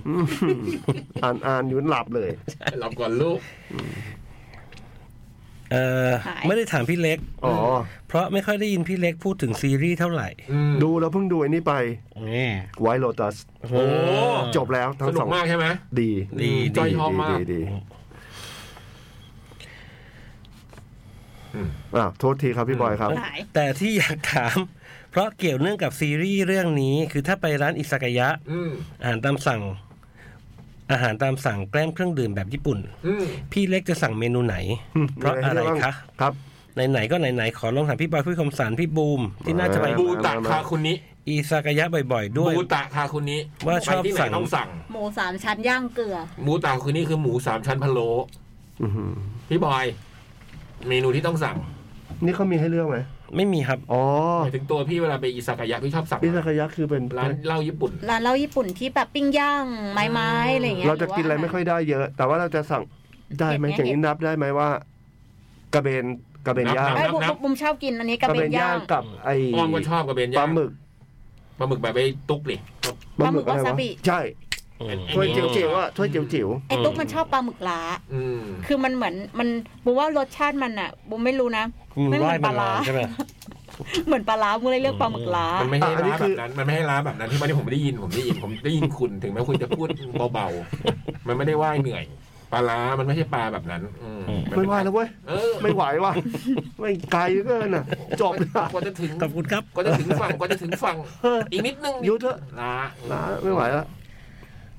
อ่านอ่านอยู่หลับเลย หลับก่อนลูก เออ หาย ไม่ได้ถามพี่เล็ก อ๋อ เพราะไม่ค่อยได้ยินพี่เล็กพูดถึงซีรีส์เท่าไหร่ ดูแล้วเพิ่งดูไอ้นี่ไป นี่ ไวโ o ตัส โอ้โห จบแล้วทั้ ส ง นุ ส ก อง มากใช่ไหม ดี ดี จอยชอบมาก ดีดีอ่ะโทษทีครับพี่บอยครับ หาย แต่ที่อยากถาม เพราะเกี่ยวเนื่องกับซีรีส์เรื่องนี้ คือถ้าไปร้านอิซากายะ อืม อาหารตามสั่ง อาหารตามสั่งแกล้มเครื่องดื่มแบบญี่ปุ่น อืม พี่เล็กจะสั่งเมนูไหน เพราะอะไร มีอะไรให้เลือก คะ บ้าง ครับ ไหนๆก็ไหนๆขอลองถามพี่บอยพี่คมสารพี่บูม ที่น่าจะไป บูตะคาคุนิ อิซากายะบ่อยๆ ด้วย บูตะคาคุนิ ว่าชอบ ไปที่ไห สั่ น ง ต้องสั่ง หมูสามชั้นย่างเกลือ หมูตาคือนี่คือหมูสามชั้นพะโล้ อื้อหือ พี่บอย เมนูที่ต้องสั่ง นี่เขามีให้เลือกไหม ไม่มีครับ อ๋อ หมายถึงตัวพี่เวลาไปอิซากายะพี่ชอบสั่ง อิซากายะคือเป็น ร้านเหล้าญี่ปุ่น ร้านเหล้าญี่ปุ่นที่แบบปิ้งย่างไม้ๆอะไรอย่างเงี้ย เราจะกินอะไรไม่ค่อยได้เยอะ แต่ว่าเราจะสั่งได้ไหมอย่างนี้นับได้ไหมว่า กระเบนกระเบนย่าง ไอ้ย นับ บุม นับ บุมชอบกินอันนี้กระเบนย่าง กับไอ้ อ้อมก็ชอบกับเบน ป ย่า ลาง หมึก ปลาหมึกแบบไปตุกดิ ปลาหมึกอะไรวะใช่ถ้วยเจิ๋วๆอ่ะถ้วยเจิ๋ว ไอ้ตุ๊กมันชอบปลาหมึกล้า อืม คือมันเหมือนมันบุมว่ารสชาติมันอ่ะบุมไม่รู้นะ (laughs) มัน ไม่เหมื ไห อน ว้ ป มา ลาร้า ลาใช่ไหม เหมือนปลาล้าบุมเลยเรียกปลาหมึกล้า มันไม่ใช่ร้านแบบนั้นมันไม่ให้ร้านแบบนั้นที่วันนี้ผมไม่ได้ยินผมได้ยินผมได้ยินคุณถึงแม้คุณจะพูดเบาๆมันไม่ได้ว่ายเหนื่อยปลาร้ามันไม่ใช่ปลาแบบนั้น อืม ๆไม่ไหวแล้วเว้ย เออ ไม่ไหวว่ะไม่ไกลเหลือเกินอ่ะ จบเลยอะ กว่าจะถึง ขอบคุณครับ กว่าจะถึงฝั่งกว่าจะถึงฝั่งอีกนิดนึง หยุดเถอะ นะ นะ (laughs) ไม่ไหวละ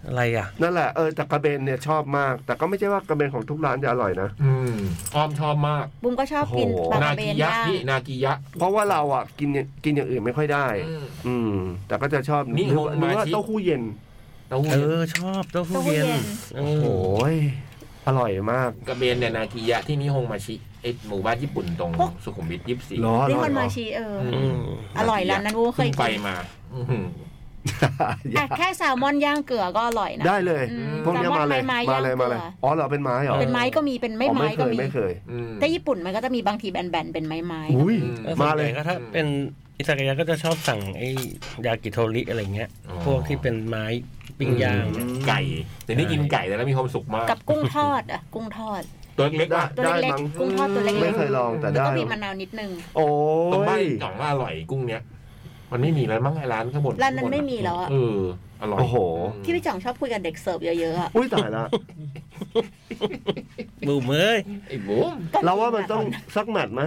อะไรอ่ะ นั่นแหละเออแต่กระเบนเนี่ยชอบมาก แต่ก็ไม่ใช่ว่ากระเบนของทุกร้านจะอร่อยนะ อืมอ้อมชอบมาก บุมก็ชอบกิน โอ้โห ปลาก นา ระเบ กิ น ยะ ย่าง พี่นากิยะ เพราะว่าเราอ่ะกินอย่างกินอย่างอื่นไม่ค่อยได้ อืม แต่ก็จะชอบ นิ หรือว่า โฮมาชิ หรือว่าเต้าหู้เย็น เต้าหู้ เอ เย็น อ ชอบเต้าหู้เย็น เต้าหู้เย็เออนโอ้ยอร่อยมาก กระเบนเนี่ยนากิยะที่นิฮงมาชิไอหมู่บ้านญี่ปุ่นตรงสุขุมวิทยี่สิบสี่ เหรอเหนี่รอ คนมาชีเออออร่อยร้านนั้นบุมเคย ไป กิน มาอื้อหือ อย่า อ่ะ (laughs) แค่แซลมอนย่างเกลือก็อร่อยนะ ได้เลย อืม พวกเนี้ยมาเลย ไม้ๆ มาเลย ย่าง มาเลย เกลือ อ๋อเหรอเป็นไม้เหรอ เป็นไม้ก็มีเป็นไม่ อ๋อ ไม้ ไม่เคยก็มี ไม่เคย อืม แต่ญี่ปุ่นมันก็จะมีบางทีแบนๆเป็นไม้ๆ อุ้ย อืม มาเลย ส่วนใหญ่ก็ถ้าเป็นอิซากายะก็จะชอบสั่งไอ้ยากิโทริอะไรเงี้ย อ๋อ พวกที่เป็นไม้ปิ้งย่างเนี่ย ไก่แต่นี่กินไก่แต่แล้วมีความสุขมาก กับกุ้งทอดอ่ะกุ้งทอด ตัวเล็กๆ ได้ อะ ตัว ได้ เล็ก มั้ง ๆกุ้งทอดตัวเล็กๆ ไม่เคยลองแต่ แล้ว ได้ ก็มีมะนาวนิดนึง โอ้ ตรงบ้าน ย จ่องว่าอร่อยกุ้งเนี้ยมันไม่มีแล้วมั้งไอ้ร้านข้างบน ร้านนั้นไม่มีแล้วอะ เอออร่อย โอ้โห ที่พี่จ่องชอบคุยกับเด็กเสิร์ฟเยอะๆอะ อุ้ยตายละ บูมเอ้ย ไอ้บุ๋ม เราว่ามันต้องสักแมตช์ไหม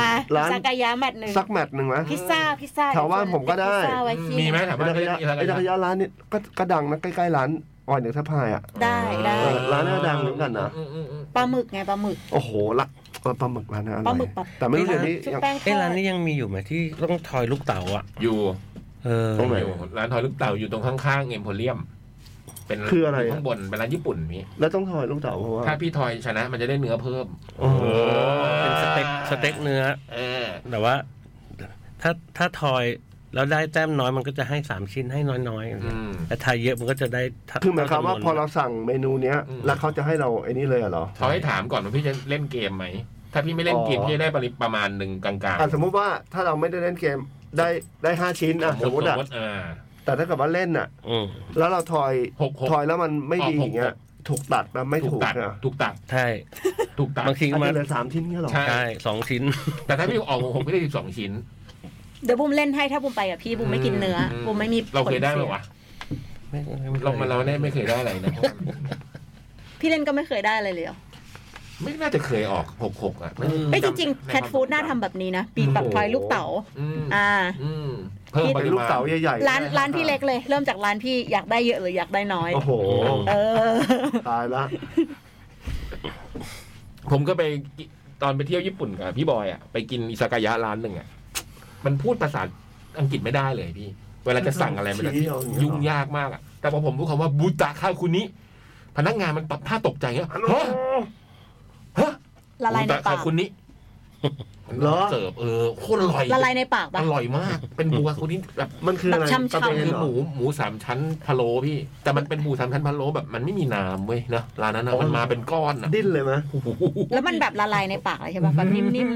มา ร้าน ซากายะแมทหนึ่ง สักแมตช์หนึ่งไหม พิซซ่าพิซซ่า แถวบ้านผมก็ได้ พิซซ่าไว้กิน มีไหมถาม ไอ้ ว่า ดัก เรีย ยะ กอะไร ไอ้ดัก นะ ยะร้านนี้ก็ก็ดังนะใกล้ๆร้านอ่อยหนึ่งทัพพายอ่ะ ได้ได้ เออร้านหน้าดังเหมือนกันนะ อืมอืมอืม ปลาหมึกไงปลาหมึก โอ้โหละเออปลาหมึกร้านนะอ ป ร่ ลาหมึ อย กปลา แต่ไม่รู้เดี๋ยวนี้ ชุบ ยัง แป้งท ไอ้ อ ร้า ด นนี้ยังมีอยู่ไหมที่ต้องทอยลูกเต๋าอ่ะ อยู่ เออ ตรงไหน อยู่ร้านทอยลูกเต่าอยู่ตรงข้างๆเอ็มโพเรียม เป็น คืออะไรอะ ยู่ข้างบนเป็นร้านญี่ปุ่นนี้ แล้วต้องถอยลูกเต๋าเพราะว่า ถ้าพี่ทอยชนะมันจะได้เนื้อเพิ่ม โอ้โห เป็นสเต็กสเต็กเนื้อ เออ แต่ว่า ถ้าถ้าทอยแล้วได้แต้มน้อยมันก็จะให้สามชิ้นให้น้อยๆอะไร อื เงี้ย ม แต่ทายเยอะมันก็จะได้เท่ คือหมายความว่า จำน พอเราสั่งเมนูเนี้ย อืม แล้วเขาจะให้เราไอ้นี่เลยเหรอ เขาให้ถามก่อนว่าพี่จะเล่นเกมไหม ถ้าพี่ไม่เล่นเกม อ๋อ พี่จะได้ปริประมาณหนึ่งกลาง อ่ะสมมุติว่าถ้าเราไม่ได้เล่นเกมได้ได้ห้าชิ้นอ่ะ ๆ สมมติอ่ะ อ่า แต่ถ้าเกิดว่าเล่นอ่ะ อืม แล้วเราทอย หกหก ทอยแล้วมันไม่ดี ออกหก อย่างเงี้ ห ย ก ถูกตัดนะไม่ ถูก ถูก ตัด นะ ถูกตัด ใช่ ถูกตัด บางที อาจ ก็มา จะเหลือสามชิ้นเงี้ยเหรอ ใช่ ใช่สองชิ้น แต่ถ้าพี่ออกหกพี่ได้สิบสองชิ้น เดี๋ยวบุมเล่นให้ถ้าบุมไปกับพี่บุมไม่กินเนื้อบุมไม่มี เราเคยได้ไหม ผลสี วะ ไม่ เรามาเราเนี่ยไม่เคยได้อะไรนะ พี่เล่นก็ไม่เคยได้อะไรเลยเหรอ ไม่น่าจะเคยออกหกหกอ่ะ เอ้ยจริงๆแคทฟู้ดน่าทำแบบนี้นะปีนแบบทอยลูกเต๋า อืม อ่า อืมเพิ่มป เป็น ริ ลูก มาณ เต๋าใหญ่ๆ ร้านร้านพี่เล็กเลย เริ่มจากร้านพี่อยากได้เยอะหรืออยากได้น้อย โอ้โห เออ ตายละ ผมก็ไปกิตอนไปเที่ยวญี่ปุ่นกับพี่บอยอ่ะไปกินอิซากายะร้านหนึ่งอ่ะมันพูดภาษาอังกฤษไม่ได้เลยพี่ เวลาจะสั่งอะไรมันจะ ชี้เอาอย่างเงี้ย ยุ่งยากมากอ่ะแต่พอผมพูดคำว่าบูตาคาคุนิพนักงานมันปรับท่าตกใจเงี้ยฮะฮะ ละลายในปาก คุณนี้ เหรอ เสิร์ฟเออโคตรอร่อย ละลายในปาก อ ปะ ร่อยมาก เป็นบัวคุณนี้แบบ มันคืออะไร แบบช่ำๆ ประเภท คือ เหรอ หมูหมูสามชั้นพะโล้พี่ แต่มันเป็นหมูสามชั้นพะโล้แบบมันไม่มีน้ำเว้ยนะร้านนั้นนะมันมาเป็นก้อนนะ ดิ้นเลยไหม โอ้โห แล้วมันแบบละลายในปากเลยใช่ปะแบบนิ่ม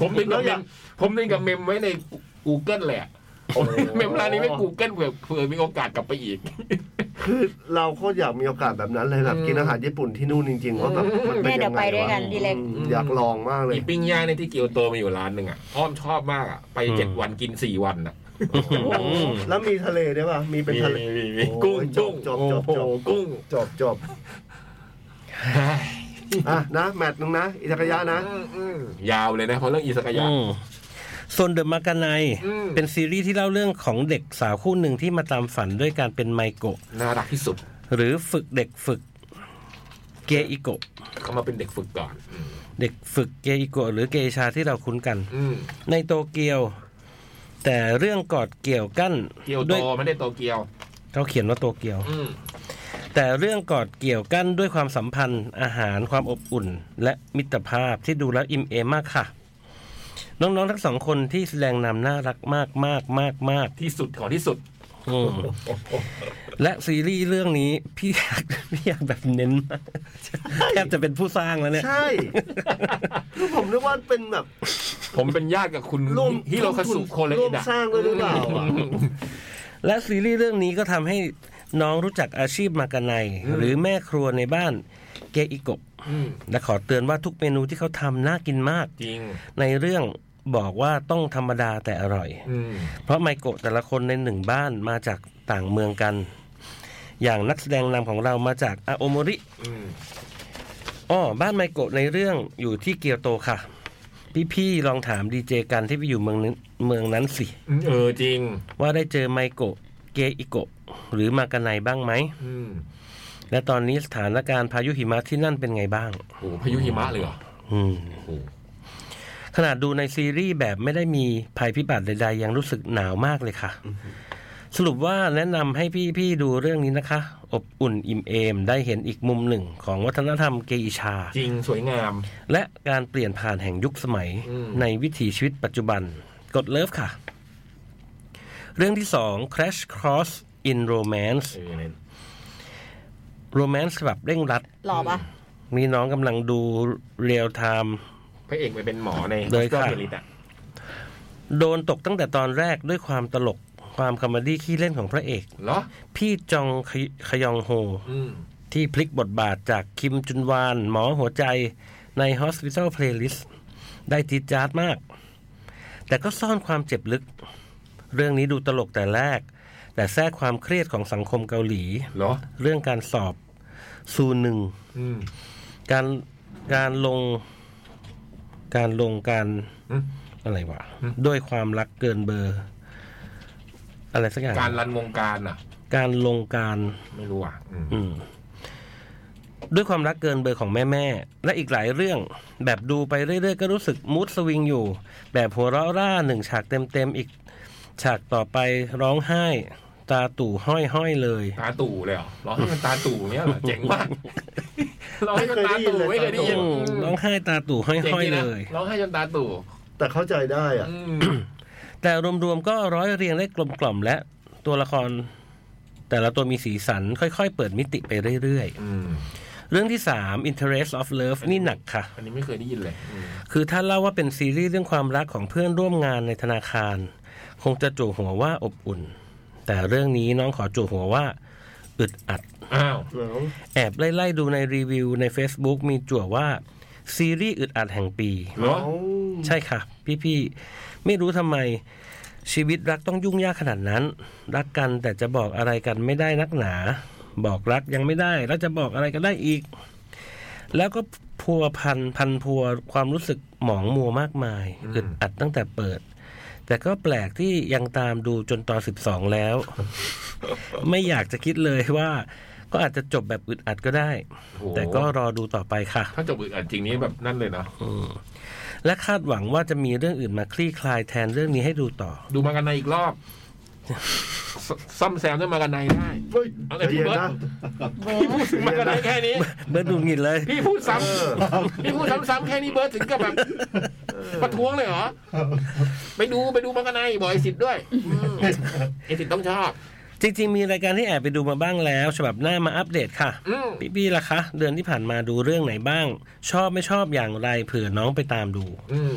ผมนึกกับเมมผมนึกกับเมมไว้ใน Google แหละ (laughs) เมมร้านนี้ไม่กูเกิลเผื่อเผื่อมีโอกาสกลับไปอีก คือเราโคตรอยากมีโอกาสแบบนั้นเลยแบบ อืม กินอาหารญี่ปุ่นที่นู่นจริงๆว่าแบบมันเป็ เนี่นยเดี๋ ยั ยว ง ไป ไง ด้วย วะ กันดีเล็ก อืมอยากลองมากเลย อีปิ้งย่างในยที่เกียวโตมาอยู่ร้านหนึ่งอ่ะอ้อมชอบมากอ่ะไปเจ็ด อืม วันกินสี่วันอ่ะ แล้วมีทะเลด้วยป่ะ มีเป็นทะเล มีมี โอ้ย กุ้ง จ กุ้ บ ง จบ โอ้ จบ โห จบ กุ้ง จบจบอ่ะนะ แมตช์หนึงนะ อิตาเกยะนะ อืมอืมยาวเลยนะเพราะเรื่องอิสกายะ อืมส่วนเดอะมากาไน อืม เป็นซีรีส์ที่เล่าเรื่องของเด็กสาวคู่หนึ่งที่มาตามฝันด้วยการเป็นไมโกะ น่ารักที่สุด หรือฝึกเด็กฝึกเกอิโกะ เขามาเป็นเด็กฝึกก่อน เด็กฝึกเกอิโกะหรือเกอิชาที่เราคุ้นกัน อืม ในโตเกียว แต่เรื่องกอดเกี่ยวกั้น เกียวโต ด้วย ไม่ได้โตเกียว เขาเขียนว่าโตเกียว อืม แต่เรื่องกอดเกี่ยวกั้นด้วยความสัมพันธ์อาหารความอบอุ่น และมิตรภาพที่ดูแล้วอิ่มเอมมากค่ะ น้องๆทั้งสองคนที่แสดงนำน่ารักมากมากมากมาก ที่สุดของที่สุด อืมและซีรีส์เรื่องนี้พี่อยากพี่อยากแบบเน้นมากแทบจะเป็นผู้สร้างแล้วเนี่ย ใช่คือผมนึกว่าเป็นแบบ ผมเป็นญาติกับคุณ ร่วม ฮิโรคาสุโคเล ร่ อิ วม ดะ สร้างด้วยหรือเปล่าอ่ะ และซีรีส์เรื่องนี้ก็ทำให้น้องรู้จักอาชีพมากาไนหรือแม่ครัวในบ้านเกอิกบ อืม และขอเตือนว่าทุกเมนูที่เขาทำน่ากินมาก จริง ในเรื่องบอกว่าต้องธรรมดาแต่อร่อย อืม เพราะไมโกะแต่ละคนในหนึ่งบ้านมาจากต่างเมืองกัน อย่างนักแสดงนำของเรามาจากอาโอโมริ อืม อ้อบ้านไมโกะในเรื่องอยู่ที่เกียวโตค่ะ พี่ๆลองถามดีเจกันที่ไปอยู่เมืองนั้นเมืองนั้นสิ อืมเออจริง ว่าได้เจอไมโกะเกอิโกะหรือมากาไนบ้างไหม อืม และตอนนี้สถานการณ์พายุหิมะที่นั่นเป็นไงบ้าง โอ้โหพายุหิมะเลยเหรอ อืม โอ้โห ขนาดดูในซีรีส์แบบไม่ได้มีภัยพิบัติใดๆ ยังรู้สึกหนาวมากเลยค่ะ สรุปว่าแนะนำให้พี่ๆดูเรื่องนี้นะคะ อบอุ่นอิ่มเอม ได้เห็นอีกมุมหนึ่งของวัฒนธรรมเกอิชา จริงสวยงาม และการเปลี่ยนผ่านแห่งยุคสมัย อืม ในวิถีชีวิตปัจจุบัน กดเลิฟค่ะ เรื่องที่สอง Crash Cross in Romance เออเนี่ย Romance ฉบับเร่งรัด หล่อปะ มีน้องกำลังดูเรียลไทม์ พระเอกไปเป็นหมอใน เลย ก็ ค่ะ เดลิตอ่ะ โดนตกตั้งแต่ตอนแรกด้วยความตลกความคอมเมดี้ขี้เล่นของพระเอก เหรอ พี่จองคขยองโฮ อืม ที่พลิกบทบาทจากคิมจุนวาน หมอหัวใจใน Hospital Playlist ได้จีดจาร์ดมาก แต่ก็ซ่อนความเจ็บลึก เรื่องนี้ดูตลกแต่แรก แต่แทรกความเครียดของสังคมเกาหลี เหรอ เรื่องการสอบซูหนึ่ง อืม การการลงการลงการ อืม อะไรวะ อืม ด้วยความรักเกินเบอร์ อะไรสักอย่าง การรันวงการอ่ะ การลงการ ไม่รู้อ่ะอืม อืมด้วยความรักเกินเบอร์ของแม่แม่ๆและอีกหลายเรื่อง แบบดูไปเรื่อยๆ ก็รู้สึกมูดสวิงอยู่ แบบหัวเราะร่าหนึ่งฉากเต็มๆอีก ฉากต่อไปร้องไห้ ตาตู่ห้อยๆเลย ตาตู่เลยเหรอร้องให้มันตาตู่เนี่ยเหรอเจ๋งมาก (laughs) ร้องให้มันตาตู่ไม่เคยได้ยิน อืมร้องไห้ตาตู่ห้ เจ๋ง อย ดี ๆเล นะ ย ร้องให้จนตาตู่ แต่เข้าใจได้อ่ะ อืม แต่รวมๆก็ร้อยเรียงได้กลมกล่อมและตัวละคร แต่ละตัวมีสีสันค่อยๆ เปิดมิติไปเรื่อย อืม ๆ เรื่องที่ 3 Interest of Love นี่หนักค่ะ อันนี้ไม่เคยได้ยินเลยอืม คือถ้าเล่าว่าเป็นซีรีส์เรื่องความรักของเพื่อนร่วมงานในธนาคาร คงจะจู่หัวว่าอบอุ่น แต่เรื่องนี้น้องขอจู่หัวว่าอึดอัด อ้าว แอบไล่ๆดูในรีวิวใน Facebook มีจั่วว่า ซีรีส์อึดอัดแห่งปี เหรอ ใช่ค่ะ พี่ๆไม่รู้ทำไม ชีวิตรักต้องยุ่งยากขนาดนั้น รักกันแต่จะบอกอะไรกันไม่ได้นักหนา บอกรักยังไม่ได้ แล้วจะบอกอะไรกันได้อีก แล้วก็พัวพันพันพัวความรู้สึกหมองมัวมากมายอึดอัดตั้งแต่เปิด แต่ก็แปลกที่ยังตามดูจนตอนสิบสองแล้ว ไม่อยากจะคิดเลยว่า ก็อาจจะจบแบบอึดอัดก็ได้ โห แต่ก็รอดูต่อไปค่ะ ถ้าจบอีกอันจริงนี้แบบนั่นเลยนะ และคาดหวังว่าจะมีเรื่องอื่นมาคลี่คลายแทนเรื่องนี้ให้ดูต่อ ดูมากันในอีกรอบ (laughs) ซซ่อมแซมด้วยมากันใน (laughs) ได้ เฮ้ย เอา ใจ เลยพี่ เย็น เบิร์ นะ ดพี่พูดถึงมากันในแค่นี้ เบิร์ดดูหงิดเลย พี่พูดซ้ำพี่พูดซ้ำๆแค่นี้เบิร์ดถึงกับแบบประท้วงเลยเหรอ ไปดูไปดูมังกรไนบอยสิทธิ์ด้วยอืมไอสิทธิ์ต้องชอบ จริงๆ มีรายการที่แอบไปดูมาบ้างแล้ว ฉบับหน้ามาอัปเดตค่ะ อืม พี่ๆล่ะคะ เดือนที่ผ่านมาดูเรื่องไหนบ้าง ชอบไม่ชอบอย่างไรเผื่อน้องไปตามดู อืม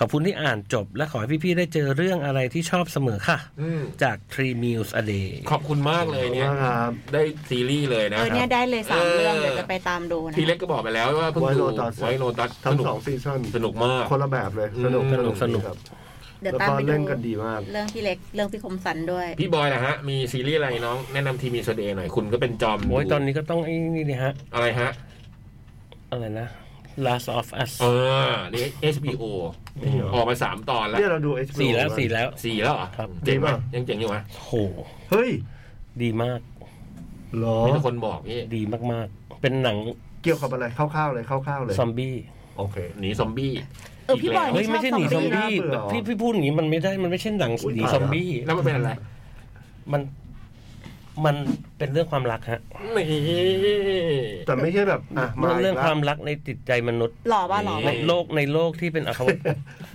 ขอบคุณที่อ่านจบ และขอให้พี่ๆได้เจอเรื่องอะไรที่ชอบเสมอค่ะ อืม จาก Three Meals a Day ขอบคุณมากเลยเนี่ย ครับ ได้ซีรีส์เลยนะ เอ ค อ รับ เนี่ยได้เลยสามเรื่อง เออ เดี๋ยวจะไปตามดูนะ พี่เล็กก็บอกไปแล้วว่าเพิ่งดู White Lotus ไวโรตัสส ทั้ง นุก สองซีซั่น สนุกมาก คนละแบบเลยสนุก อืม สนุก ครับ เดี๋ยว แล้ว ตาม ก็ ไปดู เล่นกันดีมาก เรื่องพี่เล็กเรื่องพี่คมสันด้วย พี่บอยนะฮะ มีซีรีส์อะไรน้อง แนะนำทีมีโซเดย์หน่อยคุณก็เป็นจอม โอ้ยตอนนี้ก็ต้องไอ้นี่นะฮะ อะไรฮะ อะไรนะ Last of Us เออนี่ HBO นี่เหรอ ออกมาสามตอนแล้ว เนี่ยเราดู HBO สี่แล้ว มา สี่แล้ว สี่แล้วเหรอ ครับ เจ๋งไหม ดีมาก ยังเจ๋งอยู่ไหม โห เฮ้ย ดีมาก เหรอ มีแต่คนบอกนี่ ดีมากๆ เป็นหนัง เกี่ยวกับอะไรคร่าวๆเลยคร่าวๆเลย ซอมบี้ โอเค หนีซอมบี้ เออพี่บอย ก เฮ้ย ไม่ใช่หนีซอมบี้ น่าเบื่อ พี่พี่พูดอย่างนี้มันไม่ได้มันไม่ใช่หนังหนีซอมบี้ แล้วแล้วมันเป็นอะไร มันมันเป็นเรื่องความรักฮะ นี่ แต่ไม่ใช่แบบอ่ะมา เรื่อง กแล้ ความรักในจิตใจมนุษย์ หล่อป่ะหล่อ ใน ป่ะ โลกในโลกที่เป็นอคาวุธ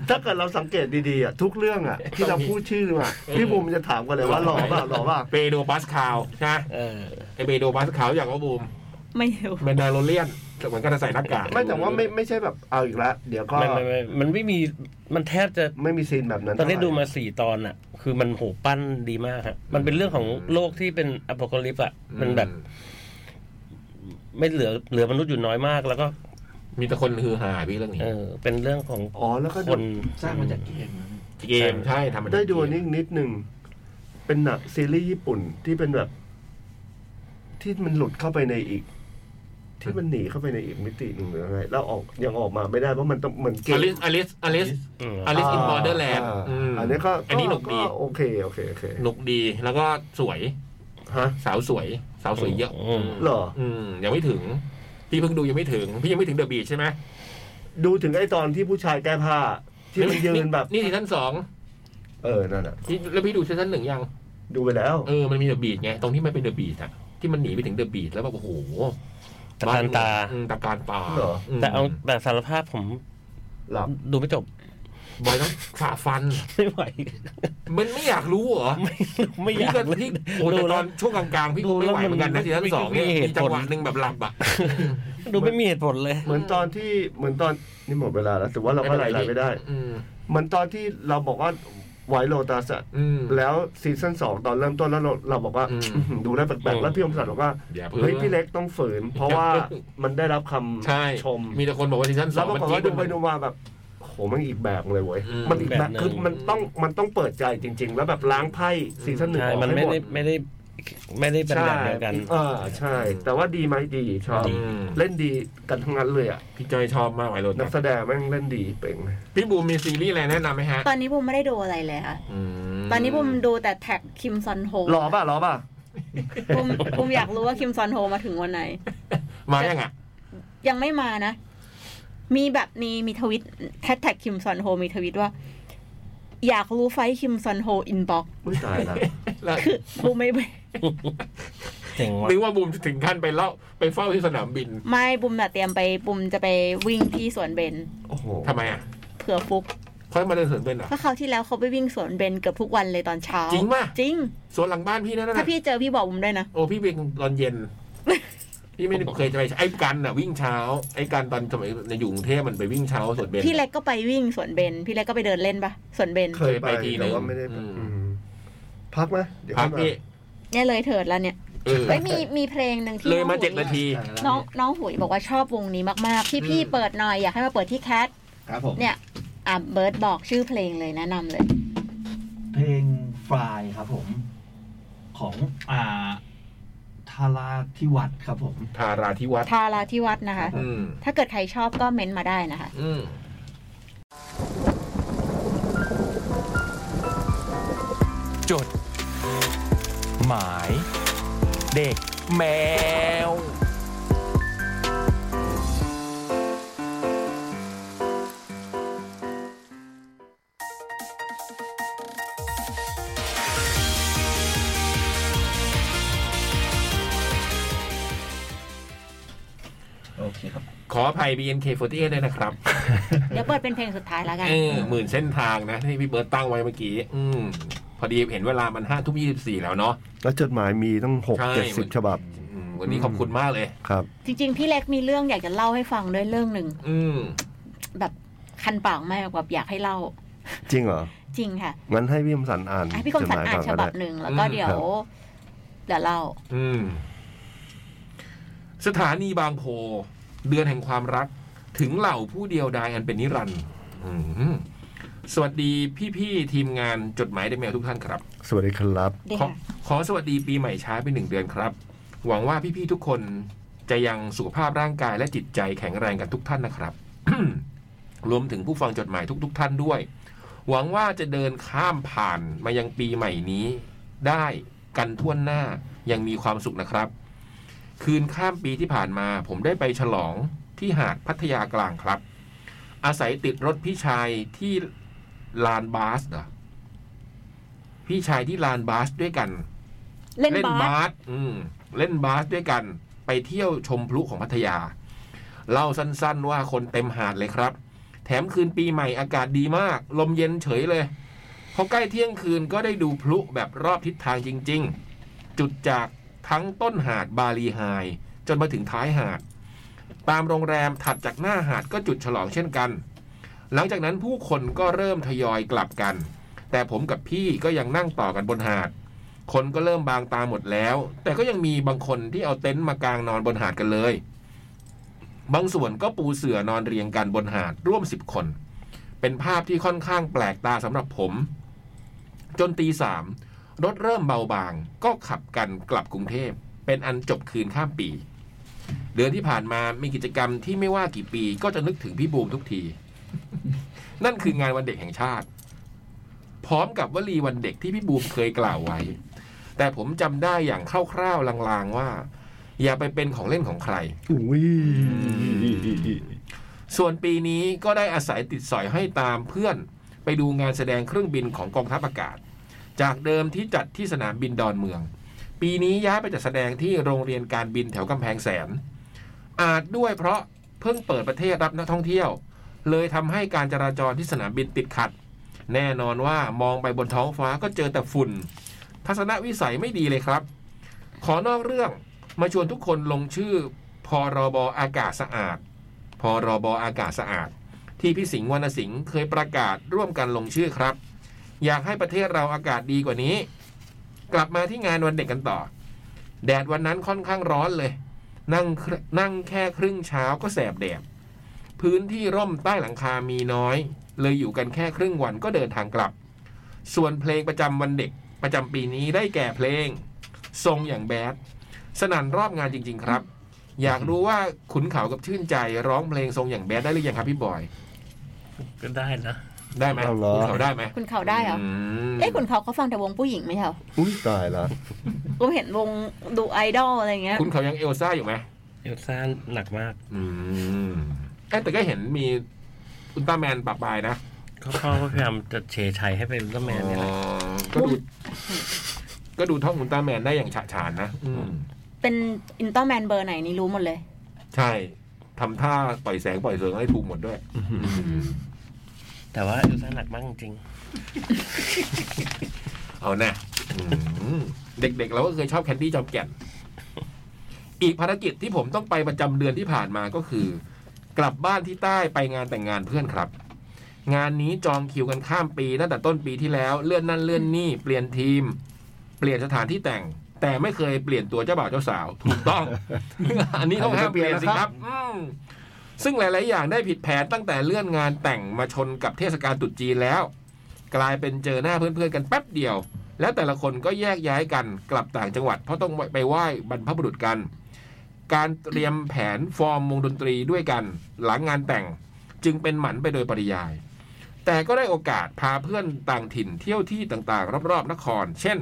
ถ้าเกิดเราสังเกตดีๆอ่ะทุกเรื่องอ่ะที่เราพูดชื่อมาพี่บูมจะถามกันเลยว่าหล่อเปล่าหล่อเปล่า เปโดบัสคาวใช่ไหม เออ ไอเปโดบัสคาวอยากว่าบูม ไม่รู้ แมนดาโลเลียนเหมือนกันจะใส่หน้ากาก ไม่แต่ว่าไม่ไม่ใช่แบบเอาอีกแล้วเดี๋ยวก็ ไม่ไม่ไม่มันไม่มีมันแทบจะ ไม่มีซีนแบบนั้น ตอนนี้ดูมาสี่ตอนอะคือมันโหปั้นดีมากฮะมันเป็นเรื่องของโลกที่เป็นอพอลลิปอะมันแบบไม่เหลือเหลือมนุษย์อยู่น้อยมาก แล้วก็ มีแต่คนฮือฮาพี่เรื่องนี้ เออเป็นเรื่องของ อ๋อแล้วก็ ค ดู น สร้างมาจากเกม เกมใช่ทำมาจาก ได้ดู เกม นี่นิดนึงเป็นหนังซีรีส์ญี่ปุ่นที่เป็นแบบ ที่มันหลุดเข้าไปในอีก ที่มันหนีเข้าไปในอีกมิติหนึ่งหรือไงแล้วออกยังออกมาไม่ได้เพราะมันต้องเหมือนเก อ ม ลิสอลิสอลิส อืม อลิสอินบอร์เดอร์แลนด์ าอันนี้ก็ อันนี้หนุกดี โอเคโอเคโอเค หนุกดีแล้วก็สวย ฮะ สาวสวย สาวสวยเยอะ อืม เหรอ อืมยังไม่ถึง พี่เพิ่งดูยังไม่ถึง พี่ยังไม่ถึงเดอะบีใช่ไหม ดูถึงไอ้ตอนที่ผู้ชายแก้ผ้า ที่มันยืนแบบ นี่ซีซั่นสอง เออ นั่นอ่ะ ที่แล้วพี่ดูซีซั่นหนึ่งยัง ดูไปแล้ว เออมันมีเดอะบีไง ตรงที่มันเป็นเดอะบีอะที่มันหนีไปถึงเดอะบีแล้วแบบโอ้โห ตะการตา อืมตะการตา เหรอ ม แต่เอาแบบสารภาพผม หลับ ดูไม่จบ (laughs) บอยต้องฝ่าฟัน ไม่ไหว มันไม่อยากรู้เหรอ ไม่ไม่อยาก พี่ที่โอ้ ดู แต่ต แล้ อ ว นช่วงกลางๆ พี่ ดู ไม่ แล้ว ไหวเหมือนกันนะ มัน ซีซั่นสองเนี่ย ไม่เห็น มีจังหวะ ผล หนึ่งแบบหลับอ่ะ ดูไม่มีเหตุผลเลย เหมือนตอนที่เหมือนตอนนี่หมดเวลาแล้วแต่ว่าเราก็ไหลๆไม่ได้ อืม เหมือนตอนที่เราบอกว่าไวโรตาสอะ อืม แล้วซีซั่นสองตอนเริ่มต้นแล้วเราเราบอกว่า อืม อื้อหือดูแล้วแปลกๆแล้วพี่อมศักดิ์บอกว่า อย่าเพิ่ง เฮ้ยพี่เล็กต้องฝื (laughs) น เพราะว่า อย่าเพิ่ง มันได้รับคำ ใช่ ชม มีแต่คนบอกว่าซีซั่นส แล้ อ ว ง ปรากฏ จี๊ ว่า ด ดูไปดูมาแบบโหมันอีกแบบเลยเว้ย อืม มันอีกแบบ แบบหนึ่ง คือมันต้องมันต้องเปิดใจจริง ๆ แล้วแบบล้างไพ่ซีซั่นหนึ่ง ใช่ ออก มัน ให้ ไม่ หม ได้ ด ไม่ได้ไม่ได้เป็นแบบเดียวกัน เออใช่ แต่ว่าดีไหมดีชอบ อืม เล่นดีกันทั้งนั้นเลยอ่ะ พี่จอยชอบมากไวโร นั ตั ก ส แสดงแม่งเล่นดีเป่งเลย พี่บูมมีซีรีส์อะไรแนะนำไหมฮะ ตอนนี้ผมไม่ได้ดูอะไรเลยค่ะ ม ตอนนี้ผมดูแต่แท็กคิมซอนโฮ หล่อป่ะหล่อป่ะ ผมผมอยากรู้ว่าคิมซอนโฮมาถึงวันไหน มายังอ่ะ ยังไม่มานะ มีแบบนี้มีทวิตแท็กคิมซอนโฮมีทวิตว่า อยากรู้ไฟคิมซอนโฮอินบ็อก อุ้ยตายละ แล้ว คือบูมไม่ (laughs) เจ๋งว่ะ นึกว่าบูมจะถึงขั้นไปเล่าไปเฝ้าที่สนามบิน ไม่บูมน่ะเตรียมไปบูมจะไปวิ่งที่สวนเบน โอ้โห ทำไมอ่ะ เผื่อฟุก เขาให้มาเดินสวนเป็นเหรอ่ะ เพราะคราวที่แล้วเขาไปวิ่งสวนเบนเกือบทุกวันเลยตอนเช้า จริงป่ะ จริง สวนหลังบ้านพี่นั่น ถ้า น่ะ พี่เจอพี่บอกบูมด้วยนะ โอ้พี่วิ่งตอนเย็ (laughs) น พี่ไม่ได้เคยจะไปไอ้กันน่ะ วิ่งเช้า ไอ้กันตอนสมัยในอยู่กรุงเทพมันไปวิ่งเช้าสวนเบน พี่เล็กก็ไปวิ่งสวนเบนพี่เล็กก็ไปเดินเล่นปะสวนเบน เคยไป เคยไปที แต่หนึ่ว่าง ไม่ได้ไป อืม อืมพักไหมเดี๋ยว พัก เข้ามา พี่ เนี่ยเลยเถิดแล้วเนี่ย เออ เฮ้ยมีมีเพลงหนึ่งที่ เลยมา น้อง เจ็ด หุย นาที น้องน้องหุยบอกว่าชอบวงนี้มากๆพี่พี่เปิดหน่อยอยากให้มาเปิดที่แคท ครับผม เนี่ย อ่ะเบิร์ดบอกชื่อเพลงเลยแนะนำเลย เพลงฟลายครับผม ของอ่าทาราทิวัตรครับผม ทาราธิวัฒน์ ทาราที่วัดนะคะ อืม ถ้าเกิดใครชอบก็เม้นต์มาได้นะคะ อืม จด หมาย เด็กแมว โอเคครับ ขออภัย BNK48 ด้วยนะครับ เดี๋ยวเปิดเป็นเพลงสุดท้ายแล้วกัน เออหมื่นเส้นทางนะ ที่พี่เบิร์ตตั้งไว้เมื่อกี้ อืม พอดีเห็นเวลามันห้าทุ่มยี่สิบสี่แล้วเนาะ แล้วจดหมายมีตั้งหก ใช่ เจ็ดสิบ มัน ฉบับ อืมวันนี้ขอบคุณมากเลย ครับ จริง ๆ พี่เล็กมีเรื่องอยากจะเล่าให้ฟังด้วยเรื่องหนึ่ง อืม แบบ คันปากมากแบบอยากให้เล่า จริงเหรอ จริงค่ะ งั้นให้พี่คมสันอ่าน อ่ะพี่คมสันอ่าน จ ฉ ดหมยก่ บั ก็ บ ได้ หนึ่งแล้วก็เดี๋ยว อืมครับ เดี๋ยวเล่า อืม สถานีบางโพ เดือนแห่งความรัก ถึงเหล่าผู้เดียวดายอันเป็นนิรันดร์อืมสวัสดีพี่ๆทีมงานจดหมายเดเมลทุกท่านครับ สวัสดีครับ ได้ ขอ ค่ะ ขอสวัสดีปีใหม่ช้าไปหนึ่งเดือนครับ หวังว่าพี่ ๆ ทุกคนจะยังสุขภาพร่างกายและจิตใจแข็งแรงกันทุกท่านนะครับ (coughs) รวมถึงผู้ฟังจดหมายทุก ๆ ท่านด้วย หวังว่าจะเดินข้ามผ่านมายังปีใหม่นี้ ได้กันทั่วหน้ายังมีความสุขนะครับ คืนข้ามปีที่ผ่านมา ผมได้ไปฉลองที่หาดพัทยากลางครับ อาศัยติดรถพี่ชายที่ลานบาสเหรอพี่ชายที่ลานบาสด้วยกัน เล่นบาส สอืมเล่นบาสด้วยกัน ไปเที่ยวชมพลุของพัทยา เล่าสั้นๆว่าคนเต็มหาดเลยครับ แถมคืนปีใหม่อากาศดีมาก ลมเย็นเฉยเลย พอใกล้เที่ยงคืนก็ได้ดูพลุแบบรอบทิศทางจริง ๆ จุดจากทั้งต้นหาดบาลีไฮจนมาถึงท้ายหาด ตามโรงแรมถัดจากหน้าหาดก็จุดฉลองเช่นกัน หลังจากนั้นผู้คนก็เริ่มทยอยกลับกัน แต่ผมกับพี่ก็ยังนั่งต่อกันบนหาด คนก็เริ่มบางตาหมดแล้ว แต่ก็ยังมีบางคนที่เอาเต็นท์มากางนอนบนหาดกันเลย บางส่วนก็ปูเสื่อนอนเรียงกันบนหาดร่วมสิบคน เป็นภาพที่ค่อนข้างแปลกตาสำหรับผม จนตีสามรถเริ่มเบาบาง ก็ขับกันกลับกรุงเทพ เป็นอันจบคืนข้ามปี เดือนที่ผ่านมามีกิจกรรมที่ไม่ว่ากี่ปี ก็จะนึกถึงพี่บูมทุกที นั่นคืองานวันเด็กแห่งชาติ พร้อมกับวลีวันเด็กที่พี่บูมเคยกล่าวไว้ แต่ผมจำได้อย่างคร่าวๆลางๆว่า อย่าไปเป็นของเล่นของใคร อุ้ย ส่วนปีนี้ก็ได้อาศัยติดสอยให้ตามเพื่อนไปดูงานแสดงเครื่องบินของกองทัพอากาศ จากเดิมที่จัดที่สนามบินดอนเมือง ปีนี้ย้ายไปจัดแสดงที่โรงเรียนการบินแถวกำแพงแสน อาจด้วยเพราะเพิ่งเปิดประเทศรับนักท่องเที่ยว เลยทำให้การจราจรที่สนามบินติดขัด แน่นอนว่ามองไปบนท้องฟ้าก็เจอแต่ฝุ่น ทัศนวิสัยไม่ดีเลยครับ ขอนอกเรื่องมาชวนทุกคนลงชื่อพรบอากาศสะอาด พรบอากาศสะอาด ที่พี่สิงห์วรรณสิงห์เคยประกาศร่วมกันลงชื่อครับ อยากให้ประเทศเราอากาศดีกว่านี้ กลับมาที่งานวันเด็กกันต่อ แดดวันนั้นค่อนข้างร้อนเลย นั่งเครนั่งแค่ครึ่งเช้าก็แสบแดดพื้นที่ร่มใต้หลังคามีน้อย เลยอยู่กันแค่ครึ่งวันก็เดินทางกลับ ส่วนเพลงประจำวันเด็กประจำปีนี้ได้แก่เพลง ทรงอย่างแบดสนั่นรอบงานจริง ๆ ครับ อยากรู้ว่าขุนเขากับชื่นใจร้องเพลงทรงอย่างแบดได้หรือยังครับพี่บอย ก็ได้นะ ได้ไหมขุนเขาได้ไหม คุณเขาได้เหรอ อืม เอ้ยคุณเขาเขาฟังแต่วงผู้หญิงไหมเหรอ อุ้ยตายละ ผมเห็นวงดูไอดอลอะไรเงี้ย ขุนเขายังเอลซ่าอยู่ไหม เอลซ่าหนักมาก อืมเอ้ยแต่ก็เห็นมีอุลตร้าแมนปากบายนะ เขาพ่อก็พยายามจะเชยชัยให้เป็นอุลตร้าแมนเนี่ยแหละ อ๋อก็ดู ก็ดูท่องอุลตร้าแมนได้อย่างฉะฉานนะอืม เป็นอินเตอร์แมนเบอร์ไหนนี่รู้หมดเลย ใช่ทำท่าปล่อยแสงปล่อยเสริงให้ถูกหมดด้วย แต่ว่าเอลซ่าหนักมากจริง เอานะอืมเด็กๆเราก็เคยชอบแคนดี้จอมแก่น อีกภารกิจที่ผมต้องไปประจำเดือนที่ผ่านมาก็คือ กลับบ้านที่ใต้ไปงานแต่งงานเพื่อนครับ งานนี้จองคิวกันข้ามปีตั้งแต่ต้นปีที่แล้วเลื่อนนั่นเลื่อนนี่เปลี่ยนทีม เปลี่ยนสถานที่แต่ง แต่ไม่เคยเปลี่ยนตัวเจ้าบ่าวเจ้าสาว ถูกต้อง (laughs) อันนี้ต้องห้ามเปลี่ยนสิครับอืมซึ่งหลาย ๆ อย่างได้ผิดแผนตั้งแต่เลื่อนงานแต่งมาชนกับเทศกาลตรุษจีนแล้ว กลายเป็นเจอหน้าเพื่อนๆกันแป๊บเดียว แล้วแต่ละคนก็แยกย้ายกันกลับต่างจังหวัด เพราะต้องไปไหว้บรรพบุรุษกัน การเตรียมแผนฟอร์มวงดนตรีด้วยกัน หลังงานแต่งจึงเป็นหมันไปโดยปริยาย แต่ก็ได้โอกาสพาเพื่อนต่างถิ่นเที่ยวที่ต่างๆ รอบๆนคร เช่น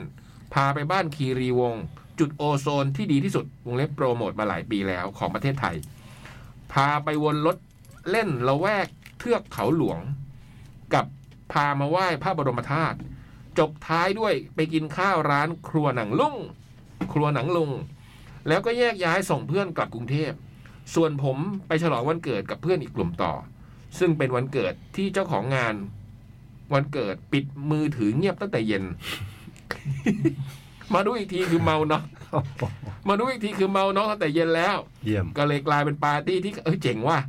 พาไปบ้านคีรีวงศ์จุดโอโซนที่ดีที่สุดวงเล็บโปรโมทมาหลายปีแล้วของประเทศไทย พาไปวนรถเล่นละแวกเทือกเขาหลวง กับพามาไหว้พระบรมธาตุ จบท้ายด้วยไปกินข้าวร้านครัวหนังลุงครัวหนังลุง แล้วก็แยกย้ายส่งเพื่อนกลับกรุงเทพ ส่วนผมไปฉลองวันเกิดกับเพื่อนอีกกลุ่มต่อ ซึ่งเป็นวันเกิดที่เจ้าของงาน วันเกิดปิดมือถือเงียบตั้งแต่เย็น (laughs) มาดูอีกทีคือเมา (laughs) เนาะมาดูอีกทีคือเมาเนาะตั้งแต่เย็นแล้ว เยี่ยม ก็เลยกลายเป็นปาร์ตี้ที่เอ้ยเจ๋งว่ะ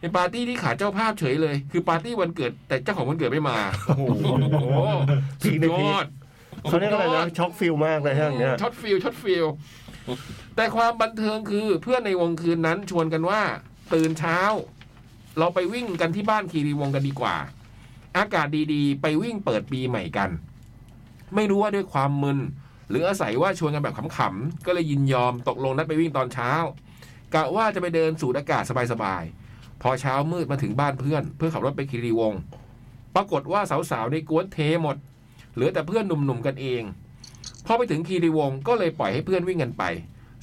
เป็นปาร์ตี้ที่ขาดเจ้าภาพเฉยเลย คือปาร์ตี้วันเกิดแต่เจ้าของวันเกิดไม่มา (laughs) โอ้โหสุดยอด เขาเรียกอะไรนะช็อกฟิลมากเลยฮะอย่างเนี้ย ช็อตฟิลช็อตฟิลแต่ความบันเทิงคือเพื่อนในวงคืนนั้นชวนกันว่า ตื่นเช้า เราไปวิ่งกันที่บ้านคีรีวงศ์กันดีกว่า อากาศดีๆ ไปวิ่งเปิดปีใหม่กัน ไม่รู้ว่าด้วยความมึน หรืออาศัยว่าชวนกันแบบขำๆก็เลยยินยอมตกลงนัดไปวิ่งตอนเช้ากะว่าจะไปเดินสูดอากาศสบายๆพอเช้ามืดมาถึงบ้านเพื่อน เพื่อขับรถไปคีรีวงศ์ปรากฏว่าสาวๆในกวนเทหมดเหลือแต่เพื่อนหนุ่มๆกันเอง พอไปถึงคีรีวงศ์ก็เลยปล่อยให้เพื่อนวิ่งกันไป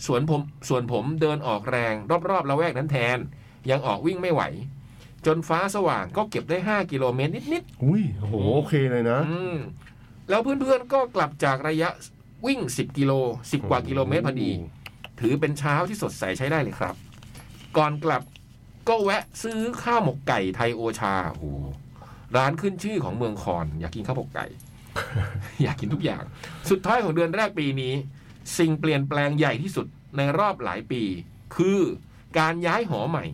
ส่วนผมส่วนผมเดินออกแรงรอบๆละแวกนั้นแทน ยังออกวิ่งไม่ไหว จนฟ้าสว่างก็เก็บได้ 5 กิโลเมตรนิด อุ้ยโอ้โหโอเคเลยนะ ๆอืมแล้วเพื่อนๆก็กลับจากระยะวิ่ง 10 กิโล 10 กว่ากิโลเมตรพอดี ถือเป็นเช้าที่สดใสใช้ได้เลยครับ ก่อนกลับก็แวะซื้อข้าวหมกไก่ไทยโอชาโอ้โหร้านขึ้นชื่อของเมืองคอน อยากกินข้าวหมกไก่ (laughs) อยากกินทุกอย่าง สุดท้ายของเดือนแรกปีนี้ สิ่งเปลี่ยนแปลงใหญ่ที่สุดในรอบหลายปี คือการย้ายหอใหม่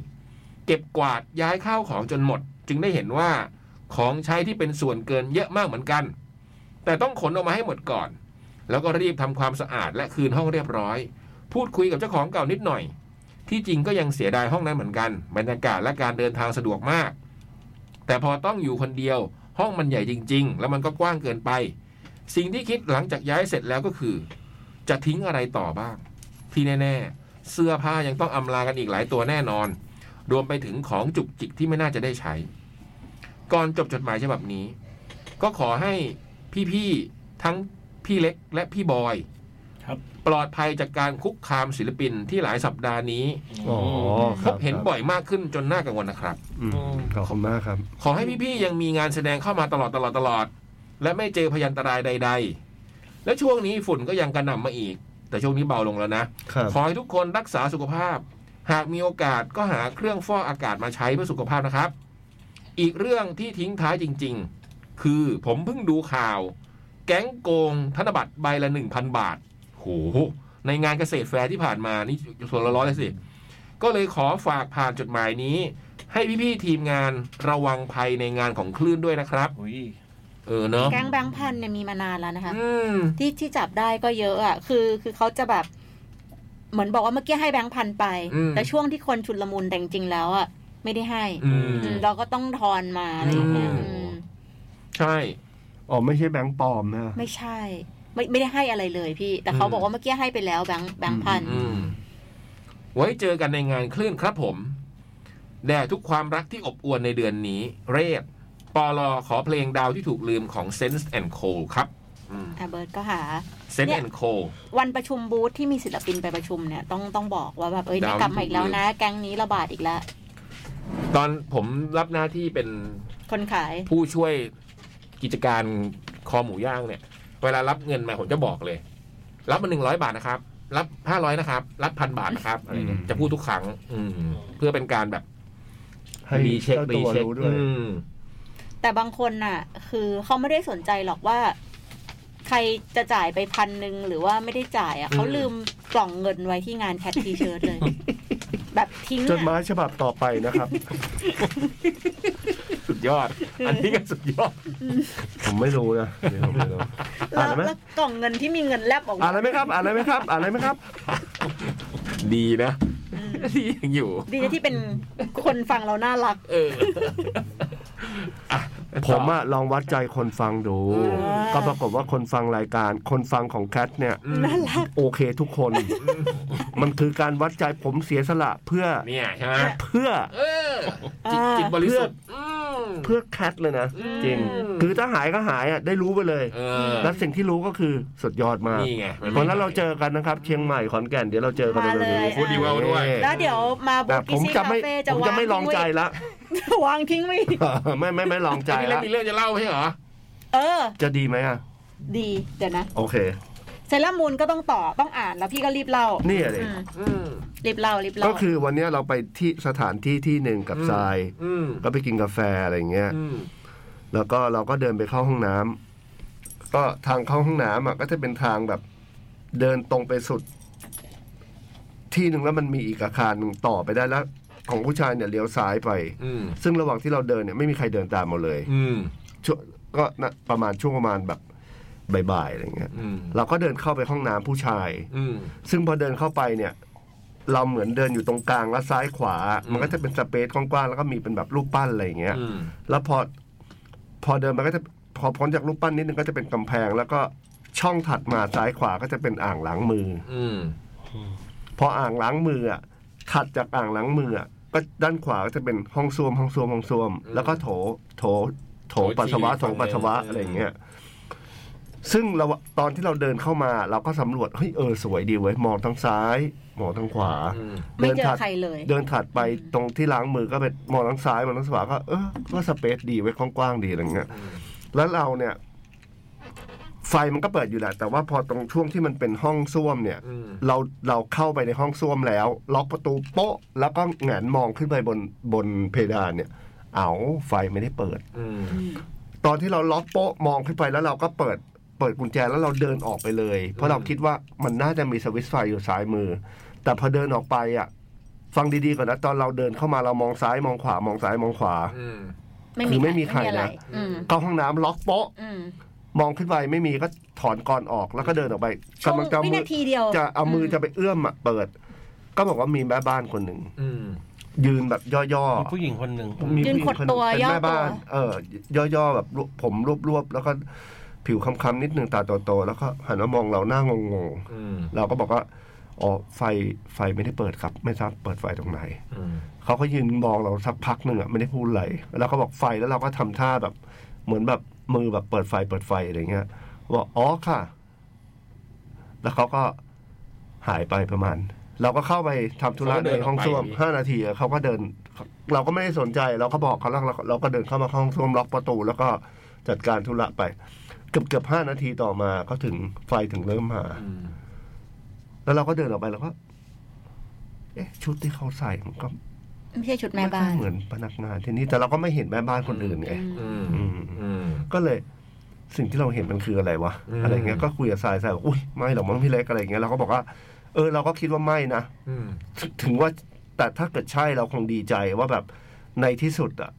เก็บกวาดย้ายข้าวของจนหมด จึงได้เห็นว่าของใช้ที่เป็นส่วนเกินเยอะมากเหมือนกัน แต่ต้องขนออกมาให้หมดก่อน แล้วก็รีบทำความสะอาดและคืนห้องเรียบร้อย พูดคุยกับเจ้าของเก่านิดหน่อย ที่จริงก็ยังเสียดายห้องนั้นเหมือนกันบรรยากาศและการเดินทางสะดวกมาก แต่พอต้องอยู่คนเดียว ห้องมันใหญ่จริง ๆ แล้วมันก็กว้างเกินไป สิ่งที่คิดหลังจากย้ายเสร็จแล้วก็คือ จะทิ้งอะไรต่อบ้าง ที่แน่ๆ เสื้อผ้ายังต้องอำลากันอีกหลายตัวแน่นอน รวมไปถึงของจุกจิกที่ไม่น่าจะได้ใช้ ก่อนจบจดหมายฉบับนี้ ก็ขอให้พี่ๆทั้งพี่เล็กและพี่บอย ครับ ปลอดภัยจากการคุกคามศิลปินที่หลายสัปดาห์นี้ อ๋อค พ รับบ เห็น ครับ บ่อยมากขึ้นจนน่ากังวลนะครับ อืมขอบคุณมากครับ ขอให้พี่ๆยังมีงานแสดงเข้ามาตลอดตลอดตลอด และไม่เจอพยันตรายใด ๆ และช่วงนี้ฝุ่นก็ยังกระหน่ำมาอีก แต่ช่วงนี้เบาลงแล้วนะ ครับ ขอให้ทุกคนรักษาสุขภาพ หากมีโอกาสก็หาเครื่องฟอกอากาศมาใช้เพื่อสุขภาพนะครับ อีกเรื่องที่ทิ้งท้ายจริง ๆ คือผมเพิ่งดูข่าว แก๊งโกงธนบัตรใบละ 1,000 บาทโหในงานเกษตรแฟร์ที่ผ่านมานี่ส่วนละร้อยเลยสิ ก็เลยขอฝากผ่านจดหมายนี้ ให้พี่ๆทีมงานระวังภัยในงานของคลื่นด้วยนะครับ อุ้ย เออเนาะ แก๊งแบงค์พันธุ์เนี่ยมีมานานแล้วนะคะ อืม ที่ที่จับได้ก็เยอะอ่ะ คือคือเขาจะแบบ เหมือนบอกว่าเมื่อกี้ให้แบงค์พันไป อืม แต่ช่วงที่คนชุลมุนแต่จริงๆแล้วอ่ะไม่ได้ให้ อืม อืมเราก็ต้องทอนมาอะไรอย่างเงี้ย อืม อืม ใช่ อ๋อไม่ใช่แบงค์ปลอมนะ ไม่ใช่ ไม่ไม่ได้ให้อะไรเลยพี่ แต่เขา อืม บอกว่าเมื่อกี้ให้ไปแล้วแบงค์แบงค์พัน อืม ไว้เจอกันในงานคลื่นครับผมแด่ทุกความรักที่อบอวลในเดือนนี้ เรียบปอลอขอเพลงดาวที่ถูกลืมของ Sense and Co ครับ อืม อ่ะเบิร์ดก็หา เนี่ Sense ย and Co วันประชุมบูธที่มีศิลปินไปประชุมเนี่ยต้องต้องบอกว่าแบบเอ้ย ดาว เนี่ยกลับมาอีกแล้วนะ แก๊งนี้ระบาดอีกแล้ว ตอนผมรับหน้าที่เป็น คนขาย ผู้ช่วยกิจการคอหมูย่างเนี่ย เวลารับเงินมาผมจะบอกเลย รับมาหนึ่งร้อยบาทนะครับ รับห้าร้อยนะครับ รับพันบาทนะครับอะไรเงี้ยจะพูดทุกครั้ง อืม เพื่อเป็นการแบบ ให้ รีเช็ค เจ้า รี ตัว เช็ค รู้ด้วย อืม แต่บางคนน่ะ คือเขาไม่ได้สนใจหรอกว่า ใครจะจ่ายไปพันหนึ่งหรือว่าไม่ได้จ่ายอ่ะเขาลืมกล่องเงินไว้ที่งานแคททีเชิร์ตเลย แบบทิ้ง จ อะ ดหมายฉบับต่อไปนะครับ (laughs) สุดยอด อันนี้ก็สุดยอด ผมไม่รู้นะเดี๋ยวผมไม่รู้อ่า แล้ นได้วไหม แล้วกล่องเงินที่มีเงินแลบอออ่ามกาน ได้ไหมครับ อ่านได้ไหมครับ อ่านได้ไหมครับ ดีนะที่ยังอยู่ ดีนะที่เป็นคนฟังเราน่ารัก เอออ่ะ ผม ต่ อะลองวัดใจคนฟังดู ม ก็ปรากฏว่าคนฟังรายการ คนฟังของแคทเนี่ย อืม น่ารัก โอเคทุกคน มันคือการวัดใจผมเสียสละเพื่อ เนี่ยใช่ไหม เพื่อ เออจิต อ่า จิตบริสุทธิ์อืม เพื่อแคทเลยนะ จริง อืม คือถ้าหายก็หายอ่ะได้รู้ไปเลย เออ แล้วสิ่งที่รู้ก็คือสุดยอดมาก นี่ไงมั เพราะฉะนั้นเราเจอกันนะครับ เชียงใหม่ขอนแก่นเดี๋ยวเราเจอกัน มาเล เร็วยๆนี้ พูดดีเวลด้วย นี่ แล้วเดี๋ยวมาบู แต่ ธกิ ผม ซี่ จะ คา ไม่ เฟ่ ผ จะ ม วาง จะไม่ลองใจ (laughs) ละ วางทิ้งไว้ ไม่ไม่ไม่ลองใจ พี่เล็ก ละ มีเรื่องจะเล่าให้เหรอ เออ จะดีไหมอ่ะ ดีเดี๋ยวนะ โอเค เซรามูนก็ต้องต่อต้องอ่านแล้วพี่ก็รีบเล่า นี่อะดิ อืม อืม รีบเล่ารีบเล่า ก็คือวันเนี้ยเราไปที่สถานที่ที่หนึ่งกับทราย อืม ก็ไปกินกาแฟอะไรอย่างเงี้ย อืม แล้วก็เราก็เดินไปเข้าห้องน้ำก็ทางเข้าห้องน้ำอ่ะก็จะเป็นทางแบบเดินตรงไปสุด ที่หนึ่งแล้วมันมีอีกอาคารหนึ่งต่อไปได้แล้ว ของผู้ชายเนี่ยเลี้ยวซ้ายไป อืม ซึ่งระหว่างที่เราเดินเนี่ยไม่มีใครเดินตามเราเลย อืม ช่วงก็นะประมาณช่วงประมาณแบบบ่ายๆอะไรเงี้ย อืม เราก็เดินเข้าไปห้องน้ำผู้ชาย อืม ซึ่งพอเดินเข้าไปเนี่ย เราเหมือนเดินอยู่ตรงกลางแล้วซ้ายขวา อืม มันก็จะเป็นสเปซกว้างๆแล้วก็มีเป็นแบบรูปปั้นอะไรอย่างเงี้ย อืม แล้วพอพอเดินมันก็จะพอพ้นจากรูปปั้นนิดนึงก็จะเป็นกำแพง แล้วก็ช่องถัดมาซ้ายขวาก็จะเป็นอ่างล้างมือ อืม พออ่างล้างมืออ่ะถัดจากอ่างล้างมืออ่ะก็ด้านขวาก็จะเป็นห้องส้วมห้องส้วมห้องส้วม แล้วก็โถโถโถ โถ ปัสสาวะ จี่ โถปัสสาวะ ฝั่งหนึ่ง อะไรอย่างเงี้ยซึ่งเราตอนที่เราเดินเข้ามาเราก็สำรวจเฮ้ยเออสวยดีเว้ยมองทางซ้าย มองทางขวา อืม ไม่ เดิน เจอ ถัด ใครเลย เดินถัดไปตรงที่ล้างมือก็เป็นมองทางซ้ายมองทางขวาก็เออก็สเปซดีไว้ยกว้างๆดีอะไรเงี้ย แล้วเราเนี่ย ไฟมันก็เปิดอยู่แหละแต่ว่าพอตรงช่วงที่มันเป็นห้องส้วมเนี่ย อืม เราเราเข้าไปในห้องส้วมแล้ว ล็อกประตูโป๊ะ แล้วก็แหงนมองขึ้นไปบนบนเพดานเนี่ย เอาไฟไม่ได้เปิด อืม ตอนที่เราล็อกโป๊ะมองขึ้นไปแล้วเราก็เปิดเปิดกุญแจแล้วเราเดินออกไปเลย เพราะเราคิดว่ามันน่าจะมีสวิตช์ไฟอยู่ซ้ายมือ แต่พอเดินออกไปอ่ะ ฟังดีๆก่อนนะตอนเราเดินเข้ามาเรามองซ้ายมองขวามองซ้ายมองขวา อืม ไม่ คือไม่มีใคร อ นะ อืม เข้าห้องน้ำล็อกโป๊ะ อืม มองขึ้นไปไม่มีก็ถอนกรอนออกแล้วก็เดินออกไป ช่วง กำลังจะเอา วิ มือ นาทีเดียว จะเอามือจะไปเอื้อมอะเปิด ก็บอกว่ามีแม่บ้านคนหนึ่ง อืม ยืนแบบย่อ มีผู้หญิงคนหนึ่ง ๆ มี ยืน ผู้หญิง ขด คนห ตั นึ่งวเป็น ย่อ แม่ ตั บ้า วน เออย่อๆแบบผมรวบๆแล้วก็ผิวคล้ำๆนิดนึงตาโตๆแล้วก็หันมามองเราหน้างง อืม ๆเราก็บอกว่าอ๋อไฟไฟไม่ได้เปิดครับ ไม่ทราบเปิดไฟตรงไหน อืม เขาก็ยืนมองเราสักพักหนึ่งอ่ะไม่ได้พูดอะไรแล้วก็บอกไฟแล้วเราก็ทำท่าแบบ เหมือนแบบมือแบบเปิดไฟเปิดไฟอะไรเงี้ยบอกอ๋อค่ะ แล้วเขาก็หายไปประมาณ เราก็เข้าไปทำธุระ เขาก็ ใน เดินออกไป ห้องส้วมห้านาทีอะเขาก็เดิน เราก็ไม่ได้สนใจ เราก็บอกเขาแล้วเราเราก็เดินเข้ามาห้องส้วมล็อกประตู แล้วก็จัดการธุระไป เกือบเกือบห้านาทีต่อมาเขาถึงไฟถึงเริ่มมา อืม แล้วเราก็เดินออกไปแล้วก็ เอ๊ะ ชุดที่เขาใส่มันก็ ไม่ใช่ชุดแม่บ้าน ไค่อยเหมือนพนักงานที่นี่แต่เราก็ไม่เห็นแม่บ้านคนอื่นไง อืม อืม อืม ก็เลยสิ่งที่เราเห็นมันคืออะไรวะ อืม อะไรเงี้ยก็คุยกับสายสายบอกอุ้ยไม่หรอกมั้งพี่เล็กอะไรเงี้ยเราก็บอกว่า เออเราก็คิดว่าไม่นะ อืม ถถึงว่าแต่ถ้าเกิดใช่เราคงดีใจว่าแบบในที่สุดอะ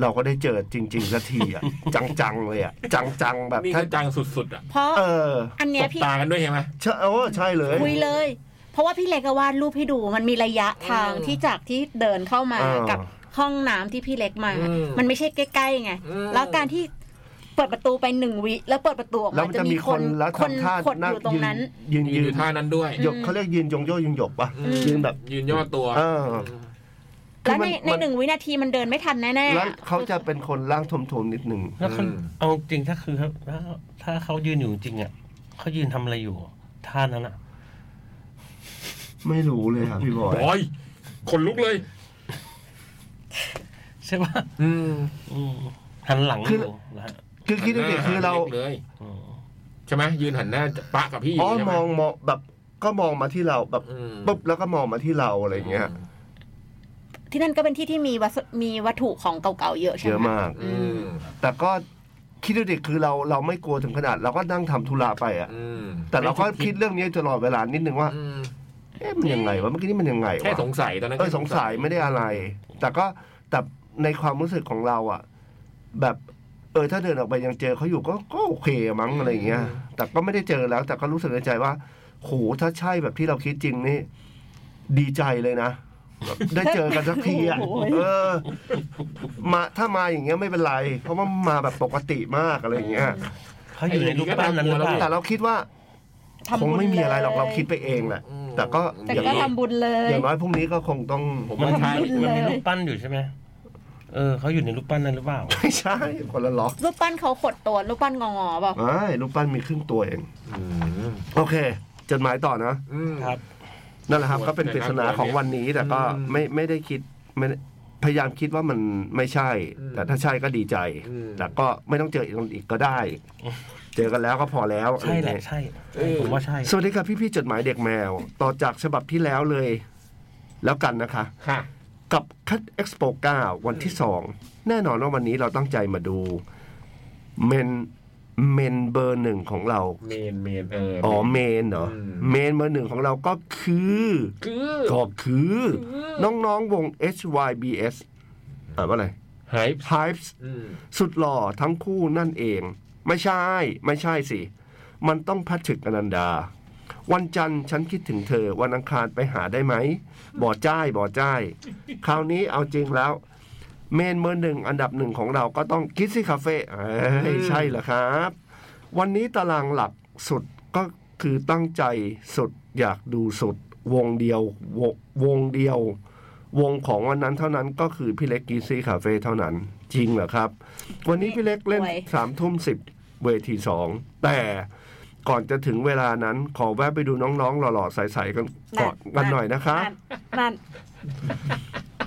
เราก็ได้เจอจริงๆสักทีอะ (laughs) จังๆเลยอะจังๆแบบ นี่ ถ้า คือจังสุดๆอ่ะ เพราะ เออ อันเนี้ ต ย บ พี่ ตากันด้วยใช่ไหม ใช่เออใช่เลย คุยเลย เพราะว่าพี่เล็กก็วาดรูปให้ดูมันมีระยะทาง อืม ที่จากที่เดินเข้ามา อ่ากั กับห้องน้ำที่พี่เล็กมา อืม มันไม่ใช่ใกล้ๆไง อืม แล้วการที่เปิดประตูไปหนึ่งวิ แล้วเปิดประตูออก แล้ว มา มัน จะ จะ มี มีคคน นแล้ว คน ทำท่า ขดอยู่ตรงนั้น ยืน ยื ยื น น ท่านั้นด้วย หยกเขาเรียกยืนยงโยยืนหยกปะ อืม ยืนแบบ ยืนย่อตัว เออ แล้วใน คือ ใน มัมั หนึ่งวินาทีมันเดินไม่ทันแน่ๆ แล้ว อะ เขาจะเป็นคนร่างทมทมๆนิดหนึ่ง แล้วเขาเอาจริงถ้าคือถ้าถ้าเขายืนอยู่จริงอ่ะเขายืนทำอะไรอยู่ท่านั้นอ่ะ ไม่รู้เลยครับพี่บอย บอยขนลุกเลย ใช่ป่ะ อืม อืมหันหลังอยู่นะฮะ คือคิดดูดิคือเรา หันหน้เลย อืม ใช่ไหมยืนหันหน้าปะกับพี่ อ๋อ ใช่ไห มองมองแบบก็มองมาที่เราแบบ อืม ปุ๊บแล้วก็มองมาที่เราอะไรอย่างเงี้ย ที่นั่นก็เป็นที่ที่มีวัสมีวัตถุของเก่าๆเยอะใช่ เยอะ ไหม มาก อืม แต่ก็คิดดูดิคือเราเราไม่กลัวถึงขนาด เราก็นั่งทำธุระไปอ่ะ อืม แต่เราก็คิดเรื่องนี้ตลอดเวลานิดนึงว่า อืม เอ๊ะมันยังไงวะเมื่อกี้นี่มันยังไง แค่ วะ สงสัยตอนนั้น เออสงสัยไม่ได้อะไร แต่ก็แต่ในความรู้สึกของเราอ่ะ แบบเออถ้าเดินออกไปยังเจอเขาอยู่ก็ก็โอเคมั้งอะไรอย่างเงี้ย แต่ก็ไม่ได้เจอแล้ว แต่ก็รู้สึกในใจว่าโหถ้าใช่แบบที่เราคิดจริงนี่ ดีใจเลยนะแบบได้เจอกันสักทีอ่ะเออ มาถ้ามาอย่างเงี้ยไม่เป็นไร เพราะว่ามาแบบปกติมากอะไรอย่างเงี้ย เขาอยู่ในรูปปั้นนั้นหรือเป แต่ ล่า เราคิดว่า ทำ คง บุญ ไม่มีอะไรหรอก ลย เราคิดไปเองแหละ อืม แต่ก็ แต่ อย่างน้ก็อย ทำบุญเลย อย่างน้อยพรุ่งนี้ก็คงต้อง ผม มัน ว่าใช่ ทำบุญมันเลยมีรูปปั้นอยู่ใช่ไหมเออเขาอยู่ในรูปปั้นนั้นหรือเปล่า ไม่ใช่คนละล็อก รูปปั้นเขาขดตัวรูปปั้นงอๆบอก ไอ้ยรูปปั้นมีครึ่งตัวเอง อืม โอเคจดหมายต่อนะ อืม ครับ นั่นแหละครับก็เป็นปริศนาของวันนี้แต่ก็ อืม ไม่ไม่ได้คิดไม่ได้พยายามคิดว่ามันไม่ใช่ อืม แต่ถ้าใช่ก็ดีใจ อืม แต่ก็ไม่ต้องเจออีกอีกก็ได้ เจอกันแล้วก็พอแล้ว ใช่แหละ อะไรอย่างเงี้ ใช่ เออ ผมว่าใช่ ยสวัสดีครับพี่ๆจดหมายเด็กแมว ต่อจากฉบับที่แล้วเลย แล้วกันนะคะ ค่ะ กับคัดเอ็กซ์โป9วันที่ 2 แน่นอนว่าวันนี้เราตั้งใจมาดูเมน เมนเบอร์หนึ่งของเรา เมนเมนเออ อ๋อ เมน เมนเหรออ ม เมนเบอร์หนึ่งของเราก็คือ คือ ก็คือ น้องๆวง HYBS อ่านว่าอะไร หาย Hypes อืม สุดหล่อทั้งคู่นั่นเอง ไม่ใช่ ไม่ใช่สิ มันต้องแพทริกอนันดา วันจันทร์ฉันคิดถึงเธอ วันอังคารไปหาได้ไหมบ่อจ้ายบ่อจ้าย คราวนี้เอาจริงแล้ว เมนเมอร์หนึ่งอันดับหนึ่งของเราก็ต้องคิดซี่คาเฟ่เอ้ยใช่เหรอครับ วันนี้ตารางหลักสุดก็คือตั้งใจสุดอยากดูสุด วงเดียววงวงเดียว วงของวันนั้นเท่านั้นก็คือพี่เล็กกีซี่คาเฟ่เท่านั้น จริงเหรอครับ วันนี้พี่เล็กเล่น รวย สามทุ่มสิบเวทีสองแต่ก่อนจะถึงเวลานั้นขอแวะไปดูน้องๆ หล่อๆใสๆกันก่อนกันหน่อยนะครับ นั่น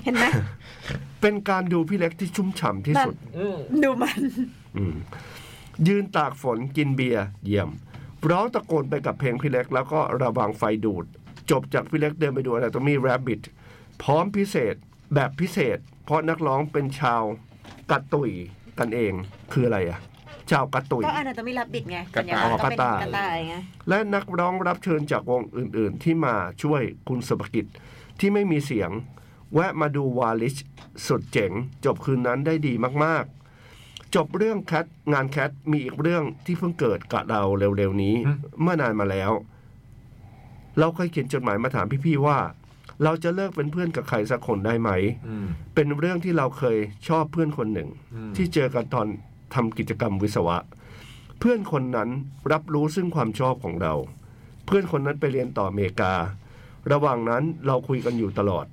เห็นไหม เป็นการดูพี่เล็กที่ชุ่มฉ่ำที่ นั่น สุด อืม ดูมัน อืมยืนตากฝนกินเบียร์เยี่ยมร้องตะโกนไปกับเพลงพี่เล็กแล้วก็ระวังไฟดูด จบจากพี่เล็กเดินไปดูอะไรตรงนี้แรบบิทพร้อมพิเศษแบบพิเศษ เพราะนักร้องเป็นชาวกระตุยกันเองคืออะไรอะชาวกระตุย ก็อนาโตมิรับบิดไงสัญลักษณ์ก็เป็นกระต่ายไง และนักร้องรับเชิญจากวงอื่น ๆ ที่มาช่วยคุณสุภกิจที่ไม่มีเสียง แวะมาดูวาลิชสุดเจ๋ง จบคืนนั้นได้ดีมาก ๆ จบเรื่องแคทงานแคทมีอีกเรื่องที่เพิ่งเกิดกับเราเร็ว ๆ นี้ เมื่อนานมาแล้ว เราเคยเขียนจดหมายมาถามพี่ ๆ ว่า เราจะเลิกเป็นเพื่อนกับใครสักคนได้ไหม อืม เป็นเรื่องที่เราเคยชอบเพื่อนคนหนึ่ง อืม ที่เจอกันตอนทำกิจกรรมวิศวะ เพื่อนคนนั้นรับรู้ซึ่งความชอบของเรา เพื่อนคนนั้นไปเรียนต่ออเมริกา ระหว่างนั้นเราคุยกันอยู่ตลอด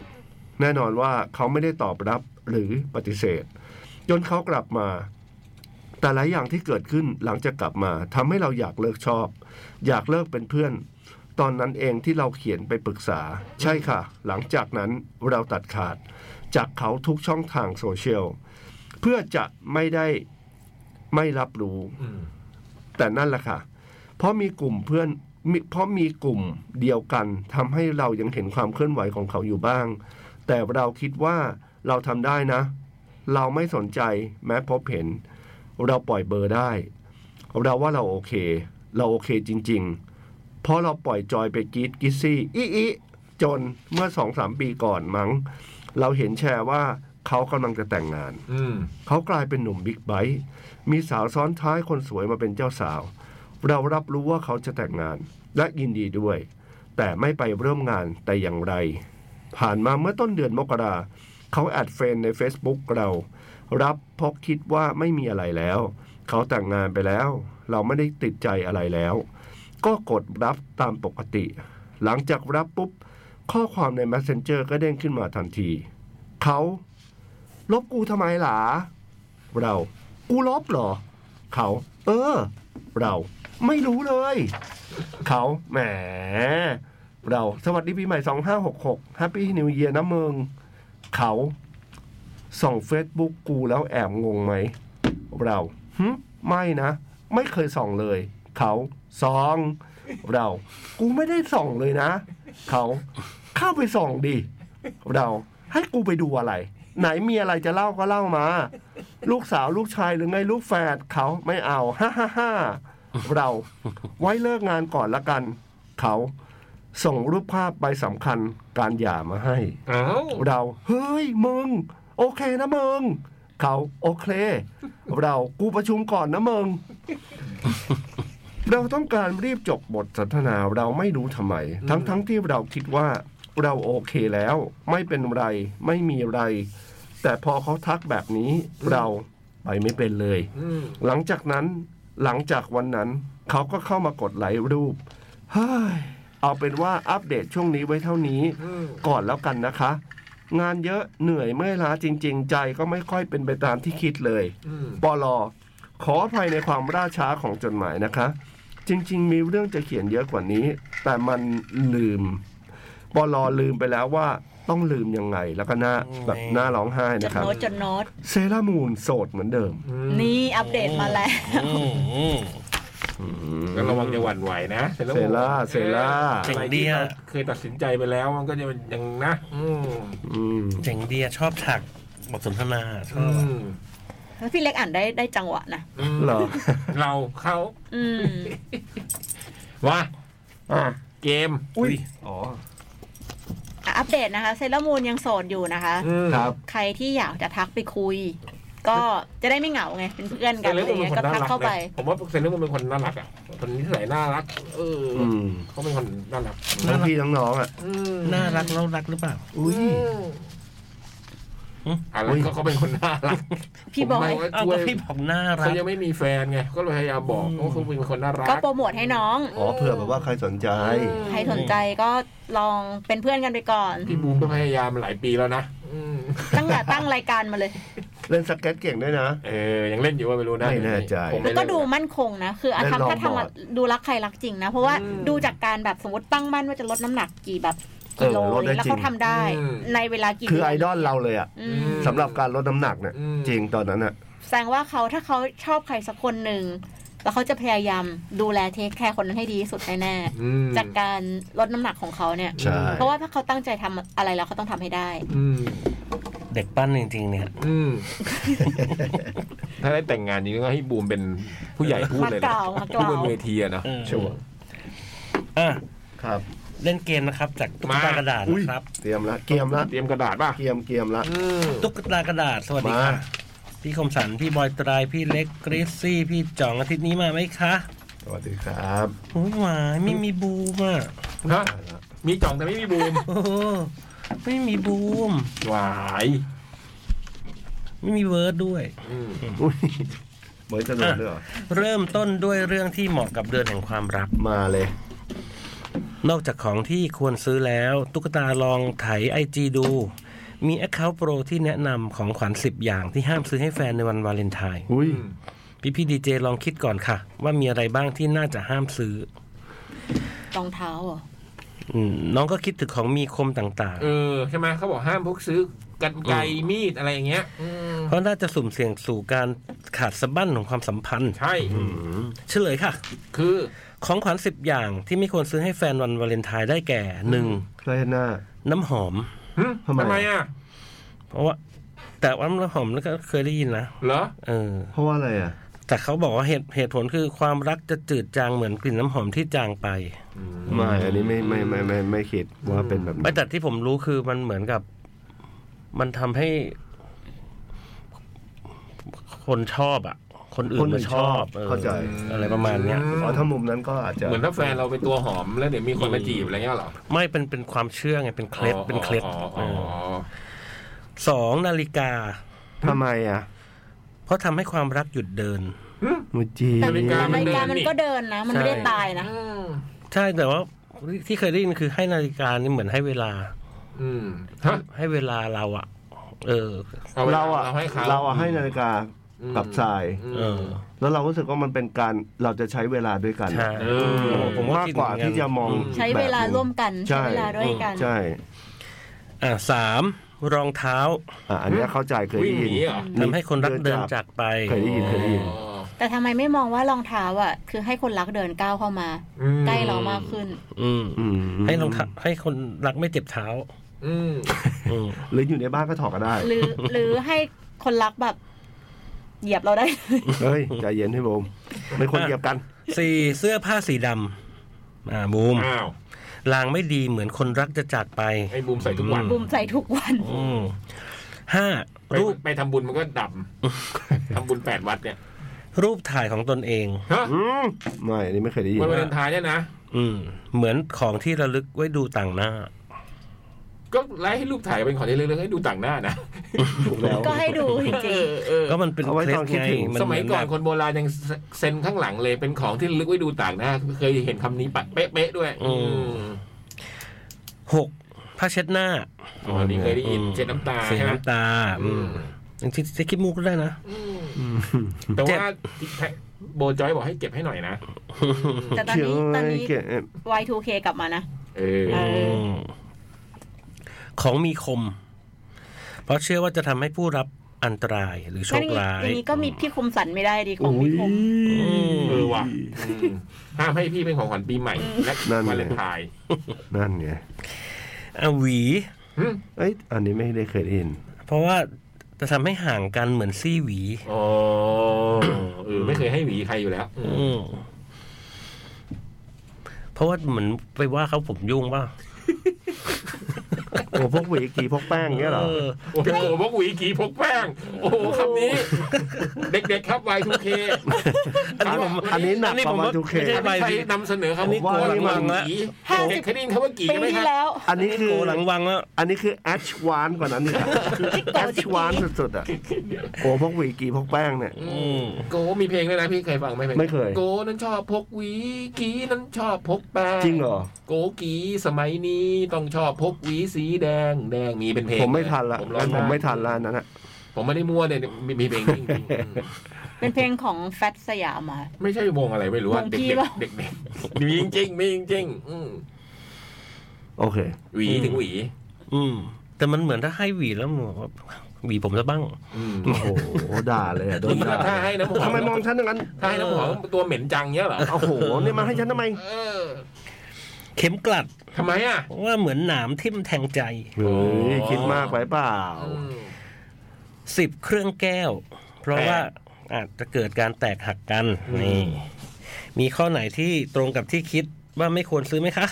แน่นอนว่าเขาไม่ได้ตอบรับหรือปฏิเสธ จนเขากลับมา แต่หลายอย่างที่เกิดขึ้นหลังจากกลับมาทำให้เราอยากเลิกชอบ อยากเลิกเป็นเพื่อน ตอนนั้นเองที่เราเขียนไปปรึกษา ใช่ค่ะ หลังจากนั้นเราตัดขาด จากเขาทุกช่องทางโซเชียล เพื่อจะไม่ได้ไม่รับรู้ อืม แต่นั่นแหละค่ะ เพราะมีกลุ่มเพื่อนมิเพราะมีกลุ่มเดียวกันทำให้เรายังเห็นความเคลื่อนไหวของเขาอยู่บ้าง แต่เราคิดว่าเราทำได้นะ เราไม่สนใจแม้พบเห็น เราปล่อยเบอร์ได้ เราว่าเราโอเค เราโอเคจริง ๆ เพราะเราปล่อยจอยไปกรีดกิซซี่อีอีจนเมื่อสองสามปีก่อนมั้ง เราเห็นแชร์ว่าเขากำลังจะแต่งงาน อืม เขากลายเป็นหนุ่มบิ๊กไบค์ มีสาวซ้อนท้ายคนสวยมาเป็นเจ้าสาว เรารับรู้ว่าเขาจะแต่งงานและยินดีด้วย แต่ไม่ไปร่วมงานแต่อย่างไร ผ่านมาเมื่อต้นเดือนมกราเขาแอดเฟรนด์ใน Facebook เรา รับเพราะคิดว่าไม่มีอะไรแล้ว เขาแต่งงานไปแล้ว เราไม่ได้ติดใจอะไรแล้ว ก็กดรับตามปกติ หลังจากรับปุ๊บ ข้อความใน Messenger ก็เด้งขึ้นมาทันที เขาลบกูทำไมหลา เรา กูลบเหรอ เขา เออ เราไม่รู้เลย เขาแหม เราสวัสดีปีใหม่ 2566 Happy New Year นะมึง เขาส่อง Facebook กูแล้วแอบงงไหม เราหึไม่นะ ไม่เคยส่องเลย เขาซอง เรา กูไม่ได้ส่องเลยนะ เขาเข้าไปส่องดิ เราให้กูไปดูอะไร ไหนมีอะไรจะเล่าก็เล่ามา ลูกสาวลูกชายหรือไงลูกแฝดเขาไม่เอา ฮ่าฮ่าฮ่าเราไว้เลิกงานก่อนละกัน เขาส่งรูปภาพใบสำคัญการหย่ามาให้ อ้าว เราเฮ้ยมึง โอเคนะมึง เขาโอเค เรากูประชุมก่อนนะมึง เราต้องการรีบจบบทสนทนาเราไม่รู้ทำไม ทั้งๆทที่เราคิดว่าเราโอเคแล้ว ไม่เป็นไรไม่มีอะไร แต่พอเขาทักแบบนี้เราไปไม่เป็นเลย อืม หลังจากนั้นหลังจากวันนั้นเขาก็เข้ามากดไลค์รูปเฮ้ยเอาเป็นว่าอัปเดตช่วงนี้ไว้เท่านี้ อืม ก่อนแล้วกันนะคะ งานเยอะเหนื่อยเมื่อยล้าจริง ๆ ใจก็ไม่ค่อยเป็นไปตามที่คิดเลย อืม ปลอขออภัยในความล่าช้าของจดหมายนะคะ จริง ๆ มีเรื่องจะเขียนเยอะกว่านี้ แต่มันลืมปลอลืมไปแล้วว่าต้องลืมยังไงแล้วก็หน้าแบบหน้าร้องไห้ จ นะ ด ครับ โน้ตจดโน้ต เซรามูนโสดเหมือนเดิม นี่อัปเดตมาแล้ว แล้วระวังจะหวั่นไหวนะเสร็จแล้ว เซล่าเซล่า เจ๋งดีอะเคยตัดสินใจไปแล้วมันก็จะเป็นยังนะอืม อืม เจ๋งเดียชอบฉากบทสนทนาชอ อื บ ม แล้วพี่เล็กอ่านได้ได้จังหวะนะ เหรอ เราเขา อืม ว่า อ่ะ เกม อุ้ย อ๋อ อ่ะอัปเดตนะคะเซเลมูนยังโสดอยู่นะคะ อืม ครับ ใครที่อยากจะทักไปคุย ก็จะได้ไม่เหงาไงเป็นเพื่อนกัน เซ อะไร เลอร์มันเป็นคเงี้ยน ก็ น่า ทัก รัก เข้าไป นะผมว่าเซเลอร์มันเป็นคนน่ารักอ่ะคนนิสัยน่ารัก เออ อืม เขาเป็นคนน่ารัก ทั้งพี่ทั้งน้องอ่ะ อืม น่ารักแล้วรักหรือเปล่า อุ้ย อะไร อุ๊ย ก็เขาเป็นคนน่ารัก พี่บอ ผม ย ไม่ว่า เอา ช่ว ก็ ย พี่บอกน่ารั เขา ก ยังไม่มีแฟนไงก็เลยพยายามบอก อืม ว่าเขาเป็นคนน่ารัก ก็โปรโมทให้น้อง อ๋อเผื่อแบบว่าใครสนใจ ใครสนใจก็ลองเป็นเพื่อนกันไปก่อน พี่บูมก็พยายามหลายปีแล้วนะอืม ตั้งแต่ตั้งรายการมาเลย เล่นสเก็ตเก่งด้วยนะ เออยังเล่นอยู่ว่าไม่รู้นะ ไม่แน่ใจ ผมไม่แล้ว เน ก็ดูมั่นคงนะ คืออา ได้ ทำลอถ้างบอ ทำ ร์ อะ ด ดูรักใครรักจริงนะ เพราะว่าดูจากการแบบสมมติตั้งมั่นว่าจะลดน้ำหนักกี่แบบกิโล เออลดได้ แล้วเขา จริง ทำได้ในเวลากี่ คือไอ เดืน ดอลเราเลยอ่ะ อืม สำหรับการลดน้ำหนักเนี่ย อืม จริงตอนนั้นอ่ะ แสดงว่าเขาถ้าเขาชอบใครสักคนหนึ่ง แล้วเขาจะพยายามดูแลเทคแคร์คนนั้นให้ดีที่สุดแน่ อืม ๆจากการลดน้ำหนักของเขาเนี่ย ใช่ เพราะว่าถ้าเขาตั้งใจทำอะไรแล้วเขาต้องทำให้ได้ อืม เด็กปั้นจริงๆเนี่ย อืมถ้าได้แต่งงานจริงก็ให้บูมเป็นผู้ใหญ่พูดเลยนะมากล่าวมาก พูด ล่าว บนเวทีอะเนาะ เออ ชัวร์ อ่ะ ครับ เล่นเกมนะครับ จากตุ๊ก มา ตากระดาษ อุ้ย นะครับ เตรียมละเกียมละ เตรียมกระดาษป่ะ เกียมเกียมละ อืม ตุ๊กตากระดาษ สวัสดี มา ค่ะ พี่คมสัน พี่บอยตราย พี่เล็กกริซซี่ พี่จ่องอาทิตย์นี้มาไหมคะ สวัสดีครับ โอ้ยหวายไม่มีบูมอ่ะ ฮะมีจ่องแต่ไม่มีบูม โอ้โหไม่มีบูม หวาย ไม่มีเวิร์ดด้วย อืม อุ้ยเหมือนจะโดนด้วยเหรอ เริ่มต้นด้วยเรื่องที่เหมาะกับเดือนแห่งความรัก มาเลย นอกจากของที่ควรซื้อแล้ว ตุ๊กตาลองไถไอจีดู มี Account Pro ที่แนะนำของขวัญ 10 อย่างที่ห้ามซื้อให้แฟนในวันวาเลนไทน์ อุ้ย พี่พี่ดีเจลองคิดก่อนค่ะ ว่ามีอะไรบ้างที่น่าจะห้ามซื้อ รองเท้าเหรอ อืมน้องก็คิดถึงของมีคมต่าง เออใช่ไหมเขาบอกห้ามพกซื้อกันไกรมีดอะไรอย่างเงี้ยอืม ๆ เพราะน่าจะสุ่มเสี่ยงสู่การขาดสะบั้นของความสัมพันธ์ ใช่ เฉลยค่ะ คือ ของขวัญสิบอย่างที่ไม่ควรซื้อให้แฟนวันวาเลนไทน์ได้แก่หนึ่ง ใครหน้า น้ำหอม หึ ทำไม ทำไมอ่ะ เพราะว่า แต่ว่าน้ำหอมแล้วก็เคยได้ยินนะ เหรอ เออ เพราะว่าอะไรอ่ะ แต่เขาบอกว่าเหตุเหตุผลคือความรักจะจืดจางเหมือนกลิ่นน้ำหอมที่จางไป ไม่ อันนี้ไม่ไม่ไม่ไม่ไม่คิดว่าเป็นแบบ ไม่ นั้น แต่ที่ผมรู้คือมันเหมือนกับ มันทำให้ คนชอบอ่ะ คนอื่นมาชอบเออ เข้าใจ อะไรประมาณเนี้ย อ๋อถ้ามุมนั้นก็อาจจะ เหมือนถ้าแฟนเราเป็นตัวหอมแล้วเดี๋ยวมีคนมาจีบอะไรเงี้ยเหรอ ไม่เป็นเป็นความเชื่อไงเป็นเคล็ดเป็นเคล็ด อ๋อ เอ อ๋อ อ อ๋อ สองนาฬิกา ทำไมอ่ะ เพราะทำให้ความรักหยุดเดิน มุจี แต่รายการมันก็เดินนะ มันไม่ได้ตายนะ ใช่แต่ว่าที่เคยได้ยินคือให้นาฬิกานี่เหมือนให้เวลา อืมฮะ ให้เวลาเราอ่ะ เออ เอาไว้ เราอ่ะ เราให้เขา เราอ่ะให้นาฬิกากับทราย เออ แล้วเรารู้สึกว่ามันเป็นการเราจะใช้เวลาด้วยกัน ใช่ เออ ผม มาก คิด กว่า เหอนน ที่จะมอง อื ใช้เวลาร่วมกัน ใช่ ใช้เวลาด้วยกัน ใช่ อ่าสามรองเท้า อ่ะอันเนี้ยเข้าใจเคย วิ่ ได้ งห ยิน นีเหรอ ทำให้คนรัก เดิ เดิ น น จาก จากไป เคยได้ยินเคยได้ยิน อ๋อ แต่ทำไมไม่มองว่ารองเท้าอ่ะ คือให้คนรักเดินก้าวเข้ามา อืม ใกล้เรามากขึ้น อืม อืม ให้รองเท้าให้คนรักไม่เจ็บเท้า อืม อืม หรืออยู่ในบ้านก็ถอดก็ (laughs) ได้ หรือหรือให้คนรักแบบ เหยียบเราได้ เฮ้ยใจเย็นให้ผมเป็นคนเหยียบกัน สี่เสื้อผ้าสีดำอ่าบูม อ้าว ลางไม่ดีเหมือนคนรักจะจากไป ไอ้บูมใส่ทุกวัน บุมใส่ทุกวัน อืมห้า ไป รูป ไปทำบุญมันก็ (laughs) ดำทำบุญแปดวัดเนี่ย รูปถ่ายของตนเอง ฮะ อืมไม่อันนี้ไม่เคยได้ยิน วันวาเลนไทน์เนี่ยนะ อืมเหมือนของที่ระลึกไว้ดูต่างหน้า ก็ไลฟ์ให้รูปถ่ายเป็นของที่เลือกให้ดูต่างหน้านะ ถูกแล้ว ก็ให้ดูจริง ก็มันเป็น เอาไว้ เคล็ด ตอนคิด ไง ถึง มัน สมัย เห ก่อน แบบ คนโบราณยังเซ็นข้างหลังเลยเป็นของที่ระลึกไว้ดูต่างหน้า เคยเห็นคำนี้ปะเป๊ะๆด้วย อืม หกผ้าเช็ดหน้า อ๋อนี่เคยได้ยิน อืม เช็ดน้ำตา เสีย ใช่ไหม น้ำตาอืมจริงๆจะคิดมุกก็ได้นะ แต่ว่าโบจอยบอกให้เก็บให้หน่อยนะ ๆ แต่ตอน เขียว นี้ตอนนี้ เก๋ Y2K กลับมานะ เออ เออ มของมีคม เพราะเชื่อว่าจะทำให้ผู้รับอันตรายหรือโชคร้าย อย่างนี้ก็มีพี่คมสันไม่ได้ดีของพี่คม เออว่ะอืมห้ามให้พี่เป็นของขวัญปีใหม่ และ นั่นไง วาเลนไทน์ นั่นไง อ่ะหวี หึ เอ้ยอันนี้ไม่ได้เคยได้ยิน เพราะว่า จะทำให้ห่างกันเหมือนซี่หวี อ๋อเออไม่เคยให้หวีใครอยู่แล้วอืม อืมเพราะว่าเหมือนไปว่าเขาผมยุ่งเปล่า โอ้พวกหวีกี่ (laughs) พวกแป้งเงี้ยเหรอ เออ โอ้โหพวกหวีกี่พกแป้ง โอ้โหคำนี้ เด็กๆครับวายทุกเค อันนี้ผม อันนี้หนัก อันนี้ ป ผ ระ ม มาณ ว่า ทุกเค ไม่ใช่ ใครนำเสนอคำนี้ ผมว่า หลัง หลังๆ ห ละ วี ห้าเด็สิบกเคยได้ยินคำว่ากี่ ปี ไหมครัที่บ แล้ว อันนี้คือ โกหลังวังแล้ว อันนี้คือแอชวานกว่า (laughs) นั้นอีกอะแอชวานสุดๆอ่ะโอ้พวกหวีกี่พวกแป้งเนี่ย อืมโกมีเพลงด้วยนะพี่เคยฟังไหมพลง ไม่เคย โกนั้นชอบพกหวีกีนั้นชอบพกแป้ง จริงเหรอ โกกีสมัยนี้ต้องชอบพกหวีสีแดงแดงมีเป็นเพลง ผมไม่ทันละ ผมร้อ งั้ ง นผมไม่ทันละอันนั้นอ่ะ ผมไม่ได้มั่วเลยเนี่ยมีมีเพลง (laughs) จริงๆอืม เป็นเพลงของแฟตสยามอะ ไม่ใช่วงอะไรไม่รู้อะ วง เด็ พี่ ก เปล่า ๆเด็กๆมีจริงๆมีจริงๆอืม โอเค หวีถึงหวี อืม แต่มันเหมือนถ้าให้หวีแล้วมันบอกว่าหวีผมซะบ้าง อืม โอ้โห ด่าเลยอะโดนด่า ถ้าให้น้ำหอม ทำไมมองฉันอย่างนั้น ถ้าให้น้ำหอมตัวเหม็นจังเนี้ยเหรอ โอ้โห นี่มาให้ฉันทำไม เออ เข็มกลัด ทำไมอ่ะ เพราะว่าเหมือนหนามทิ่มแทงใจ เฮ้ยคิดมากไปเปล่า สิบเครื่องแก้ว เพราะว่าอาจจะเกิดการแตกหักกัน อืม นี่มีข้อไหนที่ตรงกับที่คิดว่าไม่ควรซื้อไหมคะ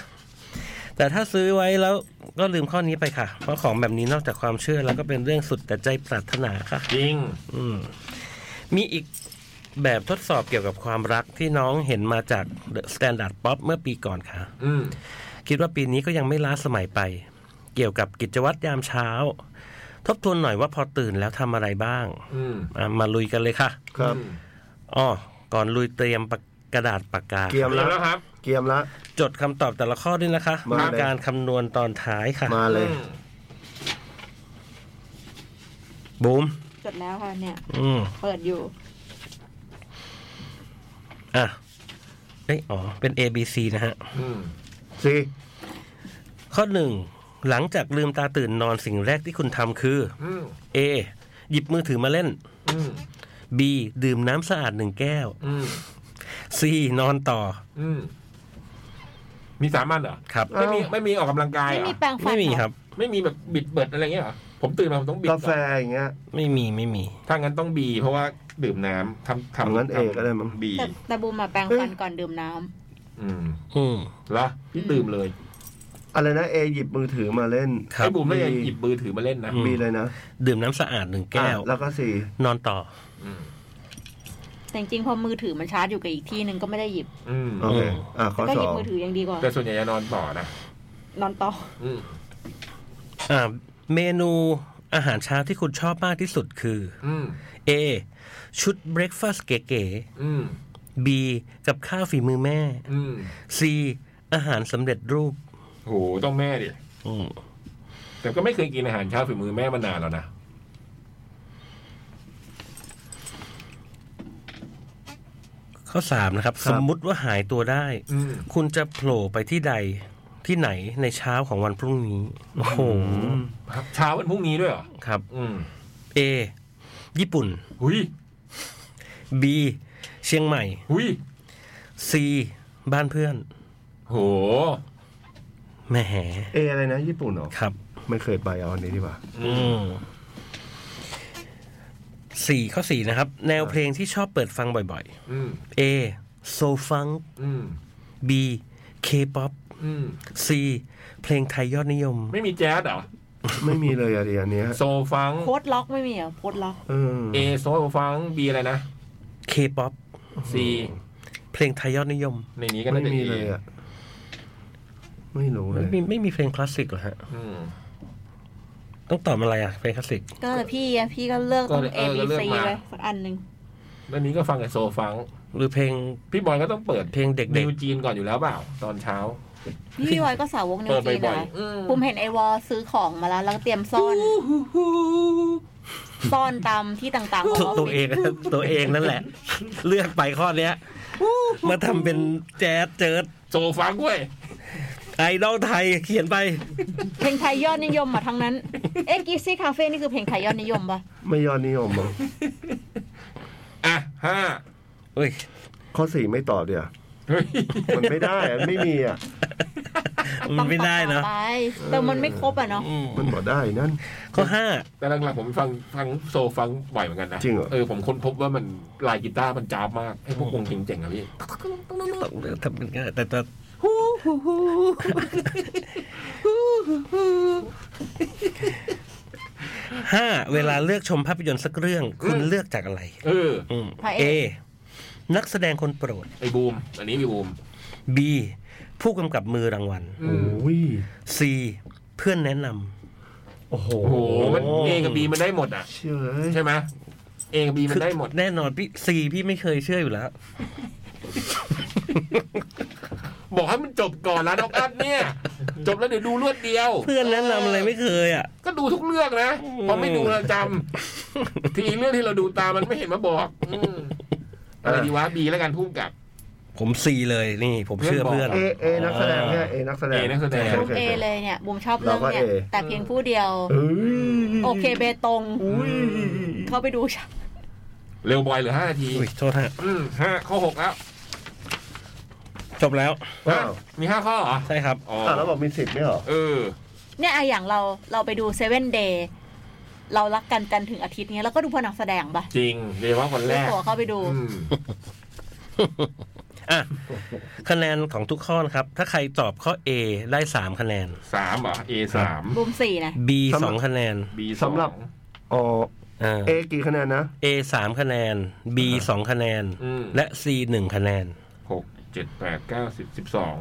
แต่ถ้าซื้อไว้แล้วก็ลืมข้อนี้ไปค่ะ เพราะของแบบนี้นอกจากความเชื่อแล้วก็เป็นเรื่องสุดแต่ใจปรารถนาค่ะ จริง อืมมีอีกแบบทดสอบเกี่ยวกับความรักที่น้องเห็นมาจาก The Standard Pop เมื่อปีก่อนค่ะ อืม คิดว่าปีนี้ก็ยังไม่ล้าสมัยไป เกี่ยวกับกิจวัตรยามเช้า ทบทวนหน่อยว่าพอตื่นแล้วทำอะไรบ้าง อืม อ่ะมาลุยกันเลยค่ะ ครับ อ๋อก่อนลุยเตรียมปากกระดาษปากกา เกียม เรีย ละ บแล้วครับ เกียมละ จดคำตอบแต่ละข้อด้วยนะคะ มาเลย มีการคำนวณตอนท้ายค่ะ มาเลย บูม จดแล้วค่ะเนี่ย อืม เปิดอยู่ อ่ะเอ้ยอ๋อเป็น A B C นะฮะ อืม สิ ข้อหนึ่งหลังจากลืมตาตื่นนอนสิ่งแรกที่คุณทำคือ อืม A หยิบมือถือมาเล่น อืม B ดื่มน้ำสะอาดหนึ่งแก้ว อืม C นอนต่อ อืม มีสามัญเหรอ ครับ ไม่มีไม่มีออกกำลังกาย ไม่ เหร มี อ แปรงฟัน ไม่มี เหอ ครับ ไม่มีแบบบิดเบิดอะไรเงี้ยเหรอ ผมตื่นมาผมต้องบิด กาแฟอย่างเงี้ย ไม่มีไม่มี ถ้างั้นต้องบี เพราะว่าดื่มน้ำทำทำ เอางั้นเอก็ได้มั้ง บี แต่แต่บูมมาแปรงฟันก่อนดื่มน้ำ อืม อืม แล้วพี่ดื่มเลย อะไรนะเอหยิบมือถือมาเล่น ครับ ไอ้บุ๋มไม่ได้ บี หยิบมือถือมาเล่นนะ อืม มีเลยนะ ดื่มน้ำสะอาดหนึ่งแก้ว อ่ะแล้วก็สี่ นอนต่อ อืม แต่จริงๆพอมือถือมันชาร์จอยู่กับอีกที่หนึ่งก็ไม่ได้หยิบ อืม โอเค อ่ะข้ แต่ อสก็ห อ ยิบ ง มือถือยังดีกว่า แต่ส่วนใหญ่จะนอนต่อนะ นอนต่อ อืม อ่าเมนูอาหารเช้าที่คุณชอบมากที่สุดคือ อืม A ชุดเบรคฟาสต์เก๋ อืม ๆ B กับข้าวฝีมือแม่ อืม C อาหารสำเร็จรูป โห ต้องแม่ดิ อืม แต่ก็ไม่เคยกินอาหารเช้าฝีมือแม่มานานแล้วนะ ข้อ 3 นะครับ สมมุติว่าหายตัวได้ อืม คุณจะโผล่ไปที่ใดที่ไหนในเช้าของวันพรุ่งนี้ โอ้โห เช้าวันพรุ่งนี้ด้วยเหรอ ครับ อืม A ญี่ปุ่น หุย B เชียงใหม่ หุย C บ้านเพื่อน โห แหม เออะไรนะ ญี่ปุ่นเหรอ ครับ ไม่เคยไปเอาอันนี้ดีกว่า อืมสี่ข้อสี่นะครับ แนวเพลงที่ชอบเปิดฟังบ่อย อืม ๆ A โซฟัง อืม B K-pop อืม C เพลงไทยยอดนิยม ไม่มีแจ๊สเหรอ ไม่มีเลยอะดิอันเนี้ย โซฟัง โพสต์ล็อกไม่มีเหรอ่ะโพสต์ล็อก เออ เอโซฟังบีอะไรนะ K-pop ซี เพลงไทยยอดนิยม ในนี้ก็ ไม่ น่าจะ มี เอ เลยอะไม่รู้เล ไม่ ย มีไม่มีเพลงคลาสสิกเหรอฮะ อืม ต้องตอบอะไรอ่ะเพลงคลาสสิก ก็แต่พี่อะพี่ก็เลือกต้อง ก็ A เออ B ก็เลือก C มา เลยสักอันหนึ่ง แล้วนี้ก็ฟังแต่โซฟัง หรือเพลง พี่บอยก็ต้องเปิด เพลงเด็ นิ ก วจีนก่อนอยู่แล้วเปล่า ตอนเช้า พี่วอยก็สาวกนิว เปิด จีน บ่อย นะ ๆอืม ภูมิเห็นไอวอลซื้อของมาแล้วแล้วก็เตรียมซ่อน ซ่อนตามที่ต่างๆของออฟ ตัวเอ ฟิ ง ศ ตัวเองนั่นแหละ เลือกไปข้อเนี้ย มาทำเป็นแจ๊สเจิด โซฟังเว้ย ไอดอลไทยเขียนไป เพลงไทยยอดนิยมมาทั้งนั้น เอ็กซ์ซี่คาเฟ่นี่คือเพลงไทยยอดนิยมปะ ไม่ยอดนิยมมั้ง อ่ะห้า เฮ้ย ข้อสี่ไม่ตอบเดี๋ยว เฮ้ย มันไม่ได้อะไม่มีอะ มันต้มัองนไม่ได้เนอะ ต่อไปแต่มันไม่ครบอ่ะเนาะ มันบ่ได้นั่น ข้อห้า แต่หลังๆผมฟังฟังโซฟังบ่อยเหมือนกันนะ จริงเหรอ เออผมค้นพบว่ามันลายกีตาร์มันจ้าบมากไอ้พวกวงเจ๋งๆอะพี่ ต้องเลือกทำเป็นง่ายแต่แต่ ห้าเวลาเลือกชมภาพยนตร์สักเรื่อง คุณ อืม เลือกจากอะไร เออ อืม พระ เอ เอก นักแสดงคนโปรด ไอ้บูม อันนี้พี่บูม B ผู้กำกับมือรางวัล อืม โอ้ย C เพื่อนแนะนำ โอ้โห โอ้โหมันเอกับบีมันได้หมดอ่ะ เชื่อเอ้ย ใช่ไหมเอกับบีมันได้หมด แน่นอนพี่ C พี่ไม่เคยเชื่ออยู่แล้ว บอกให้มันจบก่อนแล้วน้องอัพเนี่ย จบแล้วเดี๋ยวดูรวดเดียว เพื่อนแนะนำอะไรไม่เคยอ่ะ (laughs) ก็ดูทุกเรื่องนะพอไม่ดูเราจำทีเรื่องที่เราดูตามมันไม่เห็นมาบอกอืมอะไรดีวะบีแล้วกันพุ่มกับ ผม C เลยนี่ ผมเชื่อ เพื่ เพื่อ อน น เอบ ก เอนักแสดงเนี่ยเอนักแสดง เอนักแสดง รูปเอเลยเนี่ยบุมชอบเรื่องเนี่ย เราก็ A แต่เพียงผู้เดียว เอ้ย โอเคเบตง อุ้ย เข้าไปดูฉาก เร็วบอยเหลือห้านาที อุ้ยโทษฮะ อืมห้าข้อหกแล้ว จบแล้ว ฮะมีห้าข้อเหรอ ใช่ครับ (laughs) อ๋อ อ่ะแล้วบอกมีสิบไหมเหรอ เออ เนี่ยไอะอย่างเราเราไปดูเซเว่นเดย์เรารักกันจันทร์ถึงอาทิตย์เนี้ยเราก็ดูพนักแสดงปะ จริงเรียกว่าคนแร ซื้อก ตั๋วเข้าไปดู อืม อ่ะ คะแนนของทุกข้อนะครับ ถ้าใครตอบข้อ A ได้ 3 คะแนน สามเหรอเอสาม บุมสี่นะ B 2 คะแนน บี สำหรับ อง อ๋อ อ่า เอกี่คะแนนนะ A สามคะแนน B สองคะแนน อืม และ C หนึ่งคะแนน หกเจ็ดแปดเก้าสิบสิบสอง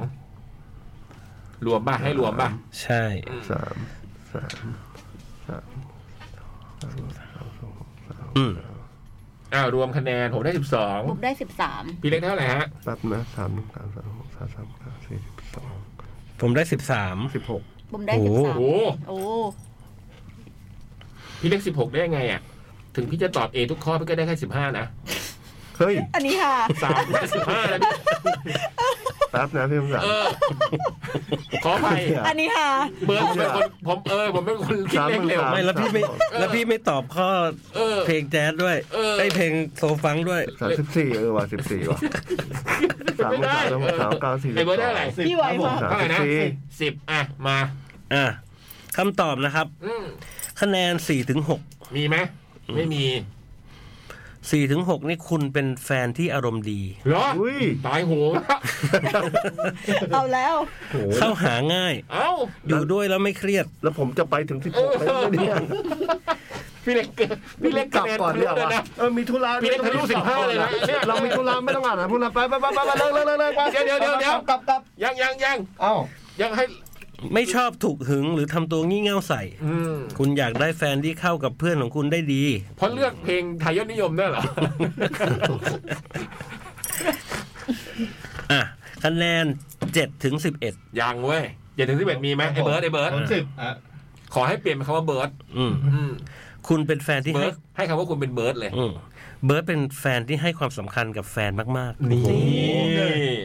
รวมป่ะ ให้รวมป่ะ ใช่ สามสามสาม อืม อ้าว รวมคะแนน ผมได้สิบสอง บุมได้สิบสาม พี่เล็กเท่าไหร่ฮะ แป๊บนะสามหนึ่งสามสามหกสามสามเก้าสี่สิบสอง ผมได้สิบสาม สิบหก บุมได้ โอ้ สิบ โห สาม โอ้ โอ้ พี่เล็กสิบหกได้ยังไงอ่ะ ถึงพี่จะตอบเอทุกข้อ พี่ก็ได้แค่สิบห้านะ เฮ้ย อันนี้ค่ะ สามได้สิบห้านะพี่ แป๊บนะพี่คำสั่ง เออ ขออภัย อันนี้ค่ะ เบิร์ดเป็นคนผมเออ ผมเป็นคนคิดเลขเร็ว สามหไม่มื่นสาแล้วพี่ไม่แล้วพี่ไม่ตอบข้อ เออ เพลงแจ๊สด้วย เออ ไอยเพลงโซฟังด้วย สามสิบสี่เออว่ะสิบสี่ว่ะสามห ไม่ นึ่ง ได้ สามสามหกสามเก้าสี่สิ ไอ้ บ เบิร์ด ส ได้เท่าอไหร่ พี่ไวมาก งสาม เท่าไห สิ ร่ บ นะ สี่ สิบอ่ะ มา อ่ะคำตอบนะครับ อืม คะแนนสี่ถึงหก มีไหมไม่มี สี่ถึงหกนี่คุณเป็นแฟนที่อารมณ์ดี เหรอ อุ้ย ตายโหงแล้ว เอาแล้ว เข้าหาง่าย เอ้า อยู่ด้วยแล้วไม่เครียด แล้วผมจะไปถึงสิบหกเลยนะเนี่ย พี่เล็กเกินพี่เล็ก ก คะ ลับ แนน ก่อน ทะ เดี ลุ ยด้วยว่ะ นะ เออมีธุระ พี่เล็กทะลุ15เลยนะเนี่ย เรามีธุระไม่ต้องอ่านนะพูดละไปไปไปไปไปเลิกเลิกเลิกเลิกไป เดี๋ยวเดี๋ยวเดี๋ยวเดี๋ยว กลับกลับ ยังยังยัง เอ้า ยังให้ ไม่ชอบถูกหึงหรือทำตัวงี่เง่าใส่ อืม คุณอยากได้แฟนที่เข้ากับเพื่อนของคุณได้ดี เพราะเลือกเพลงไทยยอดนิยมได้วยเหรอ (laughs) (laughs) อ่ะคะแนนเจ็ดถึงสิบเอ็ด ยังเว้ยอย่าถึงที่เบ็ดมีไหมไอ้เบิร์ดไอ้เบิร์ด ผมสิบอ่ะ ขอให้เปลี่ยนเป็นคำว่าเบิร์ด อืม อืม คุณเป็นแฟนที่ เบิ ให้ ร์ดให้คำว่าคุณเป็นเบิร์ดเลย อืมเบิร์ดเป็นแฟนที่ให้ความสำคัญกับแฟนมาก นี่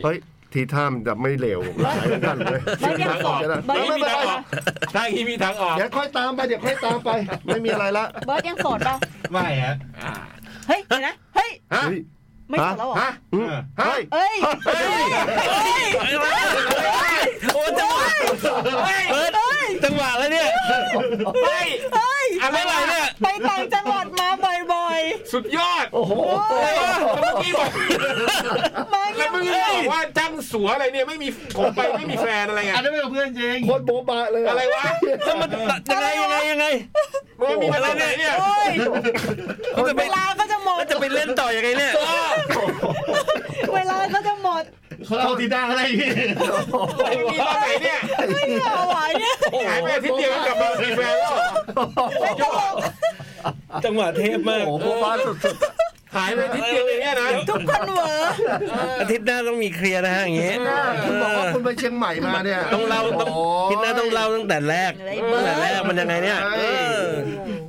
เฮ้ย ทีท่ามนจะไม่เร็วหลายกันเลย ไม่ยังสดเบิ ไม่ ร์ดยัง มี โส ทาง ด ออกถ้าอย่างนี้มีทางออก เดี๋ยวค่อยตามไปเดี๋ยวค่อยตามไป ไม่มีอะไรละ เบิร์ดยังโสดปะ ไม่ฮะ อ่า เฮ้ยเดี๋ยวนะเฮ้ย ฮะ เฮ้ย ไม่โสดแล้วเหรอ ฮะ เออ ฮะ เอ้ย เฮ้ย ๆ โอ้จังหวะเบิร์ดจังหวะแล้วเนี่ย เฮ้ย เอ้ย อะไรวะเนี่ย ไปต่างจังหวัดมาบ่อย สุดยอด โอ้โหเมื่อกี้บอก ๆมา แล้ว เยี่มึงยมเอ้ บ ย อกว่าจังสัวอะไรเนี่ยไม่มีผมไปไม่มีแฟนอะไรไง อันนั้นไม่เป็นเพื่อนจริง โคตรโบ๊ะบะเลย อะไรวะ แล้วมันยังไงยังไงยังไง มึงไม่มีอะไรเนี่ย โอ้ย มันจะไป เวลาก็จะหมด มันจะไปเล่นต่อยังไงเนี่ย เวลาก็จะหมด เขาเอาทีด้าก็ได้พี่ ไม่มีตอนไหนเนี่ย ไม่เหลือไหวเนี่ย หายไปอาทิตย์เดียวกลับมามีแฟนแล้วเหรอ ไม่ตลก จังหวะเทพมาก โอ้โหโบ๊ะบะสุด หายไปอาทิตย์เดียวอย่างเงี้ยนะ ทุกคนเหวอ อาทิตย์หน้าต้องมีเคลียร์นะฮะอย่างเงี้ย ๆหน้าคุณบอกว่าคุณไปเชียงใหม่มาเนี่ย ต้องเล่าต้อง โอ้ อาทิตย์หน้าต้องเล่าตั้งแต่แรก เลย ตั้ เบิ งแต่แร ร์ ก ด มันยังไงเนี่ยเออ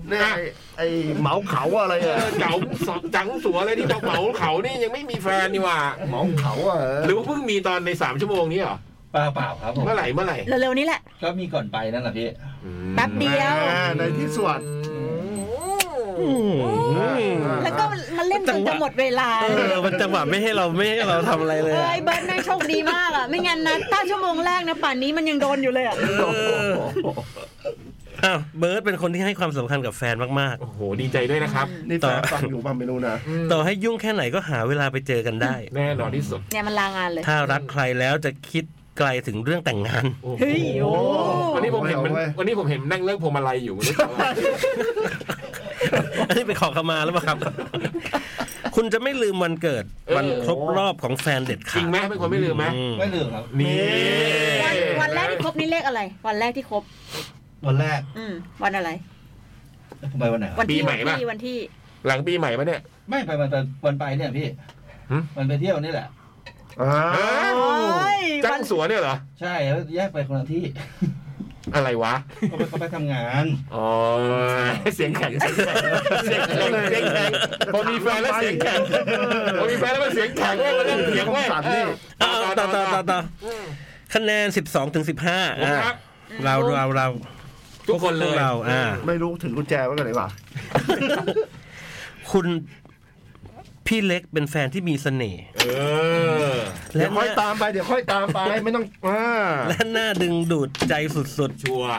เนี่ยไอ้ไอ้เหมาเขาอะไร เอ อะ อเก๋าสอบจังสัวอะไรที่เราเหมาเขานี่ยังไม่มีแฟนนี่หว่า เหมาเขาอะ หรือว่าเพิ่งมีตอนในสามชั่วโมงนี้เหรอ เปล่าเปล่าครับผม เมื่อไหร่เมื่อไหร่ เร็วๆนี้แหละ ก็มีก่อนไปนั่นแหละพี่ แป๊บเดียว อ่าในที่สุด อืม แล้วก็มันเล่นจนจะหมดเวลา เออมันจังหวะไม่ให้เราไม่ให้เราทำอะไรเลย เอ้ อะ ยเบิร์ดแม่งโชคดีมากอ่ะ ไม่งั้นนะถ้าชั่วโมงแรกนะป่านนี้มันยังโดนอยู่เลยอ่ะ อ้าวเบิร์ดเป็นคนที่ให้ความสำคัญกับแฟนมาก โอ้โหดีใจด้วยนะครับ นี่แต่ฟังอยู่บ้างไม่รู้นะ ๆ ต่อให้ยุ่งแค่ไหนก็หาเวลาไปเจอกันได้ แน่นอนที่สุด เนี่ยมันลางานเลย ถ้ารักใครแล้วจะคิดไกลถึงเรื่องแต่งงาน (laughs) เฮ้ยโอ้ วันนี้ผมเห็นมัน เอาไว้ วันนี้ผมเห็นนั่งเลิกพวงมาลัยอยู่ อันนี้ไปขอขมาแล้วป่ะครับ คุณจะไม่ลืมวันเกิด วันครบรอบของแฟนเด็ด จ ขา ริ ด งไหมเป็นคนไม่ลืมไหม อืม ไม่ลืมครับ นี่ วันวันแรกที่ครบนี่เลขอะไร วันแรกที่ครบ วันแรก อืม วันอะไร ผมไปวันไหนวะ วันที่วันที่วันที่ หลังปีใหม่ปะเนี่ย ไม่ไปวันไปวันไปเนี่ยพี่ หืม มันไปเที่ยวนี่แหละ อ้า อ้าว ว โอ้ย จั วัน งสวนเนี่ยเหรอ ใช่แล้วแยกไปคนละที่ (laughs) อะไรวะ เขาไปเขาไปทำงาน อ๋อ เสียงแข็ง เสียงแข็งเสียงแข็งเสียงแข็งพอมีแฟนแล้วเสียงแข็งพอมีแฟนแล้วมันเสียงแข็งเว้ยมันเริ่มเสียงเว้ยเออ อ้าวต่อต่อต่อต่อคะแนน 12ถึง15อ่า ครับ เราเราเรา ทุกคนเลย พวเราอ่า ไม่รู้ถึงกุญแจไว้กันไหนวะ คุณพี่เล็กเป็นแฟนที่มีเสน่ห์ เออ เดี๋ยวค่อย น่า ตามไปเดี๋ยวค่อยตามไปไม่ต้องอ่า และน่าดึงดูดใจสุด ชัวร์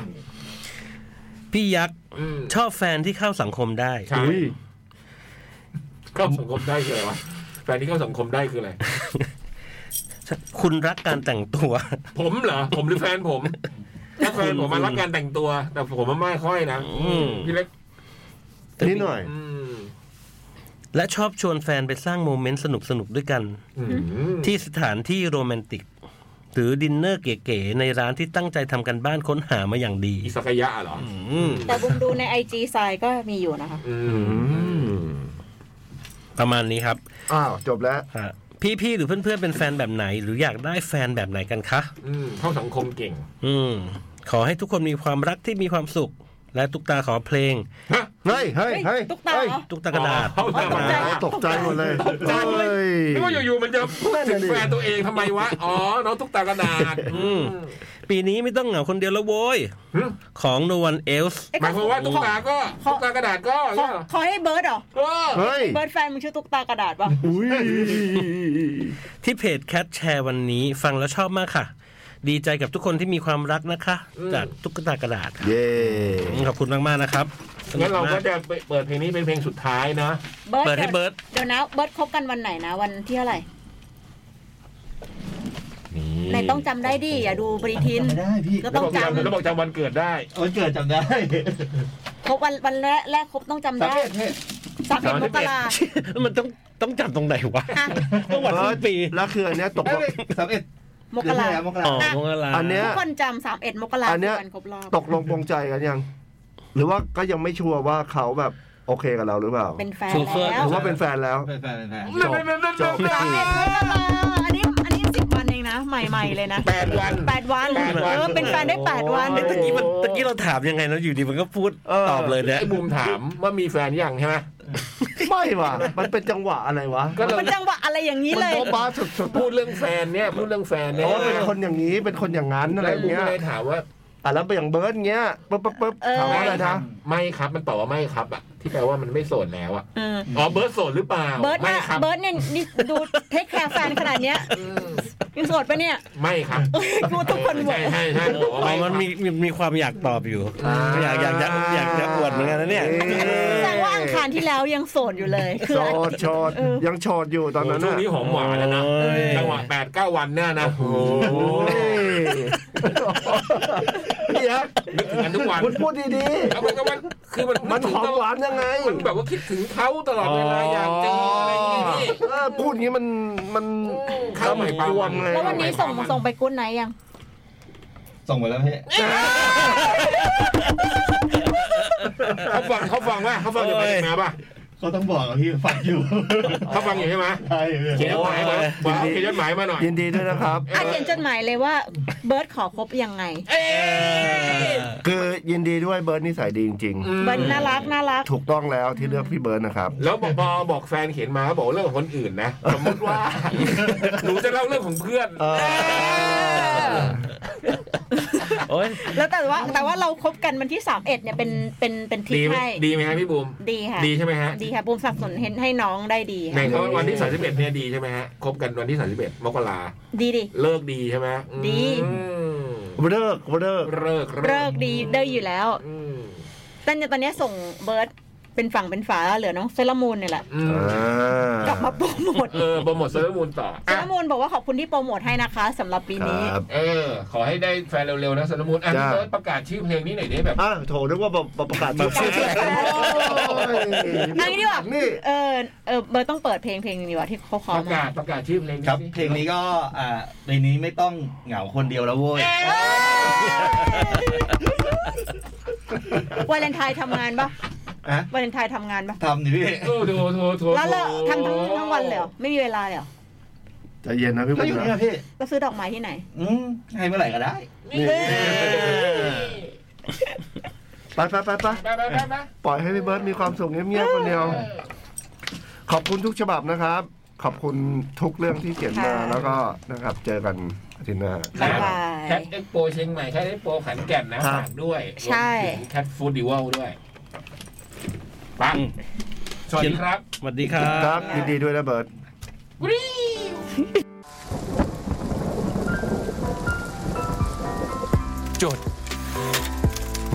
ๆ พี่ยักษ์ อืม ชอบแฟนที่เข้าสังคมได้ ใช่เข้าสังคมได้คืออะไรวะ แฟนที่เข้าสังคมได้คืออะไร คุณรักการแต่งตัว ผมเหรอ ผมหรือแฟนผมถ้าแฟนผมมารักการแต่งตัว แต่ผมมันไม่ค่อยนะ อืม พี่เล็ก นิดหน่อย อืม และชอบชวนแฟนไปสร้างโมเมนต์สนุกๆด้วยกัน อืม ที่สถานที่โรแมนติก หรือดินเนอร์เก๋ๆในร้านที่ตั้งใจทำกันบ้านค้นหามาอย่างดี อิสกยะเหรอ อืม แต่บุมดูในไอจีทรายก็มีอยู่นะคะ อืม ประมาณนี้ครับ อ้าวจบแล้ว อ่ะพี่ๆหรือเพื่อนๆเป็นแฟนแบบไหน หรืออยากได้แฟนแบบไหนกันคะ อืมเข้าสังคมเก่ง อืม ขอให้ทุกคนมีความรักที่มีความสุข และตุกตาขอเพลง ฮะ เฮ้ยเฮ้ยเฮ้ย ตุ๊กตาเหรอ ตุกตากระดาษ เข้าสังคม ใจ เก่ง โอ้ตกใจหมดเลย ใจหมดเลย เฮ้ย ไม่ว่าอยู่ๆมันจะพูด นั่น ถึ น่ะ ง ดิ แฟนตัวเองทำไมวะ อ๋อ น้องตุ๊กตากระดาษ อืม ปีนี้ไม่ต้องเหงาคนเดียวแล้วโว้ย หึ ของ no one else เอ๊ะ หมายความว่าตุ๊กตาก็ตุ๊กตากระดาษก็ ขอ เนี่ยเหรอ ขอให้เบิร์ดเหรอ เออ เฮ้ย เบิร์ดแฟนมึงชื่อตุ๊กตากระดาษป่ะ อุ้ย ที่เพจแคทแชร์วันนี้ฟังแล้วชอบมากค่ะ ดีใจกับทุกคนที่มีความรักนะคะ จากตุ๊กตากระดาษครับ เย้ ขอบคุณมากๆนะครับสนุ งั้นเราก็ ม จะไปเปิดเพลงนี้เป็นเพลงสุดท้ายนะ เปิดให้เบิร์ด เดี๋ยวนะ เบิร์ดคบกันวันไหนนะ วันที่เท่าไหร่ในต้องจำได้ดิ อย่าดูปฏิทิน จำไม่ได้พี่ ก็ แล้ ต้ ว อง บอก จ จำแล้วบอกจำวันเกิดได้ วันเกิดจำได้ ำคบวันวันแรกแรกคบต้องจำได้ เนี่ย สามสิบมกรา มันต้องต้องจับตรงไหนวะ อ่ะ ต้องวันสิ้นปี แล้วคืออันเนี้ยตกลง สามเอ็ด มกราม กรา อ๋อมกรา อันเนี้ย ทุกคนจำสามเอ็ดมกรา อันเนี้ย คืวัครบรอบ ตกลงปรงใจกันยัง หรือว่าก็ยังไม่ชัวร์ว่าเขาแบบโอเคกับเราหรือเปล่า เป็นแฟน ชูเฟอร์ แล้ ห ว รือว่าเป็นแฟนแล้ว เป็นแฟนเป็นแฟน จบจบ สามเอ็ดมกราอันนี้อันนี้สิบวันเองนะ ใหม่ๆเลยนะ แปดวัน แปดวัน แปดวัน เออเป็นแฟนได้แปดวัน เอ้ยตะกี้มันตะกี้เราถามยังไงแล้วอยู่ดีมันก็พูด เออ ตอบเลยเนี่ย ไอ้บูมถามว่ามีแฟนยังใช่ไหม ไม่ว่ะมันเป็นจังหวะอะไรวะ ก็เรา มันจังหวะอะไรอย่างนี้ มัน เลย โตบ้าสุดๆ พูดเรื่องแฟนเนี่ยพูดเรื่องแฟนเนี่ย เพราะว่าเป็นคนอย่างนี้เป็นคนอย่างนั้นอะไร แล้วบูม เงี้ย ก็เลยถามว่า อ่ะแล้วไปอย่างเบิร์ดเงี้ยปึ๊บปึ๊บปึ๊บ เออ ถามว่าอะไรนะ ไม่ครับมันตอบว่าไม่ครับอะที่แปลว่ามันไม่โสดแล้วอะ เออ อ๋อเบิร์ดโสดหรือเปล่า เบิร์ด ไม่ น่ะ ครับ เบิร์ดเนี่ยนี่ดูเทคแคร์แฟนขนาดเนี้ยยังโสดปะเนี่ย ไม่ครับ เอ้ยกูทุกคนหว ใช่ ย ใช่ใช่บอกว่า อ๋อ ไครับ มันมีมีมีความอยากตอบอยู่ อยากอยากจะอยากจะอวดเหมือนกันนะเนี่ย แสดงว่าอังคารที่แล้วยังโสดอยู่เลย คือ โชดโชดยังโชดอยู่ตอนนั้น ช่วง น่ะ นี้หอมหวานแล้วนะ โอ้ย จังหวะแปดเก้าวันเนี่ยนะโอ้โห โอ้ยเดี๋ยว นึกถึงกันทุกวัน คุณพูดดี แล้วมันก็มันคือมัน ๆ มันหอมหวานยังไง มันแบบว่าคิดถึงเขาตลอดเวลาอยากเจออะไรอย่างงี้นี่ เออพูดอย่างนี้มันมัน ข้าวใหม่ปลา ล ห ว วาน งเลย แล้ววันนี้ส่งส่งไปกุ้นไหนยัง ส่งไปแล้วพี่ เขาฟังเขาฟังว่าเขาฟังอยู่ไหนมาป่ะ เขาต้องบอกกับพี่ฝักอยู่ เขาฟังอยู่ใช่ไหม ใช่พี่ เขียนจดหมายมาบอกเขียนจดหมายมาหน่อย ยินดีด้วยนะครับ อ่ะเขียนจดหมายเลยว่าเบิร์ดขอคบยังไง คือยินดีด้วยเบิร์ดนิสัยดีจริง เบิร์ดน่ารักน่ารัก ๆ ถูกต้องแล้วที่เลือกพี่เบิร์ดนะครับ แล้วบอกพอบอกแฟนเขียนมาก็บอกเรื่องของคนอื่นนะ สมมติว่า หนูจะเล่าเรื่องของเพื่อน โอ้ย แล้วแต่ว่าแต่ว่าเราคบกันวันที่ 31เนี่ยเป็นเป็นเป็นทริ ดี ป ไหม ให้ ดีไหมฮะพี่บูม ดีค่ะ ดีใช่ไหมฮะ ดีค่ะบูมสนับสนุนให้ให้น้องได้ดี ใน ค่ะ เขาวันที่31เนี่ยดีใช่ไหมฮะคบกันวันที่31มกรา ดีดิ เลิกดีใช่ไหมฮะอืม ดี เลิกเลิก เลิก เลิกดีได้อยู่แล้ว อืม แต่เนี่ยตอนเนี้ยส่งเบิร์ดเป็นฝั่งเป็นฝาแล้วเหลือน้องเซรามูนเนี่ยแหละ อืม อ่าก ลับมาโปรโมท เออโปรโมทเซอร์มูลต่อ เซ อ่ะ รามูนบอกว่าขอบคุณที่โปรโมทให้นะคะสำหรับปีนี้ ครับ เออ ขอให้ได้แฟนเร็วๆนะเซอร์มูลอ่ะ จ้า เบิร์ดประกาศชื่อเพลงนี้หน่อยดิแบบ อ่ะโถนึกว่าแบบแบบประกาศชื่อ ประกาศชื่อ อันนี้ดีกว่า นี่ เออเออเบิร์ดต้องเปิดเพลงเพลงหนึงดีกว่าที่เขาขอ ประ มา กาศประกาศชื่อเพลงนี้ ครับ สิ เพลงนี้ก็อ่าในนี้ไม่ต้องเหงาคนเดียวแล้วโว้ย (laughs) วาเลนไทน์ทำงานปะ ฮะ วาเลนไทน์ทำงานปะ ทำดิพี่ โอ้โหโถโถโถ แล้วเราทำทั้งทั้งวันเลยเหรอไม่มีเวลาเลยเหรอ ใจเย็นนะพี่ ก็ บุญ อยู่เนี่ย นะ พี่ เราซื้อดอกไม้ที่ไหน อืมให้เมื่อไหร่ก็ได้ นี่ เอ้ย ไปไปไปไป ไปไปไปไป ปล่อยให้พี่เบิร์ดมีความสุขเงียบๆคนเดียว ขอบคุณทุกฉบับนะครับ ขอบคุณทุกเรื่องที่เขียนมา ค่ะ แล้วก็นะครับ เจอกันอาทิตย์หน้า บ๊ายบาย แคทเอ็กโปเชียงใหม่แคทเอ็กโปขันแก่นนะครับ ฝากด้วย ใช่ รวมถึงแคทฟูดดิวัลด้วยปังสวัสดีครับ สวัสดีครั ค บ รับยินดีด้วยนะเบิร์ด จด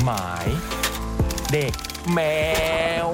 หมาย เด็กแมว